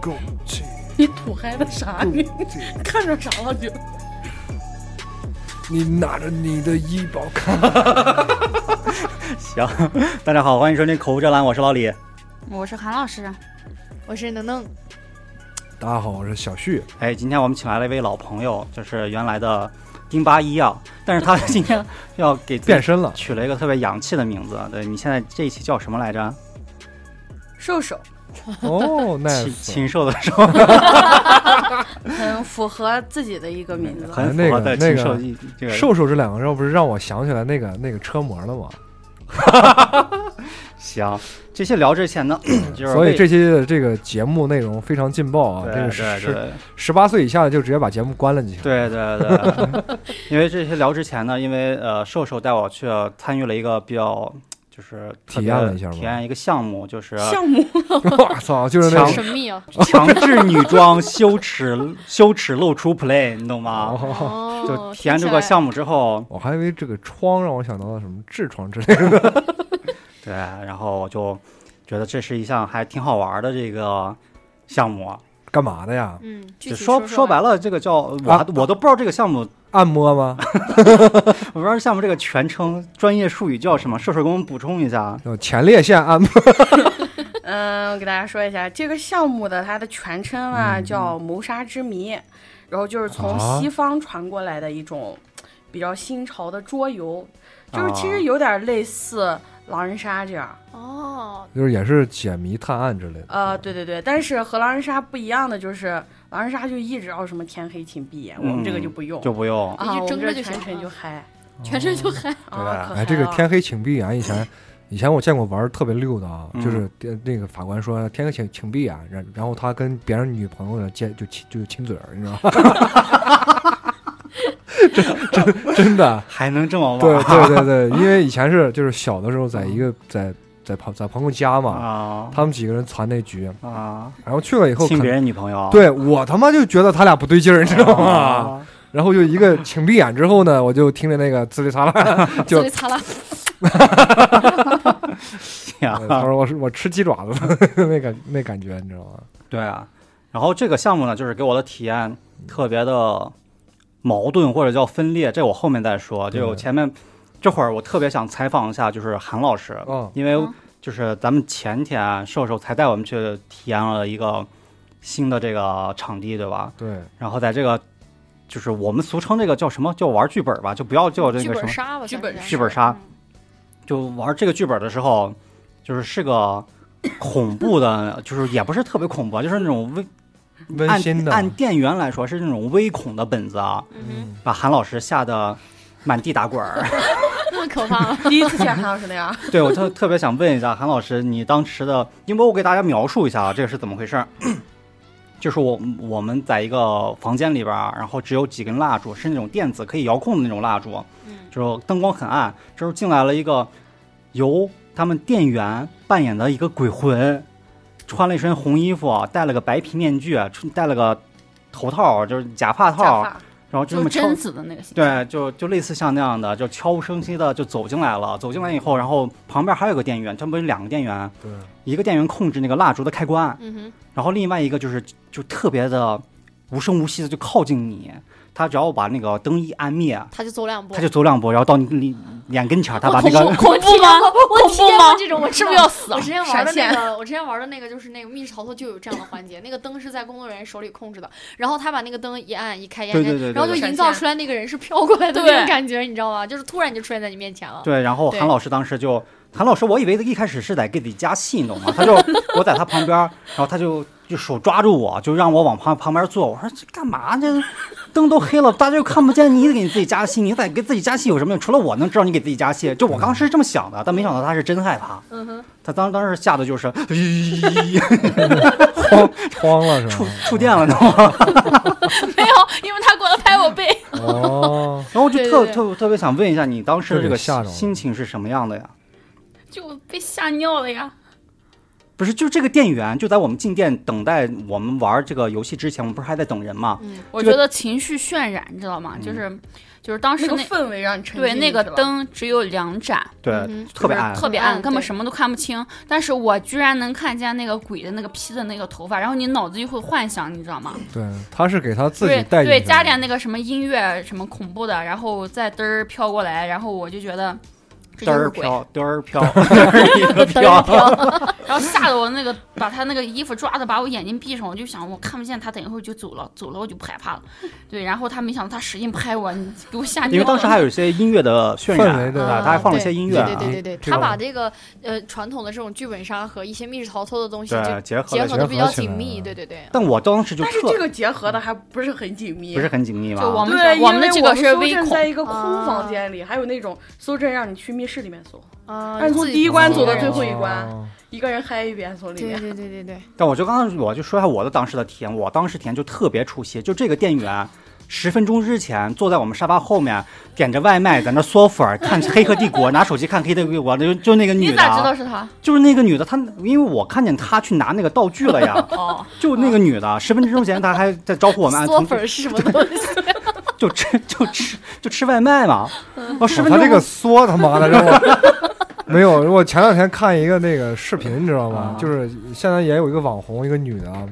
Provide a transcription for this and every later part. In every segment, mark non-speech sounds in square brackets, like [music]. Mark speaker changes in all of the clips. Speaker 1: 共济，
Speaker 2: 你土嗨的啥？你 [laughs] 看着啥了就？
Speaker 1: 你拿着你的医保卡，
Speaker 3: 行，大家好，欢迎收听口无遮拦，我是老李。
Speaker 4: 我是韩老师，
Speaker 5: 我是能能，
Speaker 1: 大家好，我是小旭。
Speaker 3: 哎，今天我们请来了一位老朋友，就是原来的丁八一啊，但是他今天要给自己
Speaker 1: [laughs] 变身
Speaker 3: [laughs]
Speaker 1: 了，
Speaker 3: 取了一个特别洋气的名字。对你现在这一期叫什么来着？
Speaker 4: 瘦手
Speaker 1: 哦
Speaker 3: 禽
Speaker 1: ，nice，
Speaker 3: 禽兽的兽，
Speaker 4: 很符合自己的一个名字。
Speaker 3: 很
Speaker 1: 那
Speaker 3: 符
Speaker 1: 个
Speaker 3: 合的
Speaker 1: 哎那
Speaker 3: 禽
Speaker 1: 个
Speaker 3: 兽一这个。
Speaker 1: 瘦瘦这两个字不是让我想起来那个那个车模了吗？
Speaker 3: 行，这些聊之
Speaker 1: [clears throat]
Speaker 3: 前呢，就是
Speaker 1: 所以
Speaker 3: 为
Speaker 1: 这期的这个节目内容非常劲爆啊！这
Speaker 3: 对
Speaker 1: 个
Speaker 3: 对
Speaker 1: 十
Speaker 3: 对
Speaker 1: 十八岁以下的就直接把节目关了就行。
Speaker 3: 对对对，
Speaker 1: [laughs]
Speaker 3: 因为这些聊之前呢，因为呃，瘦瘦带我去参与了一个比较就是特
Speaker 1: 体
Speaker 3: 别
Speaker 1: 验了一下吗
Speaker 3: 体验一个项目，就是
Speaker 2: 项目
Speaker 1: [laughs] 我操，就是那
Speaker 3: 强
Speaker 1: 种
Speaker 5: 神秘啊！
Speaker 1: [laughs]
Speaker 3: 强制女装羞耻羞耻露出 play，你懂
Speaker 1: [laughs]
Speaker 3: 吗？
Speaker 1: 哦，
Speaker 3: 就
Speaker 5: 哦，
Speaker 3: 体验这个项目之后，
Speaker 1: 我哦还以为这个窗让我想到了什么痔疮之类的。 [laughs]
Speaker 3: 对，然后我就觉得这是一项还挺好玩的这个项目。
Speaker 1: 干嘛的呀？
Speaker 5: 嗯，具
Speaker 3: 就
Speaker 5: 体
Speaker 3: 说
Speaker 5: 说
Speaker 3: 白了，这个叫我
Speaker 1: 啊
Speaker 3: 还我都不知道这个项目，
Speaker 1: 按摩吗？ [laughs]
Speaker 3: 我不知道项目这个全称专业术语叫什么，射手给我们补充一下。
Speaker 1: 有前列腺按摩。
Speaker 4: [laughs]
Speaker 1: [laughs]
Speaker 4: 嗯，我给大家说一下这个项目的它的全称啊，
Speaker 3: 嗯
Speaker 4: 叫谋杀之谜，然后就是从
Speaker 1: 啊
Speaker 4: 西方传过来的一种比较新潮的桌游，就是其
Speaker 3: 啊
Speaker 4: 实有点类似狼人杀这样。
Speaker 3: [laughs]
Speaker 5: 哦，
Speaker 1: 就是也是解谜探案之类的。
Speaker 4: 呃，对对对，但是和狼人杀不一样的就是狼人杀就一直要什么天黑请闭眼，我们这个就不用。
Speaker 3: 嗯就不用
Speaker 4: 啊，
Speaker 5: 就
Speaker 4: 我
Speaker 5: 睁
Speaker 4: 们
Speaker 5: 着
Speaker 4: 这
Speaker 5: 就行
Speaker 4: 全程
Speaker 5: 了
Speaker 4: 就嗨
Speaker 5: 全身就嗨，
Speaker 4: 啊！
Speaker 3: 嗯
Speaker 4: 可
Speaker 1: 哎，这个
Speaker 4: 嗨了
Speaker 1: 天黑请闭眼，以前以前我见过玩儿特别溜的啊，
Speaker 3: 嗯
Speaker 1: 就是呃那个法官说天黑请请闭眼，然然后他跟别人女朋友呢接就亲就亲嘴儿，你知道吗？
Speaker 3: [laughs]
Speaker 1: 真真真的，
Speaker 3: 还能这么玩
Speaker 1: 对对对对，因为以前是就是小的时候在一个在在朋在朋友家嘛，
Speaker 3: 嗯啊
Speaker 1: 他们几个人攒那局，
Speaker 3: 啊！
Speaker 1: 然后去了以后
Speaker 3: 亲
Speaker 1: 可
Speaker 3: 别
Speaker 1: 能。
Speaker 3: 人女朋友，
Speaker 1: 对我他妈就觉得他俩不对劲儿，你知道吗？
Speaker 3: 啊，
Speaker 1: 然后就一个请闭眼之后呢，我就听着那个滋哩擦啦，就
Speaker 5: 自己擦了，
Speaker 1: 对他说我是我吃鸡爪子的 [laughs] 那个那感觉，你知道吗？
Speaker 3: 对啊，然后这个项目呢，就是给我的体验特别的矛盾或者叫分裂，这我后面再说。
Speaker 1: 对
Speaker 3: 就我前面这会儿，我特别想采访一下，就是韩老师，
Speaker 1: 嗯
Speaker 3: 因为
Speaker 5: 嗯
Speaker 3: 就是咱们前天啊瘦瘦才带我们去体验了一个新的这个场地，对吧？
Speaker 1: 对，
Speaker 3: 然后在这个就是我们俗称这个叫什么叫玩剧本吧，就不要叫这
Speaker 5: 剧
Speaker 3: 个什
Speaker 5: 本
Speaker 3: 么
Speaker 5: 杀吧，
Speaker 4: 剧本
Speaker 5: 算是
Speaker 3: 剧本杀，就玩这个剧本的时候，就是是个恐怖的， [coughs] 就是也不是特别恐怖啊，就是那种微
Speaker 1: 温馨的，
Speaker 3: 按。按店员来说是那种微恐的本子啊，
Speaker 5: 嗯，
Speaker 3: 把韩老师吓得满地打滚儿。
Speaker 5: 嗯那么可怕
Speaker 3: [laughs]
Speaker 5: 吗？
Speaker 4: [laughs] 第一次见韩老师那样，
Speaker 3: 对我特特别想问一下韩老师，你当时的，因为我给大家描述一下啊，这个是怎么回事儿。 [clears throat] 就是我我们在一个房间里边儿，然后只有几根蜡烛，是那种电子可以遥控的那种蜡烛，
Speaker 5: 嗯，
Speaker 3: 就是灯光很暗。这时候进来了一个由他们店员扮演的一个鬼魂，穿了一身红衣服，啊戴了个白皮面具，啊穿戴了个头套，啊就是假发套，
Speaker 4: 假发
Speaker 3: 然后就这
Speaker 4: 就
Speaker 3: 么敲
Speaker 4: 贞，子的那个形象。
Speaker 3: 对，啊就就类似像那样的，就悄无声息的就走进来了。走进来以后，然后旁边还有个店员，他们不是两个店员，
Speaker 1: 对，
Speaker 3: 一个店员控制那个蜡烛的开关，
Speaker 5: 嗯哼，
Speaker 3: 然后另外一个就是就特别的无声无息的就靠近你，他只要把那个灯一按灭，
Speaker 5: 他就走两步，
Speaker 3: 他就走两步，然后到你脸脸跟前儿，他把
Speaker 5: 我
Speaker 3: 那
Speaker 5: 恐怖
Speaker 3: 个
Speaker 5: 我体验过 [laughs] 我体
Speaker 4: 恐
Speaker 5: 验
Speaker 4: 怖
Speaker 5: 过
Speaker 4: 吗
Speaker 5: 这种，我
Speaker 4: 是
Speaker 5: 知
Speaker 4: 不是
Speaker 5: 道
Speaker 4: 要死啊
Speaker 5: 我之前玩的
Speaker 4: 闪
Speaker 5: 那个，我之前玩的那个就是那个密室逃脱就有这样的环节，那个灯是在工作人员手里控制的，然后他把那个灯一按一开，一按
Speaker 3: 对对对对
Speaker 5: 然后就
Speaker 4: 闪
Speaker 5: 营造
Speaker 4: 现
Speaker 5: 出来那个人是飘过来的那
Speaker 4: 对
Speaker 5: 种感觉，你知道吗？就是突然就出现在你面前了。
Speaker 3: 对，然后
Speaker 5: 对
Speaker 3: 韩老师当时就韩老师，我以为他一开始是在给自己加戏，你懂吗？他就我在他旁边儿，然后他就就手抓住我，就让我往旁旁边坐。我说这干嘛呢？灯都黑了，大家又看不见，你一直给你自己加戏，你在给自己加戏有什么用？除了我能知道你给自己加戏，就我刚是这么想的，但没想到他是真害怕。
Speaker 5: 嗯哼，
Speaker 3: 他当当时吓得就是
Speaker 1: 嗯 [laughs] 慌慌了是
Speaker 3: 触
Speaker 1: 吧？
Speaker 3: 触电了，你知
Speaker 5: [laughs]
Speaker 3: 道吗？
Speaker 5: 没有， [laughs] 因为他过来拍我背。
Speaker 6: [laughs]
Speaker 1: 哦，
Speaker 3: 然后我就
Speaker 5: 对
Speaker 3: 特
Speaker 5: 对对
Speaker 3: 特特别想问一下，你当时
Speaker 1: 这
Speaker 3: 这
Speaker 1: 给
Speaker 3: 个
Speaker 1: 吓着了
Speaker 3: 心情是什么样的呀？
Speaker 6: 就被吓尿了呀！
Speaker 3: 不是，就这个店员就在我们进店等待我们玩这个游戏之前，我们不是还在等人吗？
Speaker 5: 嗯，
Speaker 6: 我
Speaker 3: 这个
Speaker 6: 觉得情绪渲染，你知道
Speaker 1: 嗯
Speaker 6: 吗？就是就是当时
Speaker 4: 那个
Speaker 6: 那
Speaker 4: 氛围让你沉
Speaker 6: 对
Speaker 4: 浸
Speaker 6: 那
Speaker 4: 进
Speaker 6: 个
Speaker 4: 去了，
Speaker 6: [laughs] 灯只有两盏，
Speaker 3: 对，
Speaker 5: 嗯哼
Speaker 3: 特别
Speaker 6: 就是
Speaker 1: 啊
Speaker 3: 暗。
Speaker 6: 特别
Speaker 5: 嗯
Speaker 6: 暗，根本
Speaker 5: 对
Speaker 6: 什么都看不清。但是我居然能看见那个鬼的那个披的那个头发，然后你脑子就会幻想，你知道吗？
Speaker 1: 对，他是给他自己
Speaker 6: 对
Speaker 1: 带进
Speaker 6: 对，
Speaker 1: 去
Speaker 6: 加
Speaker 1: 的
Speaker 6: 点那个什么音乐什么恐怖的，然后再嘚儿飘过来，然后我就觉得这
Speaker 3: 嘚
Speaker 6: 就是
Speaker 3: 儿
Speaker 6: 鬼，
Speaker 3: 飘，嘚儿飘，嘚儿一个飘。
Speaker 6: 然后吓得我那个把他那个衣服抓的，把我眼睛闭上，我就想我看不见他，等一会儿就走了，走了我就不害怕了。对，然后他没想到他使劲拍我，你给我吓尿了。
Speaker 3: 因为当时还有一些音乐的渲
Speaker 1: 氛围
Speaker 3: 染，
Speaker 1: 对
Speaker 5: 啊
Speaker 3: 吧？他还放了一些
Speaker 5: 对
Speaker 3: 音乐
Speaker 5: 对
Speaker 3: 啊，
Speaker 5: 对对对对，
Speaker 1: 这
Speaker 5: 他
Speaker 1: 个
Speaker 5: 把这个呃传统的这种剧本杀和一些密室逃脱的东西
Speaker 3: 对
Speaker 5: 就
Speaker 3: 结合
Speaker 5: 结
Speaker 3: 了
Speaker 5: 合
Speaker 3: 些。
Speaker 5: 的比
Speaker 1: 结合
Speaker 5: 较
Speaker 1: 起
Speaker 5: 紧
Speaker 1: 来
Speaker 5: 密，
Speaker 1: 了
Speaker 5: 对对对。
Speaker 3: 但我当时就
Speaker 4: 但是
Speaker 3: 特
Speaker 4: 这个结合的还不是很紧密，
Speaker 3: 不是很紧密吧？
Speaker 6: 就我们
Speaker 4: 对，
Speaker 6: 我们的
Speaker 4: 因为
Speaker 6: 这个是
Speaker 4: 我们
Speaker 6: 微
Speaker 4: 搜证
Speaker 6: 恐
Speaker 4: 在一个空
Speaker 5: 啊
Speaker 4: 房间里，还有那种搜证让你去密室里面搜，
Speaker 5: 啊，
Speaker 4: 但是从
Speaker 5: 自己
Speaker 4: 第一关走到
Speaker 5: 自
Speaker 4: 最
Speaker 5: 己人
Speaker 4: 后一关
Speaker 1: 哦
Speaker 4: 一个人嗨一遍从里
Speaker 5: 对
Speaker 4: 面。
Speaker 5: 对对对对，
Speaker 3: 但我就刚刚我就说一下我的当时的体验，我当时体验就特别出戏，就这个店员。十分钟之前坐在我们沙发后面，点着外卖在那嗦粉儿，看《黑客帝国》，拿手机看《黑客帝国》，就就那个女
Speaker 6: 你
Speaker 3: 的
Speaker 6: 咋知
Speaker 3: 啊，
Speaker 6: 道是他？
Speaker 3: 就是那个女的，她因为我看见她去拿那个道具了呀，
Speaker 6: 哦，
Speaker 3: 就那个女的，十分钟之前她还在招呼我们啊按
Speaker 5: 嗦
Speaker 3: 从
Speaker 5: 粉儿是什么东
Speaker 3: [laughs]
Speaker 5: 西？
Speaker 3: 就吃 [laughs] 就吃就吃外卖嘛，哦，十分
Speaker 1: 他
Speaker 3: 钟
Speaker 1: 这个缩他妈的让我没有，我前两天看一个那个视频，你知道吗
Speaker 3: 啊？
Speaker 1: 就是现在也有一个网红，一个女的啊，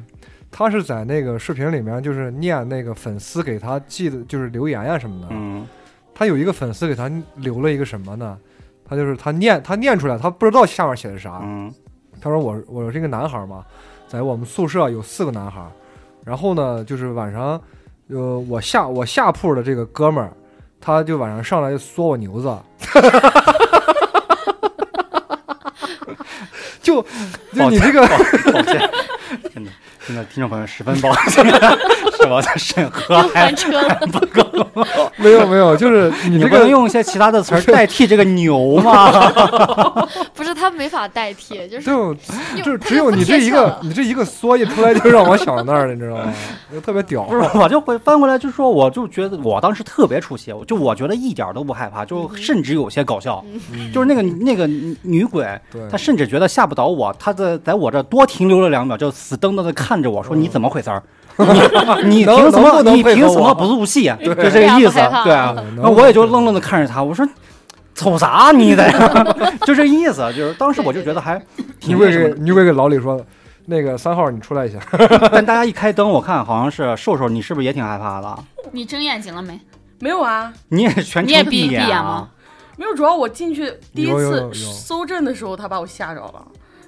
Speaker 1: 她是在那个视频里面就是念那个粉丝给她寄的，就是留言啊呀、什么的。
Speaker 3: 嗯，
Speaker 1: 她有一个粉丝给她留了一个什么呢？她就是她念她念出来，她不知道下面写的啥。
Speaker 3: 嗯
Speaker 1: 他说我我是一个男孩儿嘛，在我们宿舍有四个男孩儿，然后呢，就是晚上，呃，我下我下铺的这个哥们儿，他就晚上上来就缩我牛子， [laughs] 就
Speaker 3: 哦
Speaker 1: 就你这个
Speaker 3: 抱 [laughs] 歉，抱歉，真的真的，听众朋友十分抱歉， [laughs] 是我的审核啊还
Speaker 5: 翻车了，
Speaker 1: 没有没有，就是你
Speaker 3: [laughs] 哦你
Speaker 1: 这
Speaker 3: 不能
Speaker 1: 个
Speaker 3: 用一些其他的词儿代替这个牛吗？
Speaker 5: 不是他没法代替，就是
Speaker 1: 就
Speaker 5: 又
Speaker 1: 就
Speaker 5: 他
Speaker 1: 只
Speaker 5: 又
Speaker 1: 有
Speaker 5: 不
Speaker 1: 你
Speaker 5: 贴
Speaker 1: 这一
Speaker 5: 切
Speaker 1: 个
Speaker 5: 了
Speaker 1: 你这一个缩一出来就让我想到那儿了，你知道吗？就特别屌
Speaker 3: [laughs] 不。是，我就回翻过来就说，我就觉得我当时特别出戏，我就我觉得一点儿都不害怕，就甚至有些搞笑，就是那个那个女鬼，
Speaker 1: 嗯对
Speaker 3: 她甚至觉得吓不倒我，她在在我这儿多停留了两秒，就死瞪瞪的看着我说：“你怎么回
Speaker 1: [laughs]
Speaker 3: 事儿？你 [laughs] 你
Speaker 1: 能
Speaker 3: 凭什
Speaker 1: 能不
Speaker 3: 么？
Speaker 1: 能
Speaker 3: 你
Speaker 1: 配合
Speaker 3: 凭什么
Speaker 1: 我
Speaker 3: 不入戏？”就
Speaker 1: 对
Speaker 3: 这个意思
Speaker 5: 害怕，
Speaker 3: 对啊。
Speaker 1: 嗯
Speaker 3: 然后我也就愣愣的看着她，我说：“瞅啥啊你在这 [laughs] 儿？”就这意思，啊就是当时我就觉得还
Speaker 1: 女
Speaker 3: 挺
Speaker 1: 鬼
Speaker 3: 那什么的
Speaker 1: 给女鬼给老李说，那个三号你出来一下，
Speaker 3: 但大家一开灯，我看好像是瘦瘦，你是不是也挺害怕的？
Speaker 6: 你睁眼睛了没？
Speaker 4: 没有啊，
Speaker 3: 你也全
Speaker 6: 你也
Speaker 3: 程
Speaker 6: 闭
Speaker 3: 眼
Speaker 6: 闭眼
Speaker 3: 啊
Speaker 6: 吗？
Speaker 4: 没有。主要我进去第一
Speaker 1: 有有有
Speaker 4: 次
Speaker 1: 有
Speaker 4: 搜证的时候，他把我吓着了，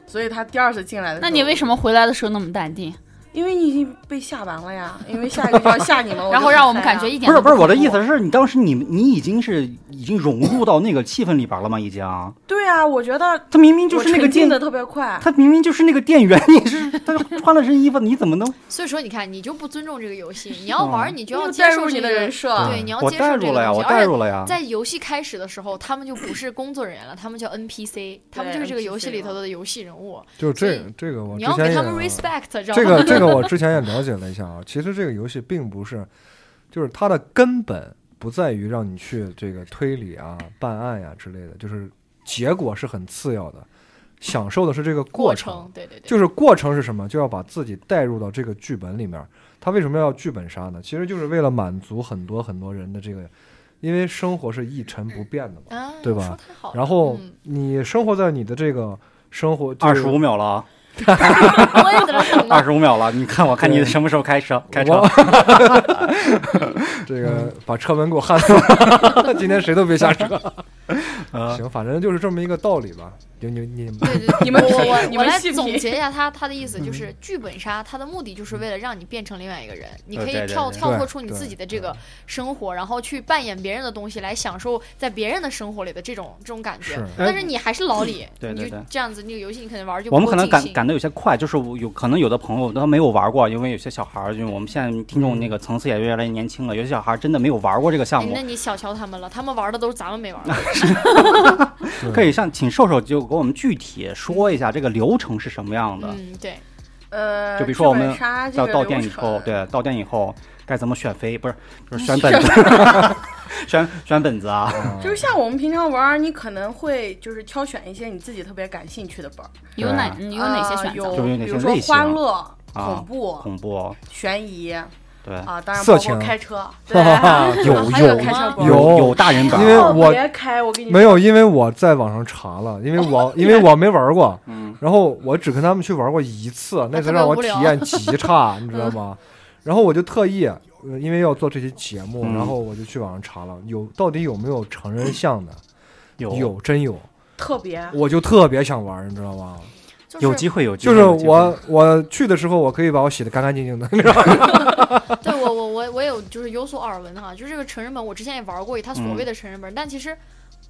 Speaker 4: 所以他第二次进来的时候，
Speaker 6: 那你为
Speaker 4: 么？
Speaker 6: 什么回来的时候那么淡定？
Speaker 4: 因为你已经被吓完了呀，因为下一个就要吓你
Speaker 6: [laughs]
Speaker 4: 了，
Speaker 6: 然后
Speaker 4: 就
Speaker 6: 让我们
Speaker 4: 很害啊
Speaker 6: 感觉
Speaker 4: 怕
Speaker 6: 一点
Speaker 3: 不是
Speaker 6: 都
Speaker 3: 不是，我的
Speaker 6: 恐怖
Speaker 3: 意思是你当时你你已经是已经融入到那个气氛里边了吗？已经，
Speaker 4: 对啊，我觉得
Speaker 3: 他明明就是
Speaker 4: 我
Speaker 3: 那个
Speaker 4: 沉浸
Speaker 3: 店
Speaker 4: 的，特别快。
Speaker 3: 他明明就是那个店员， [laughs] 你是他穿了身衣服，你怎么能？
Speaker 5: 所以说你看你就不尊重这个游戏，你要玩儿你就
Speaker 4: 没
Speaker 5: 要
Speaker 4: 有
Speaker 5: 接
Speaker 4: 带
Speaker 5: 受
Speaker 4: 入
Speaker 5: 这
Speaker 4: 你
Speaker 5: 个
Speaker 4: 的人设，
Speaker 5: 对，你要
Speaker 3: 哦啊我
Speaker 5: 接受
Speaker 3: 带
Speaker 5: 这
Speaker 3: 入
Speaker 5: 个
Speaker 3: 了呀，
Speaker 5: 东
Speaker 3: 我
Speaker 5: 西，
Speaker 3: 带
Speaker 5: 而且
Speaker 3: 入了呀。
Speaker 5: 在游戏开始的时候，他们就不是工作人员了，他们叫 NPC，他们就是这个游戏里头的游戏人物。
Speaker 1: 就
Speaker 5: 所
Speaker 1: 这
Speaker 5: 以
Speaker 1: 这个我
Speaker 5: 你
Speaker 1: 之
Speaker 5: 要
Speaker 1: 前
Speaker 5: 给他
Speaker 1: 也
Speaker 5: 们 respect，知道吗？
Speaker 1: 这个这个我之
Speaker 5: [laughs]
Speaker 1: 前也了解了一下啊，其实这个游戏并不是，就是它的根本不在于让你去这个推理啊、办案呀、之类的，就是结果是很次要的，享受的是这个
Speaker 5: 过
Speaker 1: 过程。
Speaker 5: 程，对对对，
Speaker 1: 就是过程是什么，就要把自己带入到这个剧本里面。他为什么要剧本杀呢？其实就是为了满足很多很多人的这个，因为生活是一成不变的嘛。
Speaker 5: 啊，
Speaker 1: 对吧
Speaker 5: 说太好了，
Speaker 1: 然后
Speaker 5: 嗯
Speaker 1: 你生活在你的这个生活
Speaker 3: 二十五秒了啊，
Speaker 5: 我也在
Speaker 1: [laughs]
Speaker 5: 那等
Speaker 3: 二
Speaker 5: 呢。
Speaker 3: 十五秒了，你看我看你什么时候开车？开嗯车
Speaker 1: 我 [laughs] 这个把车门给我焊死！ [laughs] 今天谁都别下车。
Speaker 3: 啊，
Speaker 1: 行，反正就是这么一个道理吧。就你你
Speaker 5: 对对，对
Speaker 4: 你们
Speaker 5: 我
Speaker 4: 品
Speaker 5: 我
Speaker 4: 你
Speaker 5: 我
Speaker 4: 们
Speaker 5: 来
Speaker 4: 细品
Speaker 5: 总结一下他他的意思，
Speaker 1: 嗯
Speaker 5: 就是剧本杀它的目的就是为了让你变成另外一个人，你可以
Speaker 3: 对对
Speaker 5: 跳
Speaker 3: 对
Speaker 5: 跳脱
Speaker 1: 呃对
Speaker 5: 出你
Speaker 1: 对
Speaker 5: 自己的这个生活，然后去扮演别人的东西，来享受在别人的生活里的这种这种感觉
Speaker 1: 是。
Speaker 5: 但是你还是老
Speaker 4: 嗯
Speaker 5: 李，
Speaker 3: 对对
Speaker 5: 你就
Speaker 3: 对
Speaker 5: 这样子，那个游戏你可能玩就
Speaker 3: 我们
Speaker 5: 不
Speaker 3: 可
Speaker 5: 够
Speaker 3: 能
Speaker 5: 尽
Speaker 3: 赶
Speaker 5: 兴
Speaker 3: 赶的有些快，就是我有可能有的朋友他没有玩过，因为有些小孩儿，就是我们现在听众那个层次也越来越年轻了，有些小孩儿真的没有玩过这个项
Speaker 5: 哎
Speaker 3: 目
Speaker 5: 那，你小瞧他们了，他们玩的都是咱们没玩的。
Speaker 3: 可以像请瘦瘦就给我们具体说一下这个流程是什么样的，
Speaker 5: 嗯，对，
Speaker 4: 呃，
Speaker 3: 就比如说我们
Speaker 4: 剧本杀这
Speaker 3: 到
Speaker 4: 个
Speaker 3: 到
Speaker 4: 流
Speaker 3: 店以
Speaker 4: 程
Speaker 5: [laughs]
Speaker 3: 后，对，到店以后该怎么选妃，不是就是选本，选选本子啊，
Speaker 5: 嗯
Speaker 1: 啊
Speaker 4: 就是像我们平常玩儿，你可能会就是挑选一些你自己特别感兴趣的本儿，
Speaker 6: 有哪你有哪些选择？
Speaker 4: 呃
Speaker 3: 就是
Speaker 4: 有
Speaker 3: 有哪
Speaker 4: 比
Speaker 3: 些
Speaker 4: 如说
Speaker 3: 类型
Speaker 4: 欢乐、
Speaker 3: 啊
Speaker 4: 恐怖、
Speaker 3: 恐怖，
Speaker 4: 悬疑啊，
Speaker 3: 对，
Speaker 4: 当然
Speaker 1: 色
Speaker 4: 包
Speaker 1: 情
Speaker 4: 括开
Speaker 3: [laughs]
Speaker 4: 车，对，
Speaker 1: 有
Speaker 5: 啊还有
Speaker 1: 有
Speaker 4: 开车本儿
Speaker 1: 有
Speaker 3: 有大人本
Speaker 1: 因为
Speaker 3: 儿，
Speaker 4: 特
Speaker 1: 我
Speaker 4: 别开，我跟你说
Speaker 1: 没有，因为我在网上查了，因为我
Speaker 5: [laughs]
Speaker 1: 因为我没玩过，
Speaker 3: 嗯，
Speaker 1: 然后我只跟他们去玩过一次，那次让我体验极差，你知
Speaker 5: 嗯
Speaker 1: 道吗？然后我就特意，呃因为要做这期节目，
Speaker 3: 嗯
Speaker 1: 然后我就去网上查了，有到底有没有成人向的？
Speaker 3: 有
Speaker 1: 有，真有，
Speaker 4: 特别
Speaker 1: [laughs] 我就特别想玩，你知道吗？
Speaker 5: 就是
Speaker 3: 有机会有机
Speaker 1: 就
Speaker 3: 会，
Speaker 1: 是
Speaker 3: 有机会
Speaker 1: 我我去的时候，我可以把我洗得干干净净的，你知道吗？
Speaker 5: [laughs] 对我我我我也有就是有所耳闻哈，就是这个成人本，我之前也玩过它所
Speaker 3: 嗯
Speaker 5: 谓的成人本，但其实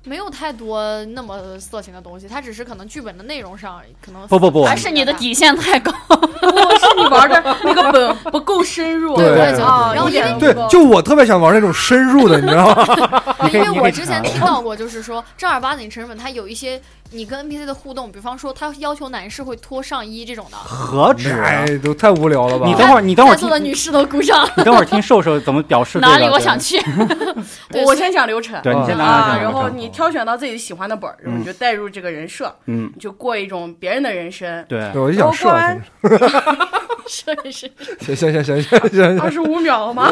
Speaker 5: 没有太多那么色情的东西，它只是可能剧本的内容上可能
Speaker 3: 不不不
Speaker 6: 还是你的底线太高，
Speaker 4: 是你玩的那个本不够深入，
Speaker 5: 对
Speaker 1: 对
Speaker 5: 对对，
Speaker 4: 啊
Speaker 5: 然后
Speaker 4: 一
Speaker 5: 因
Speaker 4: 点
Speaker 5: 为
Speaker 4: 都不
Speaker 1: 对
Speaker 4: 够，
Speaker 1: 就我特别想玩那种深入的，你知道
Speaker 3: [laughs]
Speaker 1: 吗？
Speaker 3: 你可
Speaker 5: 因
Speaker 3: 以你
Speaker 5: 为
Speaker 3: 可
Speaker 5: 我
Speaker 3: 以
Speaker 5: 之前
Speaker 3: 查
Speaker 5: 听到过，就是说正儿八经成人本，它有一些你跟 NPC 的互动，比方说他要求男士会脱上衣这种的，
Speaker 3: 何止啊？
Speaker 1: 哎，都太无聊了吧？
Speaker 3: 你等会儿， [laughs] 你等会儿
Speaker 5: 在
Speaker 3: 听
Speaker 5: 座，的女士都鼓掌。
Speaker 3: 你等会儿听瘦瘦怎么表示这
Speaker 6: 哪
Speaker 3: 个。
Speaker 6: 里我
Speaker 3: 对
Speaker 6: 想去？
Speaker 5: 对
Speaker 4: 我
Speaker 5: 所以
Speaker 4: 先讲流程。
Speaker 3: 对你先拿
Speaker 1: 啊
Speaker 3: 拿
Speaker 4: 啊，
Speaker 3: 讲
Speaker 4: 然
Speaker 3: 流
Speaker 4: 后
Speaker 3: 程
Speaker 4: 你挑选到自己喜欢的本儿，然后你就带入这个人设，
Speaker 3: 嗯，
Speaker 4: 你就过一种别人的人生。
Speaker 3: 对
Speaker 1: 对，我就想射
Speaker 4: 然后
Speaker 1: 啊，
Speaker 5: 是是，
Speaker 1: 行行行行行行行，
Speaker 4: 二十五秒
Speaker 3: [laughs]
Speaker 4: 吗？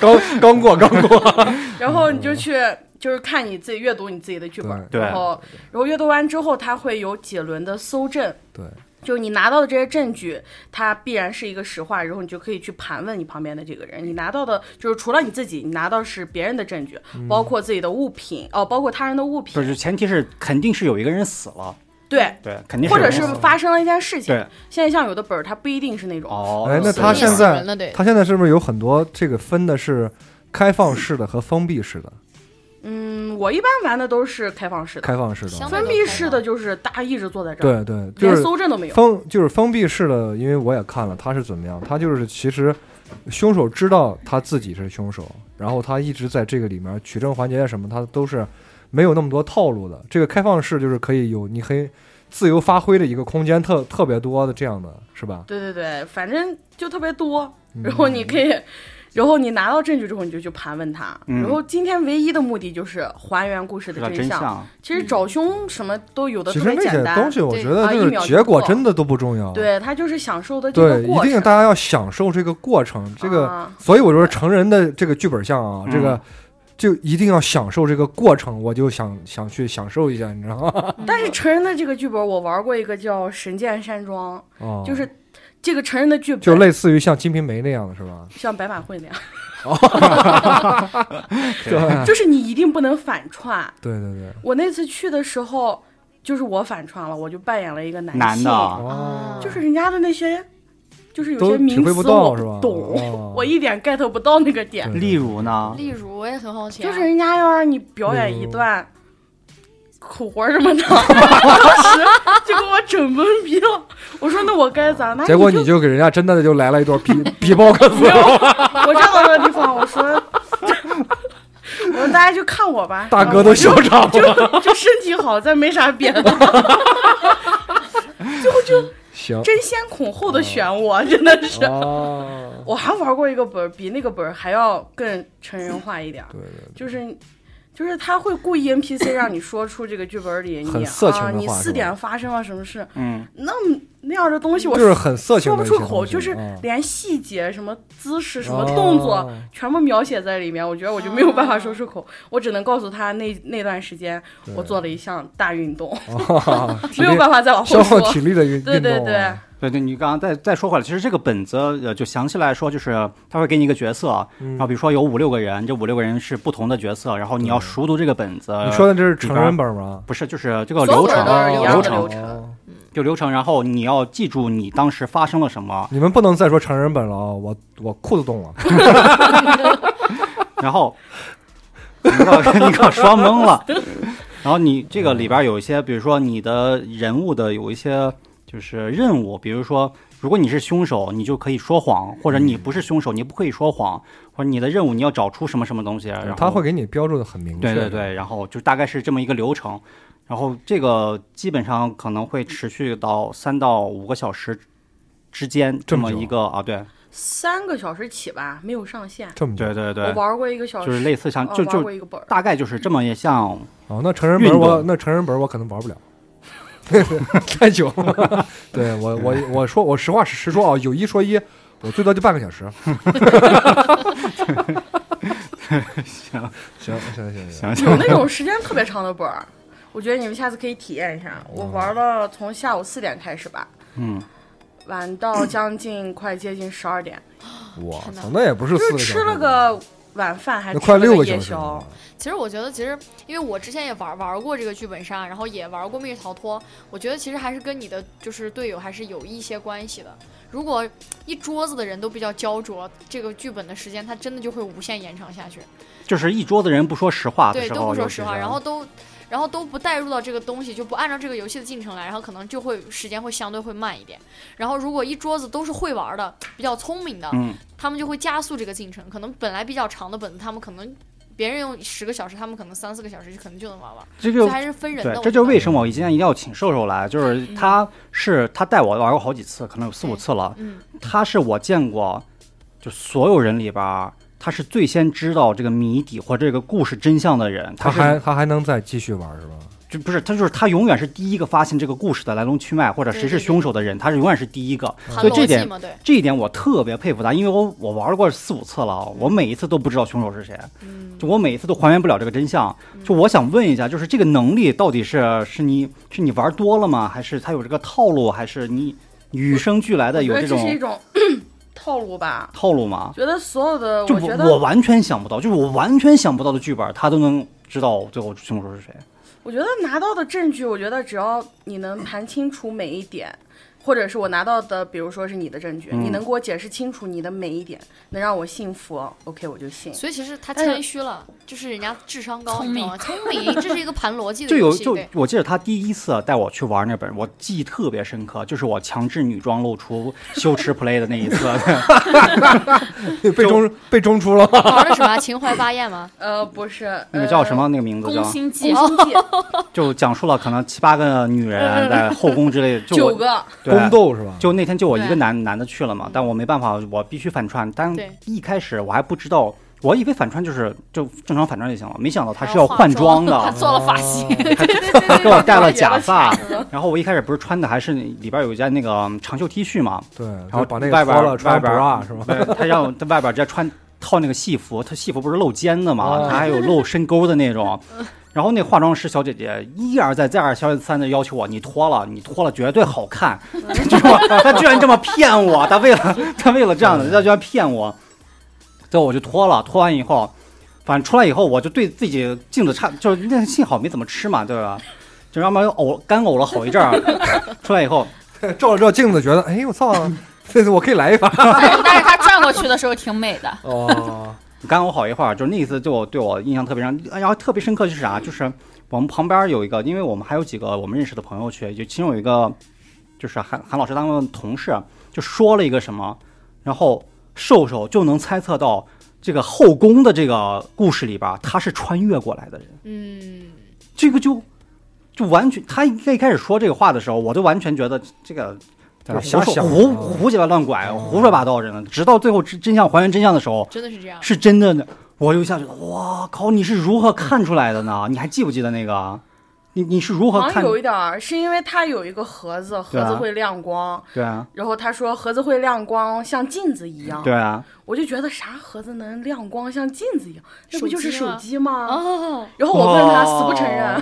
Speaker 1: 刚刚过刚过，
Speaker 4: 然后你就去，就是看你自己阅读你自己的剧本儿，
Speaker 3: 嗯对
Speaker 4: 然后然后阅读完之后，它会有几轮的搜证，
Speaker 1: 对，
Speaker 4: 就是你拿到的这些证据，它必然是一个实话，然后你就可以去盘问你旁边的这个人。你拿到的就是除了你自己，你拿到是别人的证据，包括自己的物品哦，包括他人的物
Speaker 3: 不
Speaker 4: 品，
Speaker 3: 嗯是前提是肯定是有一个人死了，
Speaker 4: 对，
Speaker 3: 对，肯定
Speaker 4: 或
Speaker 3: 有
Speaker 4: 者
Speaker 3: 人死
Speaker 4: 是
Speaker 3: 了
Speaker 4: 发生了一件事情
Speaker 3: 对。
Speaker 4: 现在像有的本儿，它不一定是那种，
Speaker 3: 哦，
Speaker 1: 哎那
Speaker 3: 死
Speaker 1: 他
Speaker 3: 了
Speaker 1: 现
Speaker 5: 死
Speaker 1: 在
Speaker 5: 人了，对，
Speaker 1: [laughs] 他现在是不是有很多这个分的是开放式的和封闭式的？
Speaker 4: 嗯，我一般玩的都是开放式的，
Speaker 1: 开放式的
Speaker 5: 相，
Speaker 4: 封闭式的就是大家一直坐在这
Speaker 1: 对
Speaker 4: 儿，
Speaker 1: 对，就
Speaker 4: 连
Speaker 1: 是
Speaker 4: 搜证都没有。
Speaker 1: 封就是封闭式的，因为我也看了他是怎么样，他就是其实凶手知道他自己是凶手，然后他一直在这个里面取证环节啊什么，他都是没有那么多套路的。这个开放式就是可以有你可以自由发挥的一个空间特特别多的这样的是吧？
Speaker 4: 对对对，反正就特别多。
Speaker 1: 嗯
Speaker 4: 然后你可以， [laughs] 然后你拿到证据之后，你就去盘问他。
Speaker 3: 嗯
Speaker 4: 然后今天唯一的目的就是还原故事
Speaker 3: 知
Speaker 4: 的
Speaker 3: 道
Speaker 4: 真
Speaker 3: 真相，
Speaker 4: 其实找凶什么都有的
Speaker 1: 嗯其
Speaker 4: 特
Speaker 1: 实
Speaker 4: 别
Speaker 1: 那些
Speaker 4: 简单
Speaker 1: 东，西我
Speaker 5: 对
Speaker 1: 觉得
Speaker 4: 啊
Speaker 1: 就
Speaker 4: 一
Speaker 1: 是
Speaker 4: 秒就
Speaker 1: 结果
Speaker 4: 过
Speaker 1: 真的都不重要。
Speaker 4: 对他就是享受的这个
Speaker 1: 对，
Speaker 4: 过
Speaker 1: 一定
Speaker 4: 程。
Speaker 1: 大家要享受这个过程，这个。
Speaker 4: 啊
Speaker 1: 所以我说成人的这个剧本像啊，
Speaker 3: 嗯
Speaker 1: 这个就一定要享受这个过程，我就想想去享受一下，你知道
Speaker 4: [laughs]
Speaker 1: 吗？
Speaker 5: 嗯
Speaker 4: 但是成人的这个剧本，我玩过一个叫《神剑山庄》，
Speaker 1: 哦，
Speaker 4: 就是这个成人的剧本，
Speaker 1: 就类似于像《金瓶梅》那样的是吧？
Speaker 4: 像白板绘那样， [laughs]
Speaker 1: 对
Speaker 4: 就是你一定不能反串。
Speaker 1: 对对对，
Speaker 4: 我那次去的时候，就是我反串了，我就扮演了一个男性，
Speaker 3: 男的啊，
Speaker 1: 哦，
Speaker 4: 就是人家的那些，就是有
Speaker 1: 都
Speaker 4: 些名
Speaker 1: 体会
Speaker 4: 词
Speaker 1: 不到
Speaker 4: 我
Speaker 1: 是吧？
Speaker 4: 懂，
Speaker 1: 哦
Speaker 4: [laughs] 我一点 get 不到那个点。
Speaker 1: 对
Speaker 3: 例如呢，
Speaker 5: 例如我也很好奇啊，
Speaker 4: 就是人家要让你表演一段口活什
Speaker 1: [laughs]
Speaker 4: 么的，当时就给我整懵逼了。我说那我该咋？那
Speaker 1: 结果
Speaker 4: 你
Speaker 1: 你就给人家真的就来了一段比 [laughs] 比包克斯，
Speaker 4: 我站到那个地方，我说，我说大家就看我吧。
Speaker 1: [laughs] 大哥都笑场了。 [laughs]
Speaker 4: 就就身体好，咱没啥别的。最后就
Speaker 1: 行，
Speaker 4: 争先恐后的选我，真的是。
Speaker 1: 哦，
Speaker 4: 我还玩过一个本儿，比那个本儿还要更成人化一点儿，
Speaker 1: 对对
Speaker 4: 就是。就是他会故意 NPC 让你说出这个剧本里
Speaker 1: 很
Speaker 4: 你
Speaker 1: 色情的
Speaker 4: 啊，你
Speaker 1: 话是
Speaker 4: 四
Speaker 1: 吧
Speaker 4: 点发生了什么事，
Speaker 3: 嗯，
Speaker 4: 那那样的东西
Speaker 1: 对，
Speaker 4: 我
Speaker 1: 就是很色情
Speaker 4: 说
Speaker 1: 的
Speaker 4: 不
Speaker 1: 一
Speaker 4: 出
Speaker 1: 些
Speaker 4: 口，
Speaker 1: 东西，
Speaker 4: 就是
Speaker 1: 啊
Speaker 4: 连细节、什么姿势、什么动作
Speaker 1: 哦
Speaker 4: 全部描写在里面，我觉得我就没有办法说出口，我只能告诉他那那段时间
Speaker 1: 对
Speaker 4: 我做了一项大运动， [laughs]
Speaker 1: 啊体
Speaker 4: 没有
Speaker 1: 力
Speaker 4: 办法再往
Speaker 1: 消耗
Speaker 4: 后说。
Speaker 1: 体力的运运动
Speaker 4: 对
Speaker 1: 啊，
Speaker 4: 对对，
Speaker 3: 对对，你刚刚再再说回来，其实这个本子呃，就详细来说，就是他会给你一个角色，啊然后比如说有五六个人，这五六个人是不同的角色，然后你要熟读这个本子。
Speaker 1: 你说的这是
Speaker 3: 里
Speaker 1: 成
Speaker 3: 边
Speaker 1: 人本吗？
Speaker 3: 不是，就是这个
Speaker 4: 呃所有
Speaker 3: 流
Speaker 4: 的
Speaker 3: 程，
Speaker 4: 都是一样的流
Speaker 3: 流程
Speaker 4: 程
Speaker 1: 哦
Speaker 3: 就流程，然后你要记住你当时发生了什么，
Speaker 1: 你们不能再说成人本了啊！我我裤子冻了。
Speaker 3: 哎然后你给我 [laughs] 你给我说懵了。然后你这个里边有一些，比如说你的人物的有一些就是任务，比如说如果你是凶手，你就可以说谎；或者你不是凶手，你不可以说谎；或者你的任务你要找出什么什么东西，然后
Speaker 1: 他会给你标注的很明确。
Speaker 3: 对对对，然后就大概是这么一个流程。然后这个基本上可能会持续到三到五个小时之间，这
Speaker 1: 这么
Speaker 3: 么
Speaker 1: 久
Speaker 3: 一个啊，对，
Speaker 4: 三个小时起吧，没有上限。
Speaker 1: 这么久
Speaker 3: 对对
Speaker 4: 我
Speaker 3: 对，
Speaker 4: 玩过一个小时，
Speaker 3: 就是类似像
Speaker 5: 嗯
Speaker 4: 哦
Speaker 3: 就
Speaker 4: 玩过
Speaker 3: 就
Speaker 4: 一个本儿。
Speaker 3: 大概就是这么也像
Speaker 1: 哦，那成人本
Speaker 3: 运
Speaker 1: 我
Speaker 3: 动
Speaker 1: 那成人本我可能玩不了， [laughs] 太久
Speaker 3: [laughs]
Speaker 1: 了。对我我我说我实话实说啊，有一说一，我最多就半个小时。
Speaker 3: [laughs]
Speaker 1: 行
Speaker 3: 行
Speaker 1: 行行行，
Speaker 3: 行
Speaker 4: 有
Speaker 3: 行
Speaker 4: 那种时间特别长的本儿，我觉得你们下次可以体验一下。我玩了从下午四点开始吧，
Speaker 3: 嗯，
Speaker 4: 玩到将近快接近十二点，
Speaker 1: 我
Speaker 5: 天哪
Speaker 1: 操，那也不是四
Speaker 4: 就
Speaker 1: 个小
Speaker 4: 是
Speaker 1: 时
Speaker 4: 吃了个晚饭，还
Speaker 1: 那
Speaker 4: 吃
Speaker 1: 快
Speaker 4: 了
Speaker 1: 六个
Speaker 4: 夜
Speaker 1: 小时
Speaker 4: 宵
Speaker 1: 了。。
Speaker 5: 其实我觉得，其实因为我之前也玩玩过这个剧本杀，然后也玩过密室逃脱，我觉得其实还是跟你的就是队友还是有一些关系的。如果一桌子的人都比较焦灼，这个剧本的时间它真的就会无限延长下去。
Speaker 3: 就是一桌子人不说实话的
Speaker 5: 对，
Speaker 3: 时
Speaker 5: 都
Speaker 3: 候，
Speaker 5: 不说
Speaker 3: 有
Speaker 5: 实
Speaker 3: 时
Speaker 5: 话，
Speaker 3: 候
Speaker 5: 然后都，然后都不带入到这个东西，就不按照这个游戏的进程来，然后可能就会时间会相对会慢一点。然后如果一桌子都是会玩的、比较聪明的，
Speaker 3: 嗯
Speaker 5: 他们就会加速这个进程。可能本来比较长的本子，他们可能别人用十个小时，他们可能三四个小时就可能就能玩完。
Speaker 3: 这
Speaker 5: 所
Speaker 3: 就
Speaker 5: 以还是分人的。嗯
Speaker 3: 对，
Speaker 5: 我
Speaker 3: 这
Speaker 5: 觉
Speaker 3: 就是
Speaker 5: 得
Speaker 3: 为什么我今天一定要请瘦瘦来，就是他是他带我玩过好几次，可能有四五次了。
Speaker 5: 嗯，
Speaker 3: 他是我见过，就所有人里边儿，他是最先知道这个谜底或这个故事真相的人。
Speaker 1: 他
Speaker 3: 他
Speaker 1: 还
Speaker 3: 是
Speaker 1: 他还能再继续玩是
Speaker 3: [laughs]
Speaker 1: 吧？
Speaker 3: 就不是他就是他永远是第一个发现这个故事的来龙去脉或者
Speaker 5: 对
Speaker 3: 谁
Speaker 5: 对
Speaker 3: 是
Speaker 5: 对
Speaker 3: 凶手的人，他是永远是第一个。
Speaker 1: 嗯
Speaker 5: 谈
Speaker 3: 所以这
Speaker 5: 逻辑
Speaker 3: 点
Speaker 5: 嘛，对，
Speaker 3: 这一点我特别佩服他，因为我我玩过四五次了，我每一次都不知道凶手是谁，
Speaker 5: 嗯，
Speaker 3: 就我每一次都还原不了这个真相。
Speaker 1: 嗯
Speaker 3: 就我想问一下，就是这个能力到底是是你是你玩多了吗？还是他有这个套路？还是你与生俱来的
Speaker 4: 我
Speaker 3: 有
Speaker 4: 觉得
Speaker 3: 这
Speaker 4: 这是一
Speaker 3: 种
Speaker 4: 种
Speaker 3: [laughs]
Speaker 4: 套路吧。
Speaker 3: 套路吗？
Speaker 4: 觉得所有的，
Speaker 3: 就
Speaker 4: 我觉
Speaker 3: 我我
Speaker 4: 得，
Speaker 3: 完全想不到，就是我完全想不到的剧本，他都能知道最后凶手是谁。
Speaker 4: 我觉得拿到的证据，我觉得只要你能盘清楚每一点，或者是我拿到的，比如说是你的证据，
Speaker 3: 嗯
Speaker 4: 你能给我解释清楚你的每一点，能让我信服，OK，我就信。
Speaker 5: 所以其实他
Speaker 4: 但是
Speaker 5: 谦虚了，就是人家智商高，
Speaker 6: 聪
Speaker 5: 你知道吗？聪明，这是一个盘逻辑的
Speaker 3: 就有
Speaker 5: 游戏，
Speaker 3: 就
Speaker 5: 对，
Speaker 3: 我记得他第一次带我去玩那本，我记忆特别深刻，就是我强制女装露出羞耻 play 的那一
Speaker 5: [laughs]
Speaker 3: 次。
Speaker 1: 被中被中出了，
Speaker 5: 玩的什么秦淮八艳吗？
Speaker 4: 呃，不是，
Speaker 3: 那个叫什
Speaker 4: 呃？
Speaker 3: 么？那个名字
Speaker 6: 宫
Speaker 3: 叫
Speaker 6: 心计
Speaker 4: 解，
Speaker 3: [laughs]
Speaker 4: 心计
Speaker 3: 就讲述了可能七八个女人
Speaker 5: [laughs]
Speaker 3: 在后宫之类的，就
Speaker 4: 九
Speaker 3: 我
Speaker 4: 个，
Speaker 3: 对
Speaker 1: 宫斗是吧？
Speaker 3: 就那天就我一个
Speaker 5: 对
Speaker 3: 男男的去了嘛，但我没办法，我必须反串。但
Speaker 5: 对
Speaker 3: 一开始我还不知道，我以为反串就是就正常反串就行了，没想到他
Speaker 5: 还
Speaker 3: 是
Speaker 5: 要
Speaker 3: 要
Speaker 5: 化
Speaker 3: 换装
Speaker 5: [laughs]
Speaker 3: 的，
Speaker 6: 做了发型，
Speaker 3: 他给 [laughs] 我戴了假发。然后我一开始不是穿的还是里边有一件那个嗯长袖 T 恤嘛，
Speaker 1: 对，然
Speaker 3: 然后
Speaker 1: 嗯把那
Speaker 3: 外
Speaker 1: 个
Speaker 3: 边
Speaker 1: 脱了
Speaker 3: 外
Speaker 1: 穿
Speaker 3: 边
Speaker 1: bra 是吧？
Speaker 3: 对他让我在外边直接穿套那个戏服，他戏服不是露肩的嘛
Speaker 1: 哦，
Speaker 3: 他还有露深沟的那种。 [laughs] 然后那化妆师小姐姐一而再再而三的要求我，你脱了，你脱了绝对好看。这种他居然这么骗我，他为了他为了这样的，他居然骗我。最后我就脱了，脱完以后，反正出来以后我就对自己镜子差，就是那幸好没怎么吃嘛，对吧？就要不然呕干呕了好一阵儿，出来以后
Speaker 1: 照了照镜子，觉得哎我操，
Speaker 3: [laughs]
Speaker 1: 这次我可以来一发。
Speaker 3: 哦
Speaker 6: [laughs] 但是他转过去的时候挺美的。
Speaker 1: 哦，
Speaker 3: 干我好一会儿，就是那一次对我对我印象特别深，呃然后特别深刻就是啥，就是我们旁边有一个，因为我们还有几个我们认识的朋友去，就其中有一个就是韩韩老师他们同事就说了一个什么，然后瘦瘦就能猜测到这个后宫的这个故事里边他是穿越过来的人，
Speaker 5: 嗯，
Speaker 3: 这个就就完全他一一开始说这个话的时候，我就完全觉得这个
Speaker 1: 在那
Speaker 3: 胡说
Speaker 1: 瞎想
Speaker 3: 胡
Speaker 1: 啊
Speaker 3: 胡鸡巴乱拐胡说八道着呢，直到最后真真相还原真相的时候。
Speaker 5: 真的是这样。
Speaker 3: 是真的呢。我就一下觉得，哇靠！你是如何看出来的呢？你还记不记得那个？你你是如何
Speaker 4: 好像
Speaker 3: 看？
Speaker 4: 有一点儿，是因为它有一个盒子，
Speaker 3: 对
Speaker 4: 盒
Speaker 3: 啊
Speaker 4: 子会亮光，
Speaker 3: 对啊，
Speaker 4: 然后他说盒子会亮光，像镜子一样。
Speaker 3: 对啊，
Speaker 4: 我就觉得啥盒子能亮光像镜子一样？那
Speaker 5: 手
Speaker 4: 不就是
Speaker 5: 机
Speaker 4: 手
Speaker 5: 吗
Speaker 4: 机吗？
Speaker 5: 哦，
Speaker 4: 然后我问他，
Speaker 3: 哦
Speaker 4: 死不承认。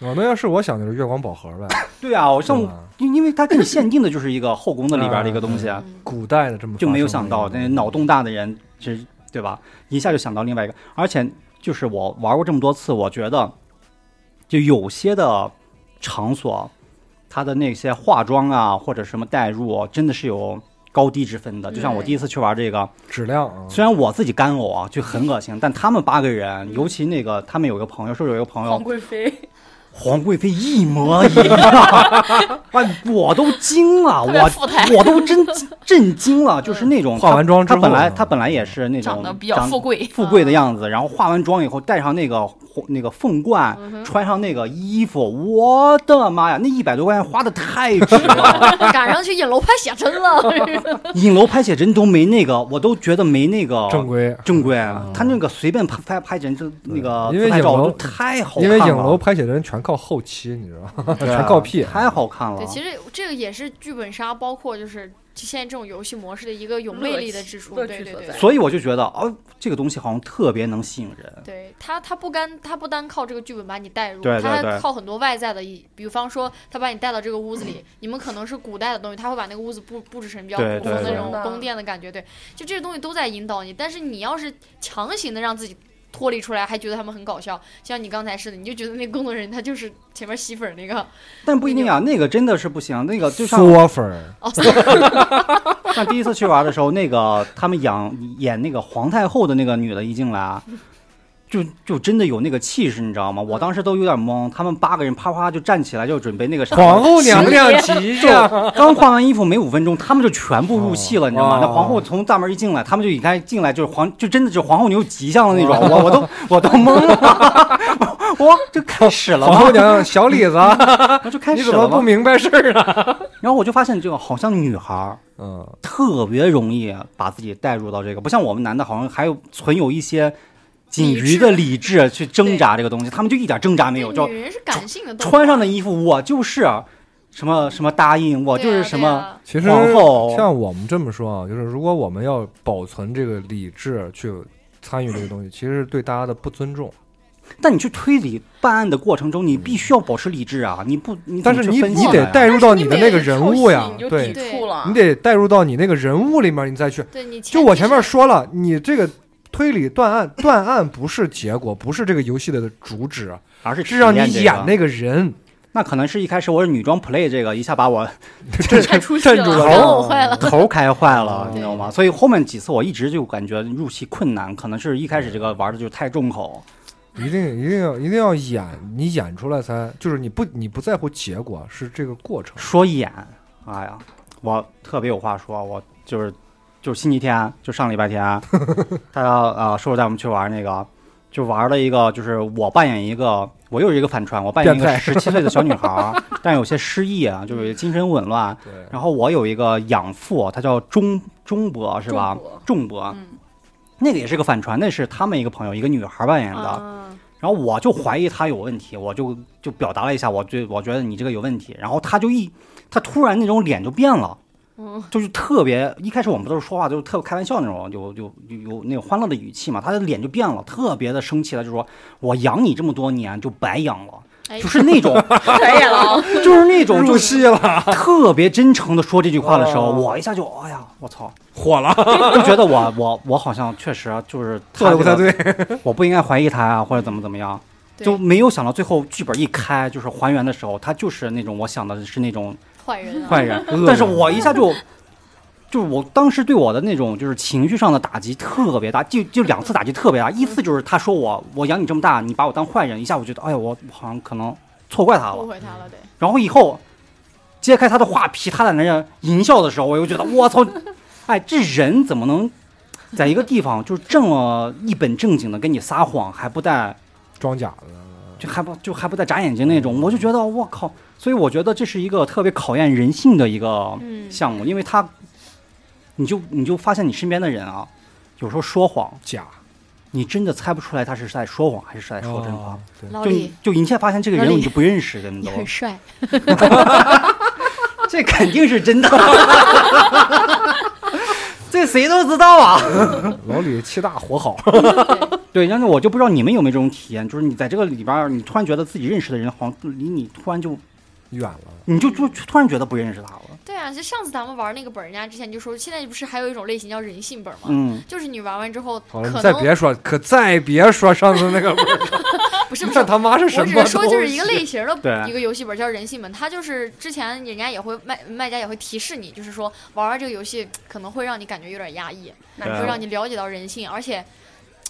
Speaker 1: 哦，那要是 [laughs] 我想的是月光宝盒呗，
Speaker 3: 对啊，我像
Speaker 1: 对吧
Speaker 3: 因因为它给你限定的就是一个后宫的里边的一个东西，啊
Speaker 5: 嗯
Speaker 1: 古代的这么
Speaker 3: 就没有
Speaker 1: 发生
Speaker 3: 想到
Speaker 1: 的
Speaker 3: 那脑洞大的人，是对吧？一下就想到另外一个，而且就是我玩过这么多次，我觉得就有些的场所，它的那些化妆啊或者什么代入，真的是有高低之分的。就像我
Speaker 4: 对
Speaker 3: 第一次去玩这个，
Speaker 1: 质量啊，
Speaker 3: 虽然我自己干呕啊，就很恶心，但他们八个人，尤其那个他们有一个朋友，说有一个朋
Speaker 4: 皇
Speaker 3: 友
Speaker 4: 贵妃，
Speaker 3: 黄贵妃一模一样，
Speaker 6: [laughs]
Speaker 3: 哎，我都惊了，
Speaker 6: 特别
Speaker 3: 我
Speaker 6: 富态
Speaker 3: 我都真震惊了，就是那种
Speaker 1: 化完妆之
Speaker 3: 他
Speaker 1: 后呢
Speaker 3: 本来他本来也是那种
Speaker 6: 长得比较富贵
Speaker 3: 富贵的样子，然后化完妆以后戴上那个红那个凤冠
Speaker 5: 嗯，哼
Speaker 3: 穿上那个衣服，我的妈呀，那一百多块钱花的太值
Speaker 6: [laughs]
Speaker 3: 了，
Speaker 5: 赶上去引楼拍写真
Speaker 3: [laughs]
Speaker 5: 了，
Speaker 3: 影楼拍写真都没那个，我都觉得没那个
Speaker 1: 正规。
Speaker 3: 正规啊，他那个随便拍拍拍人这那个
Speaker 1: 因为
Speaker 3: 自拍
Speaker 1: 影
Speaker 3: 照
Speaker 1: 楼
Speaker 3: 都太好看
Speaker 1: 因
Speaker 3: 了，
Speaker 1: 为影楼拍写真全靠后期，你知道吗？
Speaker 3: 对啊
Speaker 1: 全靠 P，
Speaker 3: 太好看了
Speaker 5: 对，。其实这个也是剧本杀，包括就是现在这种游戏模式的一个有魅力的之处，
Speaker 4: 乐
Speaker 5: 对
Speaker 4: 趣
Speaker 5: 对
Speaker 4: 乐趣所
Speaker 5: 对
Speaker 4: 在。
Speaker 3: 所以我就觉得，哦，这个东西好像特别能吸引人。
Speaker 5: 对他，他不干，他不单靠这个剧本把你带入，
Speaker 3: 对对
Speaker 5: 他
Speaker 3: 对
Speaker 5: 还靠很多外在的一，比方说他把你带到这个屋子里，你们可能是古代的东西，他会把那个屋子布布置成比较
Speaker 3: 对
Speaker 5: 古风的
Speaker 3: 对
Speaker 5: 那种
Speaker 4: 对
Speaker 5: 宫殿的感觉，对，就这些东西都在引导你，但是你要是强行的让自己。脱离出来还觉得他们很搞笑，像你刚才似的，你就觉得那工作人员他就是前面吸粉那个
Speaker 3: 但不一定啊，那个真的是不行。那个就像
Speaker 1: 嗦粉儿，
Speaker 5: 哦，
Speaker 3: 像第一次去玩的时候，那个他们演演那个皇太后的那个女的一进来啊，就就真的有那个气势，你知道吗？我当时都有点懵，他们八个人啪啪就站起来就准备那个啥，
Speaker 1: 皇后娘娘吉
Speaker 3: 就
Speaker 1: 呀，
Speaker 3: [laughs] 刚换完衣服没五分钟，他们就全部入戏了，
Speaker 1: 哦
Speaker 3: 你知道吗？那皇后从大门一进来，他们就已开进来就是皇，就真的就是
Speaker 1: [laughs]
Speaker 3: 皇后牛吉祥的那种，我我都我都懵了，我就开始了
Speaker 1: 皇后
Speaker 3: 吗？
Speaker 1: 娘娘小李子，啊
Speaker 3: 我就
Speaker 1: [laughs]
Speaker 3: 开
Speaker 1: 你
Speaker 3: 始
Speaker 1: 怎么
Speaker 3: 了
Speaker 1: 不
Speaker 3: 吗？
Speaker 1: 明白事儿
Speaker 3: [laughs]
Speaker 1: 啊？
Speaker 3: 然后我就发现这个好像女孩儿
Speaker 1: 嗯，
Speaker 3: 特别容易把自己带入到这个，不像我们男的，好像还有存有一些仅余的理智去挣扎这个东西，他们就一点挣扎没有，就
Speaker 5: 女人是感性的动物，啊
Speaker 3: 穿上的衣服我就是什么什么答应，我
Speaker 5: 我
Speaker 1: 啊
Speaker 3: 就是什么
Speaker 5: 啊
Speaker 1: 其实
Speaker 3: 皇后，
Speaker 1: 像我们这么说啊，就是如果我们要保存这个理智去参与这个东西，其实是对大家的不尊重。
Speaker 3: 但你去推理办案的过程中，你必须要保持理智啊！你不，你怎
Speaker 1: 嗯但
Speaker 3: 么
Speaker 1: 是
Speaker 3: 去
Speaker 1: 你
Speaker 3: 分析
Speaker 1: 你
Speaker 3: 它
Speaker 1: 得
Speaker 3: 呀
Speaker 1: 带入到你的那个
Speaker 4: 但是
Speaker 1: 人
Speaker 4: 你每
Speaker 1: 物呀
Speaker 4: 一套戏，你
Speaker 1: 对
Speaker 4: 就抵触了，
Speaker 1: 你得带入到你那个人物里面，你再去。
Speaker 5: 对你
Speaker 1: 就我
Speaker 5: 提
Speaker 1: 前面
Speaker 5: 是
Speaker 1: 说了，你这个推理断案，断案不是结果，不是这个游戏的主旨，
Speaker 3: 而是
Speaker 1: 是让你
Speaker 3: 体验这
Speaker 1: 演
Speaker 3: 个
Speaker 1: 那个人。
Speaker 3: 那可能是一开始我是女装 play 这个，一下
Speaker 1: [laughs]
Speaker 3: 把我
Speaker 1: 这
Speaker 4: 太出戏
Speaker 1: 镇住
Speaker 4: 了。
Speaker 5: 然后我坏
Speaker 3: [laughs]
Speaker 5: 了，
Speaker 3: 头开坏了，
Speaker 5: 对
Speaker 3: 你知道吗？所以后面几次我一直就感觉入戏困难，可能是一开始这个玩的就太重口。
Speaker 1: 一定一定要一定要演，你演出来才就是你不你不在乎结果，是这个过程。
Speaker 3: 说演，哎呀，我特别有话说，我就是就是星期天，就上礼拜 [laughs] 天，大家啊，叔叔带我们去玩那个，就玩了一个，就是我扮演一个，我又是一个反串，我扮演一个
Speaker 1: 变态
Speaker 3: 十七岁的小女孩 [laughs] 儿，但有些失忆啊，就是精神紊乱。
Speaker 1: 对，
Speaker 3: 然后我有一个养父，他叫钟钟博是吧
Speaker 4: 钟博？
Speaker 3: 钟博，
Speaker 6: 嗯
Speaker 3: 那个也是个反串，那是他们一个朋友，一个女孩儿扮演的。
Speaker 5: 嗯
Speaker 3: 然后我就怀疑他有问题，我就就表达了一下，我觉我觉得你这个有问题。然后他就一他突然那种脸就变了，
Speaker 5: 嗯
Speaker 3: 就是特别一开始我们都是说话就是特别开玩笑那种，有有有有那种欢乐的语气嘛，他的脸就变了，特别的生气了，就说我养你这么多年就白养了，
Speaker 5: 哎
Speaker 3: 就是那种
Speaker 4: 可以了，
Speaker 3: [laughs] 就是那种就
Speaker 1: 入
Speaker 3: 是
Speaker 1: 戏
Speaker 3: [laughs]
Speaker 1: 了，
Speaker 3: 特别真诚的说这句话的时候，
Speaker 1: 哦
Speaker 3: 我一下就哎呀我操，
Speaker 1: 火了，
Speaker 3: 就觉得我我我好像确实啊就是
Speaker 1: 做
Speaker 3: 他
Speaker 1: 的不
Speaker 3: 这
Speaker 1: 太
Speaker 3: 个
Speaker 1: 对。
Speaker 3: 我不应该怀疑他啊，或者怎么怎么样。
Speaker 5: 对
Speaker 3: 就没有想到最后剧本一开，就是还原的时候，他就是那种我想的是那种
Speaker 5: 坏人啊，
Speaker 3: 坏人
Speaker 1: 恶人，
Speaker 3: 但是我一下就，就是我当时对我的那种就是情绪上的打击特别大，就就两次打击特别大，一次就是他说我我养你这么大，你把我当坏人，一下我觉得哎呀，我我好像可能错怪他
Speaker 5: 误
Speaker 3: 了，
Speaker 5: 会他了，对。
Speaker 3: 然后以后揭开他的画皮，他在那儿淫笑的时候，我又觉得我操，哎，这人怎么能在一个地方就这么一本正经的跟你撒谎，还不带
Speaker 1: 装假的，
Speaker 3: 就还不就还不带眨眼睛那种，我就觉得我靠，所以我觉得这是一个特别考验人性的一个
Speaker 5: 嗯
Speaker 3: 项目，因为他，你就你就发现你身边的人啊，有时候说谎，
Speaker 1: 假
Speaker 3: 你真的猜不出来他是在说谎还是在说真话。。
Speaker 1: 哦对，
Speaker 5: 老
Speaker 3: 就
Speaker 5: 李
Speaker 3: 你，就一下发现这个人
Speaker 5: 老李
Speaker 3: 你就不认识，真
Speaker 5: 你
Speaker 3: 的
Speaker 5: 很
Speaker 3: 都， [laughs]
Speaker 5: 帅，
Speaker 3: 这肯定是真的， [laughs] 这谁都知道啊。
Speaker 1: 老李气大火好，
Speaker 3: 对，但是我就不知道你们有没有这种体验，就是你在这个里边儿，你突然觉得自己认识的人好像离你突然就，
Speaker 1: 远了。
Speaker 3: 你就就就突然觉得不认识他了。
Speaker 5: 对啊，就上次咱们玩那个本儿，人家之前就说，现在不是还有一种类型叫人性本儿吗？
Speaker 3: 嗯，
Speaker 5: 就是你玩完之后，
Speaker 1: 好了，
Speaker 5: 可
Speaker 1: 你再
Speaker 5: 能
Speaker 1: 别说，可再别说上次那个味儿，
Speaker 5: 不是不是
Speaker 1: 那，他妈是什
Speaker 5: 我
Speaker 1: 么
Speaker 5: 只
Speaker 1: 东西？啊
Speaker 5: 是说就是一个类型的
Speaker 3: 对
Speaker 5: 一个游戏本儿叫人性本，它就是之前人家也会卖卖家也会提示你，就是说玩玩这个游戏可能会让你感觉有点压抑，
Speaker 4: 那
Speaker 1: 啊
Speaker 3: 对
Speaker 5: 会
Speaker 4: 就
Speaker 5: 让
Speaker 4: 让你
Speaker 5: 你了解到人性，而且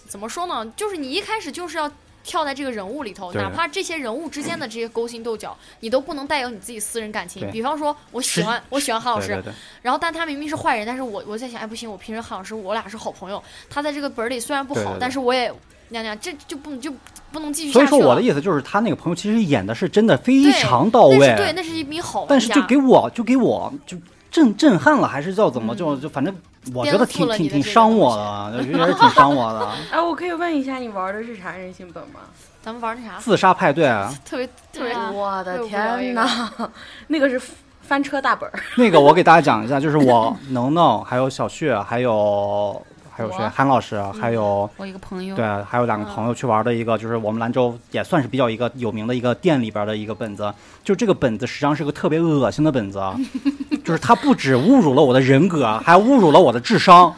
Speaker 5: 怎么说呢，就是你一开始就是要。跳在这个人物里头，
Speaker 3: 对
Speaker 5: 哪怕这些人物之间的这些勾心斗角，你都不能带有你自己私人感情
Speaker 3: 对。
Speaker 5: 比方说，我喜
Speaker 3: 是
Speaker 5: 欢我喜欢韩老
Speaker 3: 对
Speaker 5: 师
Speaker 3: 对，对。
Speaker 5: 然后但他明明是坏人，但是我我在想，哎不行，我平时好像是我俩是好朋友，他在这个本儿里虽然不好，
Speaker 3: 对对对
Speaker 5: 但是我也娘娘这就不就不能继续
Speaker 3: 所
Speaker 5: 下
Speaker 3: 以
Speaker 5: 去
Speaker 3: 说
Speaker 5: 了。
Speaker 3: 我的意思就是，他那个朋友其实演的是真的非
Speaker 5: 对
Speaker 3: 常到位，
Speaker 5: 那是对，那是一名好玩家。
Speaker 3: 但是就给我就给我就震震撼了，还是叫怎么就就反正我觉得
Speaker 5: 嗯颠
Speaker 3: 挺
Speaker 5: 覆了
Speaker 3: 挺
Speaker 5: 你的
Speaker 3: 挺
Speaker 5: 这个
Speaker 3: 伤我的，有点挺伤我
Speaker 5: [laughs]
Speaker 3: 的。
Speaker 4: 哎、我可以问一下，你玩的是啥人性本吗？哎
Speaker 5: 咱们玩那啥，
Speaker 3: 自杀派对，
Speaker 5: 特别特别
Speaker 6: 对啊
Speaker 4: 我的
Speaker 5: 又无聊一
Speaker 4: 天
Speaker 5: 个
Speaker 4: 哪， [laughs] 那个是翻车大本儿。
Speaker 3: [laughs] 那个我给大家讲一下，就是我能弄，还有小旭，还有还有谁，
Speaker 6: 我
Speaker 3: 韩老师，还有。
Speaker 6: 我一个朋友，嗯
Speaker 3: 对，啊还有两个朋友去玩的一个，就是我们兰州也算是比较一个有名的一个店里边的一个本子。就这个本子实际上是个特别恶心的本子，啊
Speaker 6: [laughs]
Speaker 3: 就是它不止侮辱了我的人格，还侮辱了我的智商。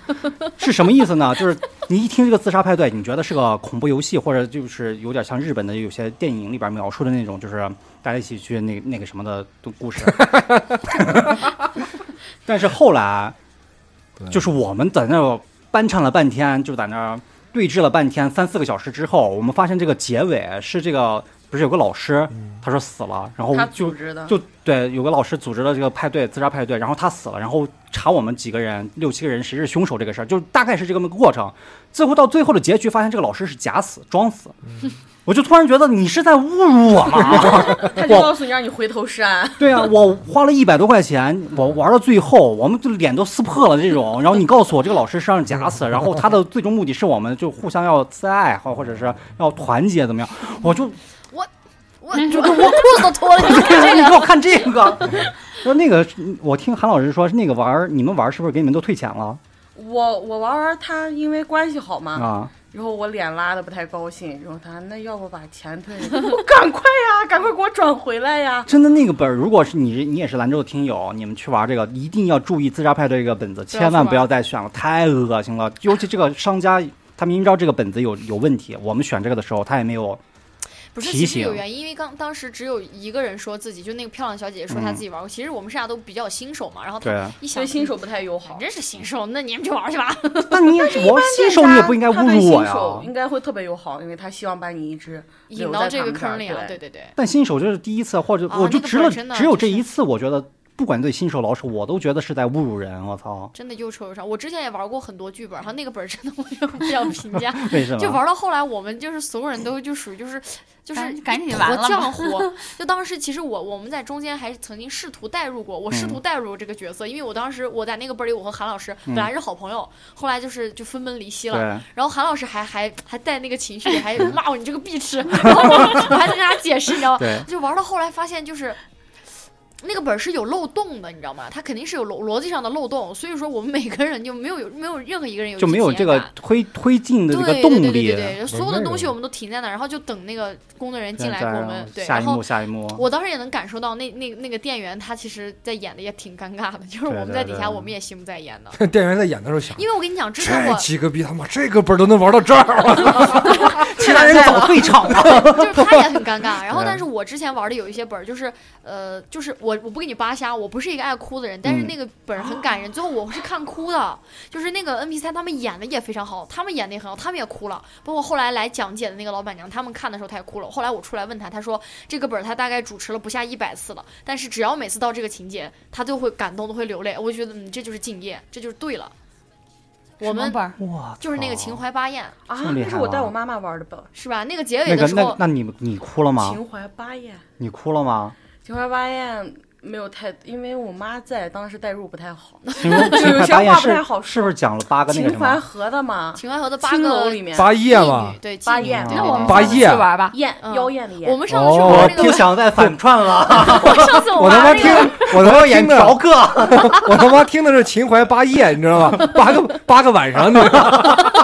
Speaker 3: 是什么意思呢？就是你一听这个自杀派对，你觉得是个恐怖游戏，或者就是有点像日本的有些电影里边描述的那种，就是大家一起去那那个什么的故事。 [laughs] 但是后来，
Speaker 1: 对
Speaker 3: 就是我们在那儿搬唱了半天，就在那儿对峙了半天，三四个小时之后，我们发现这个结尾是这个不是有个老师，他说死了，然后
Speaker 4: 他
Speaker 3: 哦就
Speaker 4: 组织的，
Speaker 3: 就对，有个老师组织了这个派对，自杀派对，然后他死了，然后查我们几个人，六七个人谁是凶手这个事儿，就大概是这么个过程。最后到最后的结局，发现这个老师是假死，装死。我就突然觉得你是在侮辱我吗？
Speaker 4: 他就告诉你让你回头是岸。
Speaker 3: 对啊，我花了一百多块钱，我玩到最后，我们就脸都撕破了这种。然后你告诉我这个老师是让人假死，然后他的最终目的是我们就互相要自爱，或或者是要团结怎么样？ [laughs] 我就
Speaker 4: [laughs]
Speaker 5: 我我我裤子都脱了，你看这
Speaker 3: 你 [laughs]
Speaker 5: 个
Speaker 3: 给我看这个。说那个，我听韩老师说，那个玩儿你们玩儿是不是给你们都退钱了
Speaker 4: 我我玩玩他，因为关系好嘛，
Speaker 3: 啊？
Speaker 4: 然后我脸拉的不太高兴，然后他那要不把钱退了？我赶快呀，赶快给我转回来
Speaker 3: [laughs]
Speaker 4: 呀！
Speaker 3: 真的那个本儿，如果是你你也是兰州的听友，你们去玩这个，一定要注意自杀派对这个本子，千万不要再选了，太恶心了。尤其这个商家，他明知道这个本子有有问题，我们选这个的时候，他也没有
Speaker 5: 不是
Speaker 3: 提
Speaker 5: 其实有
Speaker 3: 醒
Speaker 5: 原因，因为刚当时只有一个人说自己，就那个漂亮小姐姐说她自己玩过，其实我们剩下都比较新手嘛，
Speaker 3: [laughs]
Speaker 5: 然后她
Speaker 3: 嗯对。
Speaker 5: 一想
Speaker 4: 对新手不太友
Speaker 5: 反
Speaker 4: 好。
Speaker 5: 正是新手，那你们去玩去吧。
Speaker 3: 那你我 [laughs] 新手你也不应该
Speaker 4: 他
Speaker 3: 侮
Speaker 4: 对
Speaker 3: 辱我
Speaker 4: 新
Speaker 3: 呀。
Speaker 4: 手应该会特别友好，因为他希望把你一
Speaker 3: [laughs]
Speaker 4: 直
Speaker 5: 引到这个坑
Speaker 4: [laughs]
Speaker 5: 里
Speaker 4: 留在他们
Speaker 5: 了，
Speaker 4: 这儿
Speaker 5: 对对对，
Speaker 3: 但新手这是第一次，或者
Speaker 5: 啊
Speaker 3: 我就
Speaker 5: 那个
Speaker 3: 只了
Speaker 5: 本身呢
Speaker 3: 只有这
Speaker 5: 就是
Speaker 3: 一次，我觉得不管对新手老手，我都觉得是在侮辱人。我操，
Speaker 5: 真的又臭又伤。我之前也玩过很多剧本，然后那个本儿真的我就不想评价，
Speaker 3: 为 [laughs] 什么？
Speaker 5: 就玩到后来，我们就是所有人都就属于就是就是
Speaker 6: 赶赶紧完了吧
Speaker 5: 活浆糊。就当时其实我我们在中间还曾经试图代入过，我试
Speaker 3: 嗯
Speaker 5: 图代入这个角色，因为我当时我在那个本儿里，我和韩老师本来是好朋友，后来就是就分崩离析了。
Speaker 3: 嗯对，
Speaker 5: 然后韩老师还还还带那个情绪，
Speaker 3: [laughs]
Speaker 5: 还骂我你这个必吃，然后我我还在跟他解释，你知道吗？ [laughs]
Speaker 3: 对，
Speaker 5: 就玩到后来发现就是。那个本儿是有漏洞的，你知道吗？它肯定是有逻逻辑上的漏洞，所以说我们每个人就没有有没有任何一个人有
Speaker 3: 就没有
Speaker 5: 体
Speaker 3: 这
Speaker 5: 验
Speaker 3: 个
Speaker 5: 感
Speaker 3: 推推进的
Speaker 5: 对
Speaker 3: 这
Speaker 5: 对
Speaker 3: 个动
Speaker 5: 对
Speaker 3: 力
Speaker 5: 对。对对，所有的东西我们都停在那儿，然后就等那个工作人员进来给我们对，
Speaker 3: 啊下
Speaker 5: 然
Speaker 3: 一
Speaker 5: 后
Speaker 3: 幕，下一幕。
Speaker 5: 我当时也能感受到那那那个店员他其实在演的也挺尴尬的，就是
Speaker 3: 对
Speaker 5: 我
Speaker 3: 对
Speaker 5: 们在底下
Speaker 3: 对
Speaker 5: 我们也心不在焉的，
Speaker 1: 店员在演的时候想，
Speaker 5: 因为我跟你讲，之前
Speaker 1: 这
Speaker 5: 我
Speaker 1: 几个逼他妈这个本儿都能玩到这儿，我
Speaker 3: 其他人早退
Speaker 5: [laughs]
Speaker 3: 场了。
Speaker 5: 就是他也很尴尬。然后，
Speaker 3: 对
Speaker 5: 但是我之前玩的有一些本儿，就是呃，就是我我不给你扒瞎，我不是一个爱哭的人，但是
Speaker 3: 嗯
Speaker 5: 那个本儿很
Speaker 3: [gasps]
Speaker 5: 感人，最后我是看哭的。就是那个 NPC 他们演的也非常好，他们演的也很好，他们也哭了。包括后来来讲解的那个老板娘，他们看的时候她也哭了。后来我出来问她，她说这个本儿她大概主持了不下一百次了，但是只要每次到这个情节，她就会感动的会流泪。我就觉得嗯，这就是敬业，这就是对了。我
Speaker 6: 什么
Speaker 5: 们
Speaker 6: 本儿
Speaker 3: 哇，
Speaker 5: [laughs] 就是那个秦。怀八艳，
Speaker 4: 啊
Speaker 3: 这么厉害，
Speaker 4: 那是我带我妈妈玩的本，
Speaker 5: 是吧？那个结尾
Speaker 3: 那
Speaker 5: 的
Speaker 3: 个
Speaker 5: 时候
Speaker 3: 那，那你你哭了吗？
Speaker 4: 秦淮八艳，
Speaker 3: 你哭了
Speaker 5: [laughs]
Speaker 3: 吗？
Speaker 4: 秦淮八艳没有太，因为我妈在，当时代入不太好。
Speaker 3: 秦淮
Speaker 4: 有
Speaker 3: 秦淮
Speaker 4: 些
Speaker 3: 八
Speaker 4: 话
Speaker 3: 艳
Speaker 4: 不太
Speaker 3: 是
Speaker 4: 好
Speaker 3: 是不是讲了八个那
Speaker 4: 秦
Speaker 3: 个什
Speaker 4: 淮
Speaker 3: 么？
Speaker 4: 河的嘛，
Speaker 5: 秦淮河的八
Speaker 4: 青楼
Speaker 5: 个
Speaker 4: 里面
Speaker 1: 八夜
Speaker 5: 妓
Speaker 1: 嘛
Speaker 5: 女，对，妓
Speaker 4: 八
Speaker 5: 女
Speaker 4: 艳
Speaker 3: 啊
Speaker 6: 那我们
Speaker 1: 八
Speaker 6: 下次去
Speaker 1: 夜
Speaker 6: 玩吧。
Speaker 4: 艳
Speaker 5: 嗯
Speaker 4: 妖艳的艳。
Speaker 5: 我们上次去
Speaker 1: 哦
Speaker 5: 玩
Speaker 3: 我
Speaker 5: 那
Speaker 3: 不
Speaker 5: 个，
Speaker 3: 想再反串
Speaker 5: [laughs]
Speaker 3: 了，
Speaker 5: 我上次
Speaker 1: 我
Speaker 5: 玩
Speaker 1: 他妈
Speaker 5: 那
Speaker 1: 听
Speaker 5: 个，，
Speaker 1: 我他妈
Speaker 3: 演
Speaker 1: 听
Speaker 3: 嫖
Speaker 1: 的，
Speaker 3: 客。
Speaker 5: [laughs]
Speaker 1: 我他妈听的是秦淮八夜，你知道吗？八个八个晚上，你知道吗？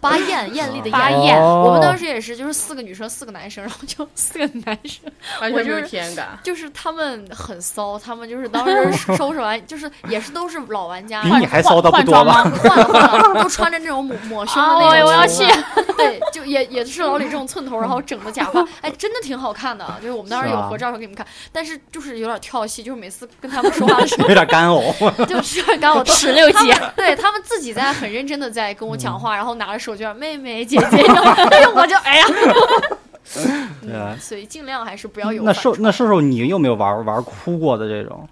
Speaker 5: 八艳艳丽的
Speaker 6: 八
Speaker 5: 艳。
Speaker 6: 艳
Speaker 3: 哦
Speaker 5: 我们当
Speaker 1: 时
Speaker 5: 时也是，就是四个女生，四个男生，然后就 [laughs] 四个男生，
Speaker 4: 完
Speaker 5: 我
Speaker 4: 全没
Speaker 5: 就是
Speaker 4: 有体验感。
Speaker 5: 就是他们很骚，他们就是当
Speaker 3: [laughs]
Speaker 5: 时收拾完，就是也是都是老玩家，
Speaker 3: 比你还骚的不
Speaker 6: 换
Speaker 3: 多
Speaker 6: 装
Speaker 3: 吧？
Speaker 6: [laughs] 吗？
Speaker 5: 换了换了，都穿着那种抹抹胸的
Speaker 6: 啊，
Speaker 5: 那
Speaker 6: 我
Speaker 5: 种。
Speaker 6: 我要去。
Speaker 5: 对，就也也是老李这种寸头，然后整的假发，哎，真的挺好看的。就是我们当时
Speaker 3: 是
Speaker 5: 有
Speaker 3: 吧
Speaker 5: 合照给你们看，但是就是有点跳戏，就是每次跟他们说话的时候，
Speaker 3: 有点干呕。
Speaker 5: 就是
Speaker 3: [laughs]
Speaker 5: 刚我
Speaker 6: 十六
Speaker 5: 他
Speaker 6: 级，
Speaker 5: 们对他们自己在很认真的在跟我讲话，然后拿着手绢，妹妹姐 [laughs] 姐，哎呀，我就哎呀，
Speaker 3: 对
Speaker 5: 嗯所以尽量还是不要有
Speaker 3: 那
Speaker 5: 反
Speaker 3: 瘦
Speaker 5: 差
Speaker 3: 那瘦瘦，你有没有玩玩哭过的这种？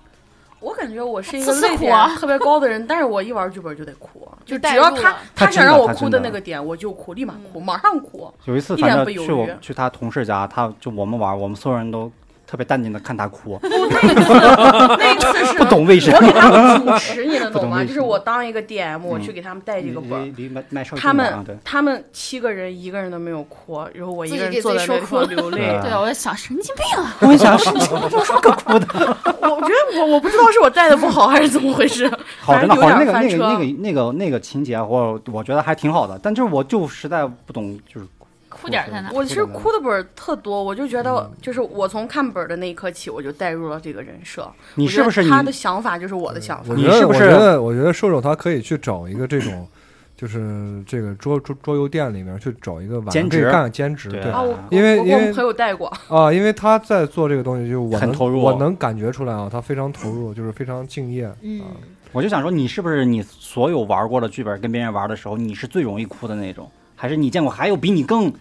Speaker 4: 我感觉我是一
Speaker 6: 自
Speaker 4: 个
Speaker 6: 私
Speaker 4: 泪
Speaker 6: 苦
Speaker 4: 点
Speaker 6: 啊
Speaker 4: 特别高的人， [laughs] 但是我一玩剧本就得哭，就
Speaker 5: 代
Speaker 4: 只要
Speaker 5: 入
Speaker 4: 他
Speaker 5: 了
Speaker 4: 他
Speaker 3: 他真
Speaker 4: 想
Speaker 3: 的
Speaker 4: 让我
Speaker 3: 他
Speaker 4: 哭
Speaker 3: 真
Speaker 4: 的
Speaker 3: 的
Speaker 4: 那个点，我就哭，立马哭，马上哭。
Speaker 3: 有一次
Speaker 4: 一
Speaker 3: 反
Speaker 4: 点
Speaker 3: 正
Speaker 4: 不犹
Speaker 3: 去我
Speaker 4: 豫
Speaker 3: 去他同事家，他就我们玩儿，我们所有人都特别淡定的看
Speaker 4: [laughs]
Speaker 3: 他哭，
Speaker 4: 那一次是
Speaker 3: 不懂为什
Speaker 4: [laughs] 我
Speaker 3: 么。
Speaker 4: 给他们主持，你能
Speaker 3: [laughs] 不
Speaker 4: 懂
Speaker 3: 懂
Speaker 4: 吗？
Speaker 3: 为
Speaker 4: 就
Speaker 3: 什
Speaker 4: 是
Speaker 3: 么
Speaker 4: 我当一个 DM，我
Speaker 3: 嗯
Speaker 4: 去给他们带这个本儿。
Speaker 3: 离离卖售
Speaker 4: 他
Speaker 3: 啊，对
Speaker 4: 们，他们七个人，一个人都没有哭，然后我一
Speaker 5: 自己
Speaker 4: 个人
Speaker 5: 给
Speaker 4: 坐
Speaker 5: 自
Speaker 4: 在 [laughs]
Speaker 5: 己
Speaker 4: 那
Speaker 5: 说
Speaker 4: 块
Speaker 5: 哭
Speaker 4: 流泪
Speaker 3: 对。
Speaker 1: 嗯
Speaker 6: 对，我在想神经病啊！
Speaker 4: [laughs]
Speaker 3: 我也想 [laughs] 是有什么可哭的？
Speaker 4: 我觉得我我不知道是我带的不好还是怎么回 [laughs] 事，
Speaker 3: 好真的，
Speaker 4: 有
Speaker 3: 好
Speaker 4: 点
Speaker 3: 那个那
Speaker 4: 翻
Speaker 3: 个
Speaker 4: 车
Speaker 3: 那个那个那个情节，我我觉得还挺好的，但就是我就实在不懂，就是
Speaker 6: 哭点儿在哪？
Speaker 4: 我其实哭的本儿特多，我就觉
Speaker 3: 嗯
Speaker 4: 得就是我从看本儿的那一刻起，我就带入了这个人设。
Speaker 3: 你
Speaker 4: 我觉
Speaker 3: 是不
Speaker 4: 得
Speaker 3: 是你嗯
Speaker 4: 他的想法就是我的想法
Speaker 1: 我？
Speaker 3: 你
Speaker 1: 觉得，
Speaker 3: 是不是
Speaker 1: 我觉得，我觉得射手他可以去找一个这种，就是这个桌桌桌游店里面去找一个晚上
Speaker 3: 兼
Speaker 1: 可
Speaker 3: 职
Speaker 1: 以干兼职，
Speaker 3: 对
Speaker 1: 对
Speaker 4: 啊，我
Speaker 1: 因为
Speaker 4: 我
Speaker 1: 因
Speaker 4: 我
Speaker 1: 为
Speaker 4: 们朋友带过，
Speaker 1: 啊，因为他在做这个东西，就是我
Speaker 3: 很
Speaker 1: 能
Speaker 3: 投入
Speaker 1: 我能感觉出来啊，他非常投入，就是非常敬业。啊
Speaker 5: 嗯，
Speaker 3: 我就想说，你是不是你所有玩过的剧本跟别人玩的时候，你是最容易哭的那种？还是你见过还有比你更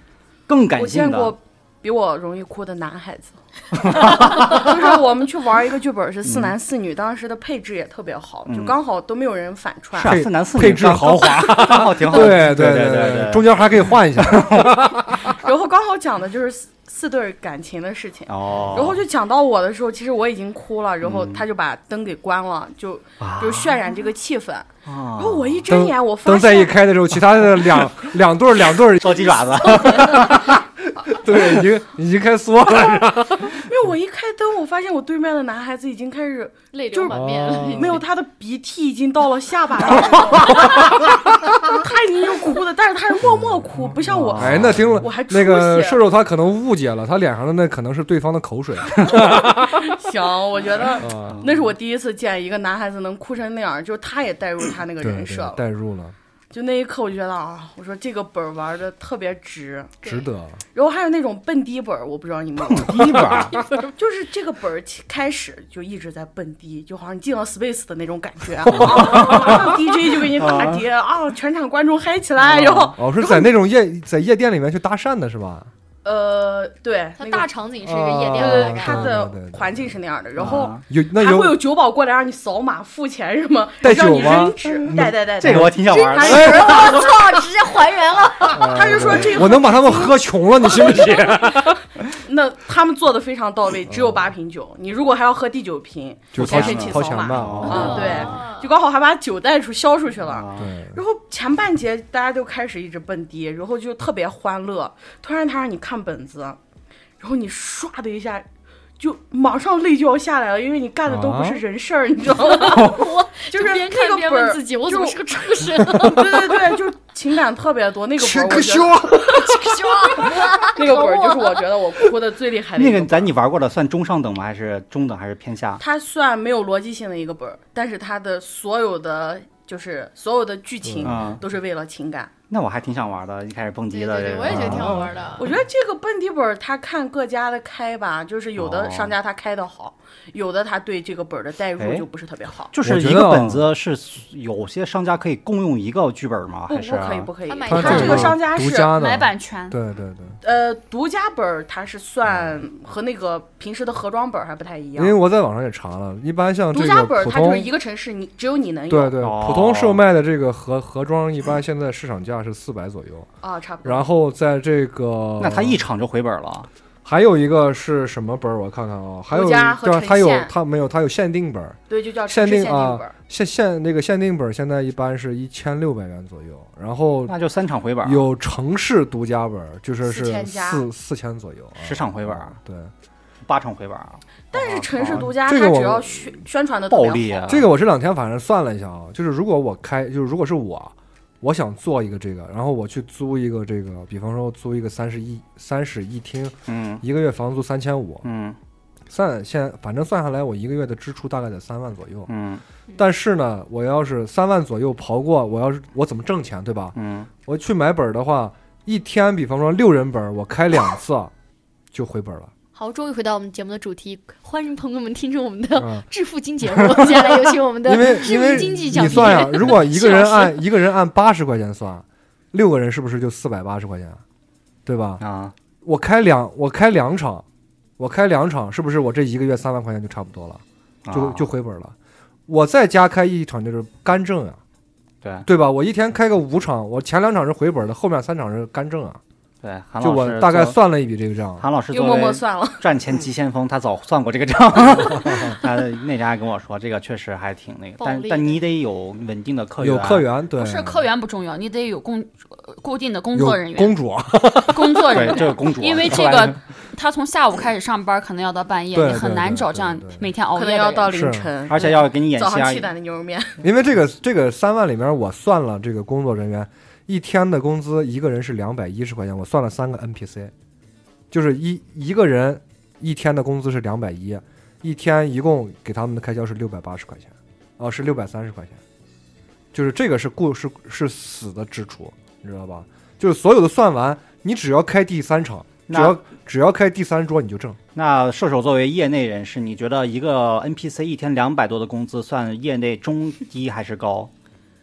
Speaker 3: 更感
Speaker 4: 我
Speaker 3: 性
Speaker 4: 见
Speaker 3: 的？
Speaker 4: 过比我容易哭的男孩子。 [laughs] 就是我们去玩一个剧本是四男四女，当时的配置也特别好，就
Speaker 3: 嗯
Speaker 4: 刚好都没有人反串
Speaker 3: 是。啊，
Speaker 1: 配
Speaker 3: 四男四女
Speaker 1: 配置
Speaker 3: 刚
Speaker 1: 豪华，
Speaker 3: 刚好挺好的。
Speaker 1: 对
Speaker 3: 对
Speaker 1: 对
Speaker 3: 对
Speaker 1: 中间还可以换一下。
Speaker 4: 然后刚好讲的就是四四对儿感情的事情。
Speaker 3: 哦，
Speaker 4: 然后就讲到我的时候，其实我已经哭了，然后
Speaker 3: 嗯
Speaker 4: 他就把灯给关了，就
Speaker 3: 啊
Speaker 4: 就渲染这个气氛。
Speaker 3: 啊
Speaker 4: 然后我一睁眼，我发
Speaker 1: 灯再一
Speaker 4: 现
Speaker 1: 开的时候，其他的两 [laughs] 两对儿两对儿，
Speaker 3: 烧鸡爪子，
Speaker 1: 对，已
Speaker 4: [laughs]
Speaker 1: 经已经开缩了。
Speaker 4: 因为我一开灯，我发现我对面的男孩子已经开始
Speaker 5: 泪
Speaker 4: 就
Speaker 5: 流
Speaker 4: 是哦
Speaker 5: 满面了。
Speaker 4: 没有，他的鼻涕已经到了下 [laughs] 巴了，他已经就哭的，但是他是默默哭，不像我。
Speaker 1: 哎，那听了
Speaker 4: 我还出
Speaker 1: 那个
Speaker 4: 血
Speaker 1: 射手他可能误解了，他脸上的那可能是对方的口
Speaker 4: [laughs]
Speaker 1: 水。
Speaker 4: 行，我觉得
Speaker 1: 啊，
Speaker 4: 那是我第一次见一个男孩子能哭成那样，就是他也带入他那个
Speaker 1: 对
Speaker 4: 人设
Speaker 1: 对，
Speaker 4: 了。
Speaker 1: 代入了，
Speaker 4: 就那一刻，我就觉得啊，我说这个本儿玩的特别值。
Speaker 1: 值得。
Speaker 4: 然后还有那种蹦迪本儿，我不知道你们有没有
Speaker 3: 第一本儿
Speaker 1: [laughs]
Speaker 4: 就是这个本儿起开始就一直在蹦迪，就好像你进了 Space 的那种感觉啊，马
Speaker 1: [laughs]
Speaker 4: 上 DJ 就给你打碟啊，全场观众嗨起来，然后
Speaker 1: 哦，是在那种夜在夜店里面去搭讪的是吧？
Speaker 4: 呃，对，
Speaker 5: 它
Speaker 4: 那
Speaker 5: 大
Speaker 4: 个
Speaker 5: 场景是一个夜
Speaker 1: 啊
Speaker 5: 店来
Speaker 1: 对
Speaker 5: 干
Speaker 4: 它
Speaker 5: 的，
Speaker 4: 的
Speaker 1: 对对对
Speaker 4: 环境是那样的，然后
Speaker 3: 啊
Speaker 1: 有那
Speaker 4: 还会
Speaker 1: 有
Speaker 4: 有酒保过来让你扫码付钱什么，
Speaker 1: 带
Speaker 4: 让
Speaker 1: 酒
Speaker 4: 你
Speaker 1: 吗嗯
Speaker 4: 扔纸，带带带，
Speaker 3: 这个我挺想
Speaker 1: 哎
Speaker 3: 玩
Speaker 4: 还
Speaker 3: 的。
Speaker 4: 有人
Speaker 5: 我操，直接还原了。
Speaker 4: 他就说这个
Speaker 1: 呃我能把他们喝穷了，你信不信？
Speaker 4: [laughs] 那他们做的非常到位，只有八瓶酒，你如果还要喝第九瓶，
Speaker 1: 哦就
Speaker 4: 才
Speaker 1: 掏
Speaker 3: 掏
Speaker 4: 申
Speaker 3: 钱
Speaker 4: 请
Speaker 1: 掏
Speaker 4: 扫
Speaker 1: 钱吧。
Speaker 4: 码，
Speaker 3: 哦
Speaker 4: 嗯，对，就刚好还把酒带出销出去了。
Speaker 3: 啊
Speaker 1: 对，
Speaker 4: 然后前半节大家都开始一直蹦迪，然后就特别欢乐。突然他让你看本子，然后你唰的一下，就马上泪就要下来了，因为你干的都不
Speaker 1: 啊
Speaker 4: 是人事儿，你知道吗？
Speaker 5: 我
Speaker 4: 就是那
Speaker 5: 边看
Speaker 4: 个
Speaker 5: 边
Speaker 4: 本
Speaker 5: 问
Speaker 4: 儿，
Speaker 5: 自己，我怎么是个畜生？
Speaker 4: 对 [laughs] 对对，就是情感特别多。那个本儿，我觉得 [laughs] 那个本儿就是我觉得我哭的最厉害的一
Speaker 3: 那
Speaker 4: 个
Speaker 3: 个
Speaker 4: 本儿。
Speaker 3: 咱你玩过的算中上等吗？还是中等还是偏下？
Speaker 4: 它算没有逻辑性的一个本儿，但是它的所有的就是所有的剧情
Speaker 3: 嗯
Speaker 4: 都是为了情感。
Speaker 3: 那我还挺想玩的，一开始蹦
Speaker 5: 对
Speaker 3: 迪
Speaker 5: 对
Speaker 3: 的这
Speaker 5: 对，
Speaker 3: 个，嗯
Speaker 5: 我也觉得挺好玩的。
Speaker 4: 我觉得这个蹦迪本儿，它看各家的开吧，就是有
Speaker 3: 哦
Speaker 4: 的商家他开的好，有的他对这个本儿的代
Speaker 3: 哎
Speaker 4: 入就不是特别好。
Speaker 3: 就是
Speaker 1: 我觉
Speaker 3: 一
Speaker 1: 得
Speaker 3: 个
Speaker 1: 啊
Speaker 3: 本子是有些商家可以共用一个剧本吗？
Speaker 4: 不，
Speaker 3: 还是啊
Speaker 4: 不可以，不可以。
Speaker 5: 他买
Speaker 4: 它
Speaker 5: 单
Speaker 4: 这个商家
Speaker 1: 独
Speaker 4: 是
Speaker 1: 家的
Speaker 6: 买版权，
Speaker 1: 对对对，
Speaker 4: 呃独家本儿，它是算和那个平时的盒装本儿还不太一
Speaker 1: 因为
Speaker 4: 样。
Speaker 1: 我在网上也查了，一般像
Speaker 4: 独
Speaker 1: 这
Speaker 4: 家
Speaker 1: 个
Speaker 4: 本儿
Speaker 1: 普
Speaker 4: 它就是
Speaker 1: 通
Speaker 4: 一个城市你只有你能
Speaker 1: 对
Speaker 4: 有
Speaker 1: 对
Speaker 3: 哦
Speaker 1: 普通售卖的这个盒盒装，一般现在市场价是四百左右。
Speaker 4: 啊，差不多。
Speaker 1: 然后在这个
Speaker 3: 那他一场就回本了。
Speaker 1: 还有一个是什么本儿？我看看啊，还有
Speaker 4: 独家和
Speaker 1: 对，
Speaker 4: 纯
Speaker 1: 它有
Speaker 4: 现
Speaker 1: 它没有它有限定本儿，
Speaker 4: 对，就叫
Speaker 1: 限
Speaker 4: 城
Speaker 1: 定
Speaker 4: 市限定
Speaker 1: 啊
Speaker 4: 本儿。
Speaker 1: 限限那个限定本儿现在一般是一千六百元左右，然后
Speaker 3: 那就三场回本，
Speaker 1: 有城市独家本儿，就是是
Speaker 4: 4000加
Speaker 1: 四四千左右啊，
Speaker 3: 十场回本啊
Speaker 1: 对，
Speaker 3: 八场回本啊。
Speaker 4: 但是城市
Speaker 3: 哦
Speaker 4: 独家，
Speaker 1: 这个
Speaker 4: 它
Speaker 1: 我
Speaker 4: 只要宣宣传的
Speaker 3: 暴力啊，
Speaker 1: 这个我这两天反正算了一下啊，就是如果我开，就是如果是我，我想做一个这个，然后我去租一个这个，比方说租一个三室一三室一厅，
Speaker 3: 嗯
Speaker 1: 一个月房租三千五，
Speaker 3: 嗯
Speaker 1: 算现反正算下来我一个月的支出大概在三万左右。
Speaker 3: 嗯
Speaker 1: 但是呢，我要是三万左右刨过，我要是我怎么挣钱，对吧？
Speaker 3: 嗯，
Speaker 1: 我去买本儿的话，一天比方说六人本儿，我开两次就回本儿了。
Speaker 5: 好，终于回到我们节目的主题，欢迎朋友们听众我们的
Speaker 1: 嗯，
Speaker 5: 致富经节目。 [laughs] 接下来有请我们的
Speaker 6: [laughs]
Speaker 1: 因为
Speaker 5: 致
Speaker 1: 因
Speaker 5: 富
Speaker 1: 为
Speaker 5: 经济小
Speaker 1: 你
Speaker 5: 评
Speaker 1: 算呀
Speaker 5: 人，
Speaker 1: 如果一个人
Speaker 5: 笑死
Speaker 1: 按一个人按八十块钱算，六个人是不是就四百八十块钱，对吧？
Speaker 3: 啊，
Speaker 1: 我开两我开
Speaker 3: 啊
Speaker 1: 两场，我开两场，是不是我这一个月三万块钱就差不多了，就就回本了？我在家开一场就是干挣啊，
Speaker 3: 对
Speaker 1: 对吧？我一天开个五场，我前两场是回本的，后面三场是干挣啊。
Speaker 3: 对，韩老师
Speaker 1: 就我大概
Speaker 3: 作
Speaker 1: 算了一笔这个账，
Speaker 3: 韩老师
Speaker 4: 又
Speaker 3: 作
Speaker 4: 默默
Speaker 3: 为
Speaker 4: 算了，
Speaker 3: 赚钱急先锋，他早算过这个账。
Speaker 4: [laughs]
Speaker 3: 他那啥也跟我说，这个确实还挺那个，
Speaker 5: 暴
Speaker 3: 但
Speaker 5: 利
Speaker 3: 但你得有稳定的客源，
Speaker 1: 有客源，对，
Speaker 6: 不是客源不重要，你得有工呃固定的工
Speaker 1: 有
Speaker 6: 作人员，
Speaker 1: 公主，
Speaker 6: 工作人
Speaker 3: 对，
Speaker 1: [laughs]
Speaker 3: 这
Speaker 6: 员。
Speaker 3: 个公主啊，
Speaker 6: 因为这
Speaker 3: 说白了
Speaker 6: 个，他从下午开始上班，可能要到半夜，
Speaker 1: 对
Speaker 6: 你很
Speaker 1: 对
Speaker 6: 难
Speaker 1: 对
Speaker 6: 找
Speaker 1: 对
Speaker 6: 这样
Speaker 1: 对对
Speaker 6: 每天熬
Speaker 3: 哦
Speaker 4: 可能
Speaker 6: 夜的
Speaker 4: 要
Speaker 6: 人。
Speaker 4: 到
Speaker 1: 是
Speaker 4: 凌晨，
Speaker 3: 而且要给你演
Speaker 4: 早
Speaker 3: 戏
Speaker 4: 上
Speaker 3: 啊
Speaker 4: 七，点的牛肉面，
Speaker 1: 因为这个这个三万里面，我算了这个工作人员一天的工资，一个人是两百一十块钱，我算了三个 NPC，就是一一个人一天的工资是两百一，一天一共给他们的开销是六百八十块钱，哦、是六百三十块钱，就是这个是固是是死的支出，你知道吧？就是所有的算完，你只要开第三场，只
Speaker 3: 那
Speaker 1: 要只要开第三桌你就挣。
Speaker 3: 那射手作为业内人士，你觉得一个 NPC 一天两百多的工资算业内中低还是高？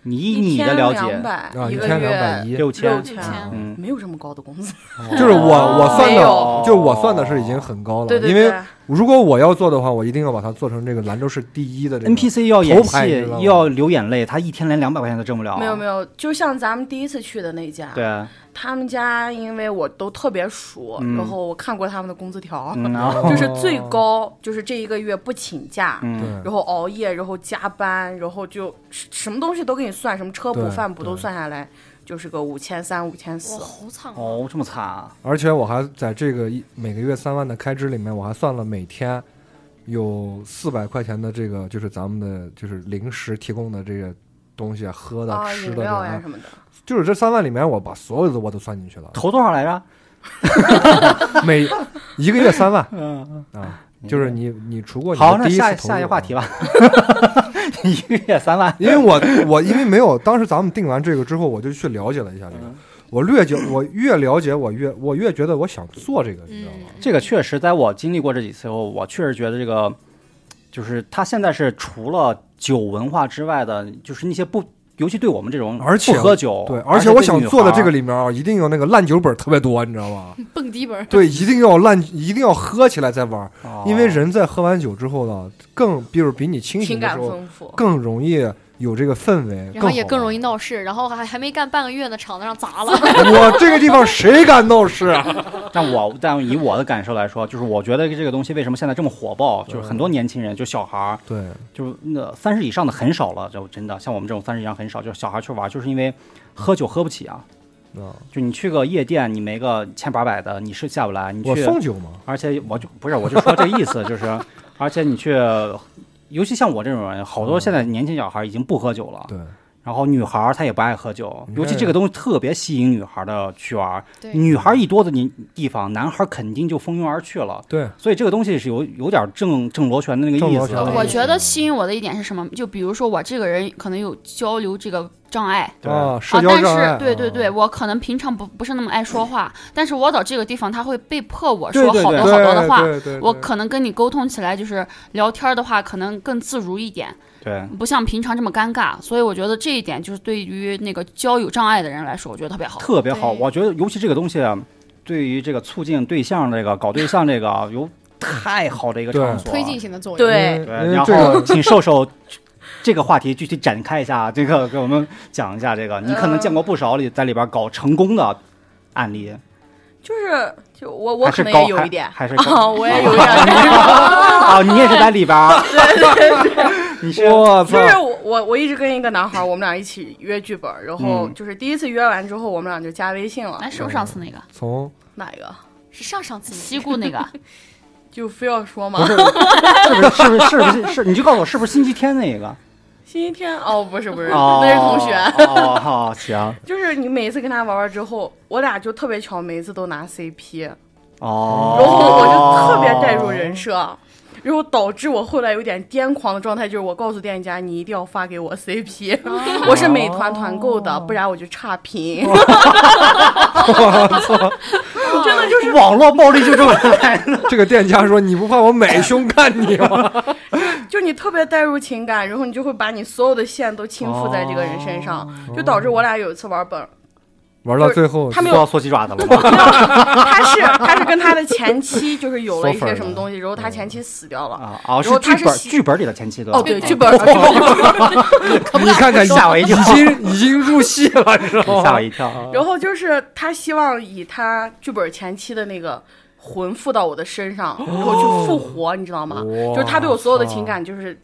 Speaker 3: 你以你的
Speaker 4: 天
Speaker 3: 了
Speaker 4: 两
Speaker 3: 解，
Speaker 4: 百
Speaker 1: 啊，，
Speaker 4: 一
Speaker 1: 一
Speaker 4: 个
Speaker 1: 天两百
Speaker 4: 月
Speaker 1: 一，啊
Speaker 4: 六
Speaker 3: 六千，
Speaker 6: 千
Speaker 4: 千，
Speaker 3: 嗯，
Speaker 4: 没有这么高的工资，
Speaker 1: 就是我我算
Speaker 4: 没
Speaker 1: 的，
Speaker 4: 有
Speaker 1: 就是我算的是已经很高了，
Speaker 4: 对对
Speaker 1: 因为
Speaker 4: 对，
Speaker 1: 如果我要做的话，我一定要把它做成这个兰州市第一的这个
Speaker 3: NPC 要演戏
Speaker 1: 头牌你知道吗
Speaker 3: 又要流眼泪，他一天连两百块钱都挣不了啊。
Speaker 4: 没有没有，就像咱们第一次去的那家，
Speaker 3: 对，啊
Speaker 4: 他们家因为我都特别熟，
Speaker 3: 嗯
Speaker 4: 然后我看过他们的工资条，
Speaker 3: 嗯，
Speaker 1: 啊
Speaker 3: 然后
Speaker 1: 哦
Speaker 4: 就是最高就是这一个月不请假，
Speaker 3: 嗯，
Speaker 1: 对
Speaker 4: 然后熬夜，然后加班，然后就什什么东西都给你算，什么车补
Speaker 1: 对
Speaker 4: 饭补都
Speaker 1: 对
Speaker 4: 算下来，就是个五千三、五千
Speaker 5: 哇，
Speaker 4: 四。
Speaker 5: 好惨啊！
Speaker 3: 哦，这么惨啊，
Speaker 1: 而且我还在这个一每个月三万的开支里面，我还算了每天有四百块钱的这个就是咱们的就是零食提供的这个东西啊，喝的、
Speaker 4: 啊，
Speaker 1: 吃
Speaker 4: 饮
Speaker 1: 的
Speaker 4: 料呀
Speaker 1: 这个
Speaker 4: 什么的，
Speaker 1: 就是这三万里面，我把所有的我都算进去
Speaker 4: [laughs]
Speaker 1: 了，
Speaker 3: 投多少来着？
Speaker 1: 每一个月三万
Speaker 3: 嗯，
Speaker 1: 啊，就是你你除过你
Speaker 3: 好，
Speaker 1: 的
Speaker 3: 那
Speaker 1: 第一
Speaker 3: 下
Speaker 1: 次啊
Speaker 3: 下一个
Speaker 1: 个
Speaker 3: 话题吧。 [laughs] 一个月三万，
Speaker 1: [laughs] 因为我我因为没有，当时咱们定完这个之后，我就去了解了一下这个
Speaker 3: 嗯，
Speaker 1: [laughs] 我略解，我越了解，我越我越觉得我想做这个，你知
Speaker 5: 嗯
Speaker 1: 道吗？，
Speaker 3: 这个确实，在我经历过这几次后，我确实觉得这个，就是他现在是除了酒文化之外的，就是那些不，尤其对我们这种
Speaker 1: 而且
Speaker 3: 不喝
Speaker 6: 嗯
Speaker 3: 酒，
Speaker 1: 对，
Speaker 3: 哦而
Speaker 1: 而且我
Speaker 3: 对
Speaker 1: 想
Speaker 3: 女
Speaker 1: 做的
Speaker 3: 孩
Speaker 1: 这个
Speaker 3: 儿，
Speaker 1: 里面啊，一定要那个烂酒本特别多，你知道
Speaker 6: [laughs]
Speaker 1: 吧？
Speaker 5: 蹦迪本儿，
Speaker 1: 对，一定要烂，一定要喝起来再玩，
Speaker 3: 哦
Speaker 1: 因为人在喝完酒之后呢，更比如比你清
Speaker 4: 情
Speaker 1: 醒的
Speaker 4: 感
Speaker 1: 时候
Speaker 4: 丰富。
Speaker 1: 更容易有这个氛围，
Speaker 5: 然后也更容
Speaker 1: 易。
Speaker 5: 易闹事，然后还还没干半个月呢，场子上砸了。
Speaker 1: [laughs]
Speaker 6: [laughs]
Speaker 1: 我这个地方谁敢闹事
Speaker 3: [laughs]
Speaker 1: 啊？
Speaker 3: 哦但我但以我的感受来说，就是我觉得这个东西为什么现在这么火爆，就是很多年轻人，就小孩儿，
Speaker 1: 对，
Speaker 3: 就是那三十以上的很少了，就真的像我们这种三十以上很少，就是小孩去玩，就是因为喝酒喝不起啊。
Speaker 1: 啊，
Speaker 3: 就你去个夜店，你没个千八百的，你是下不来。你
Speaker 1: 我
Speaker 3: 去，
Speaker 1: 送酒嘛，
Speaker 3: 而且我就不是，我就说这意思，就是，而且你去，尤其像我这种人，好多
Speaker 1: 嗯
Speaker 3: 现在年轻小孩已经不喝酒了，
Speaker 1: 对，嗯
Speaker 3: 然后女孩儿她也不爱喝酒，
Speaker 1: 你看
Speaker 3: 尤其这个东西特别吸引女孩儿的去玩儿。
Speaker 5: 对
Speaker 3: 女孩儿一多的你地方，男孩儿肯定就蜂拥而去了。
Speaker 1: 对，
Speaker 3: 所以这个东西是有有点正正螺旋的那个意
Speaker 1: 正螺
Speaker 3: 思
Speaker 1: 旋
Speaker 3: 了。
Speaker 1: 的
Speaker 6: 我
Speaker 1: 意思
Speaker 6: 觉得吸引我的一点是什么？就比如说我这个人可能有交流这个障碍，
Speaker 3: 对
Speaker 1: 啊，社交
Speaker 6: 啊、
Speaker 1: 障碍
Speaker 6: 但是，对对对，
Speaker 1: 啊
Speaker 6: 我可能平常不不是那么爱说话，但是我到这个地方，他会被迫我
Speaker 3: 对
Speaker 6: 说
Speaker 3: 对
Speaker 6: 好
Speaker 3: 对
Speaker 6: 多
Speaker 1: 对
Speaker 6: 好多的话。
Speaker 1: 对对对
Speaker 6: 我可能跟你沟通起来，就是聊天的话，可能更自如一点，
Speaker 3: 对，
Speaker 6: 不像平常这么尴尬。所以我觉得这一点就是对于那个交友障碍的人来说，我觉得特别好。
Speaker 3: 特别好。
Speaker 5: 对
Speaker 3: 我觉得尤其这个东西啊，对于这个促进对象这个搞对象这
Speaker 4: [laughs]
Speaker 3: 个啊有太好的一个
Speaker 1: 对
Speaker 3: 场所，啊
Speaker 5: 推进。型的作用。
Speaker 4: 对，
Speaker 3: 对，
Speaker 1: 因为
Speaker 3: 然
Speaker 1: 嗯这
Speaker 3: 后
Speaker 1: 个
Speaker 3: 请瘦瘦。这个话题具体展开一下，这个给我们讲一下。这个你可能见过不少里在里边搞成功的案例，
Speaker 4: 就是就我我
Speaker 3: 还
Speaker 4: 可
Speaker 3: 是
Speaker 4: 能
Speaker 3: 高
Speaker 4: 也有
Speaker 3: 还
Speaker 4: 一点， [laughs]
Speaker 3: 还是
Speaker 4: 啊，
Speaker 3: 高
Speaker 4: 我也有一
Speaker 3: [laughs]
Speaker 4: 点，
Speaker 3: 啊，你也是在里边儿， [laughs] 你是我
Speaker 4: [laughs] 就是我我我一直跟一个男孩儿，我们俩一起约剧本儿，然后
Speaker 3: 嗯
Speaker 4: 就是第一次约完之后，我们俩就加微信了
Speaker 6: 哎，。是不是上次那个
Speaker 5: 嗯
Speaker 1: 从
Speaker 4: 哪一个？
Speaker 5: 是上上次
Speaker 6: 西固那
Speaker 5: [laughs]
Speaker 6: 个？
Speaker 4: 就非要说吗
Speaker 3: 不？是是不是是不是是你就告诉我是不是星期天那个？
Speaker 4: [laughs] 星期天哦，不是不是，
Speaker 3: 哦，
Speaker 4: [laughs] 那是同学。
Speaker 3: 哦，好行
Speaker 4: 就是你每一次跟他玩完之后，我俩就特别巧，每一次都拿 CP，
Speaker 3: 哦，
Speaker 4: 然后我就特别带入人设，然后导致我后来有点癫狂的状态，就是我告诉店家你一定要发给我 CP，、我是美团团购的，不然我就差评。真的就是
Speaker 3: 网络暴力就这么来的。
Speaker 1: [laughs] 这个店家说：“你不怕我买凶干你吗
Speaker 4: [laughs] 就你特别带入情感，然后你就会把你所有的线都倾覆在这个人身上，就导致我俩有一次玩本。
Speaker 1: 玩到
Speaker 4: 就是
Speaker 1: 最后，
Speaker 4: 他没
Speaker 3: [laughs] 缩
Speaker 4: 有
Speaker 3: 到缩鸡爪子了吗？
Speaker 4: 他是他是跟他的前妻就是有了一
Speaker 1: 嗦粉
Speaker 4: 些
Speaker 1: 儿
Speaker 4: 什么
Speaker 1: 了
Speaker 4: 东西，然后他前妻死掉了。
Speaker 3: 啊啊，
Speaker 4: 然后
Speaker 3: 剧
Speaker 4: 他是
Speaker 3: 本
Speaker 4: 喜
Speaker 3: 剧本里的前妻对吧？
Speaker 4: 哦，对，
Speaker 5: 对
Speaker 4: 剧本儿，剧本儿
Speaker 1: 你看看，
Speaker 3: 吓我一跳
Speaker 1: 已经已经入戏了，你知道
Speaker 3: 吓我
Speaker 1: 吗？
Speaker 3: 一跳啊！
Speaker 4: 然后就是他希望以他剧本前妻的那个魂附到我的身上，然后去复活，你知道吗？
Speaker 1: 哇
Speaker 4: 就是他对我所有的情感就是。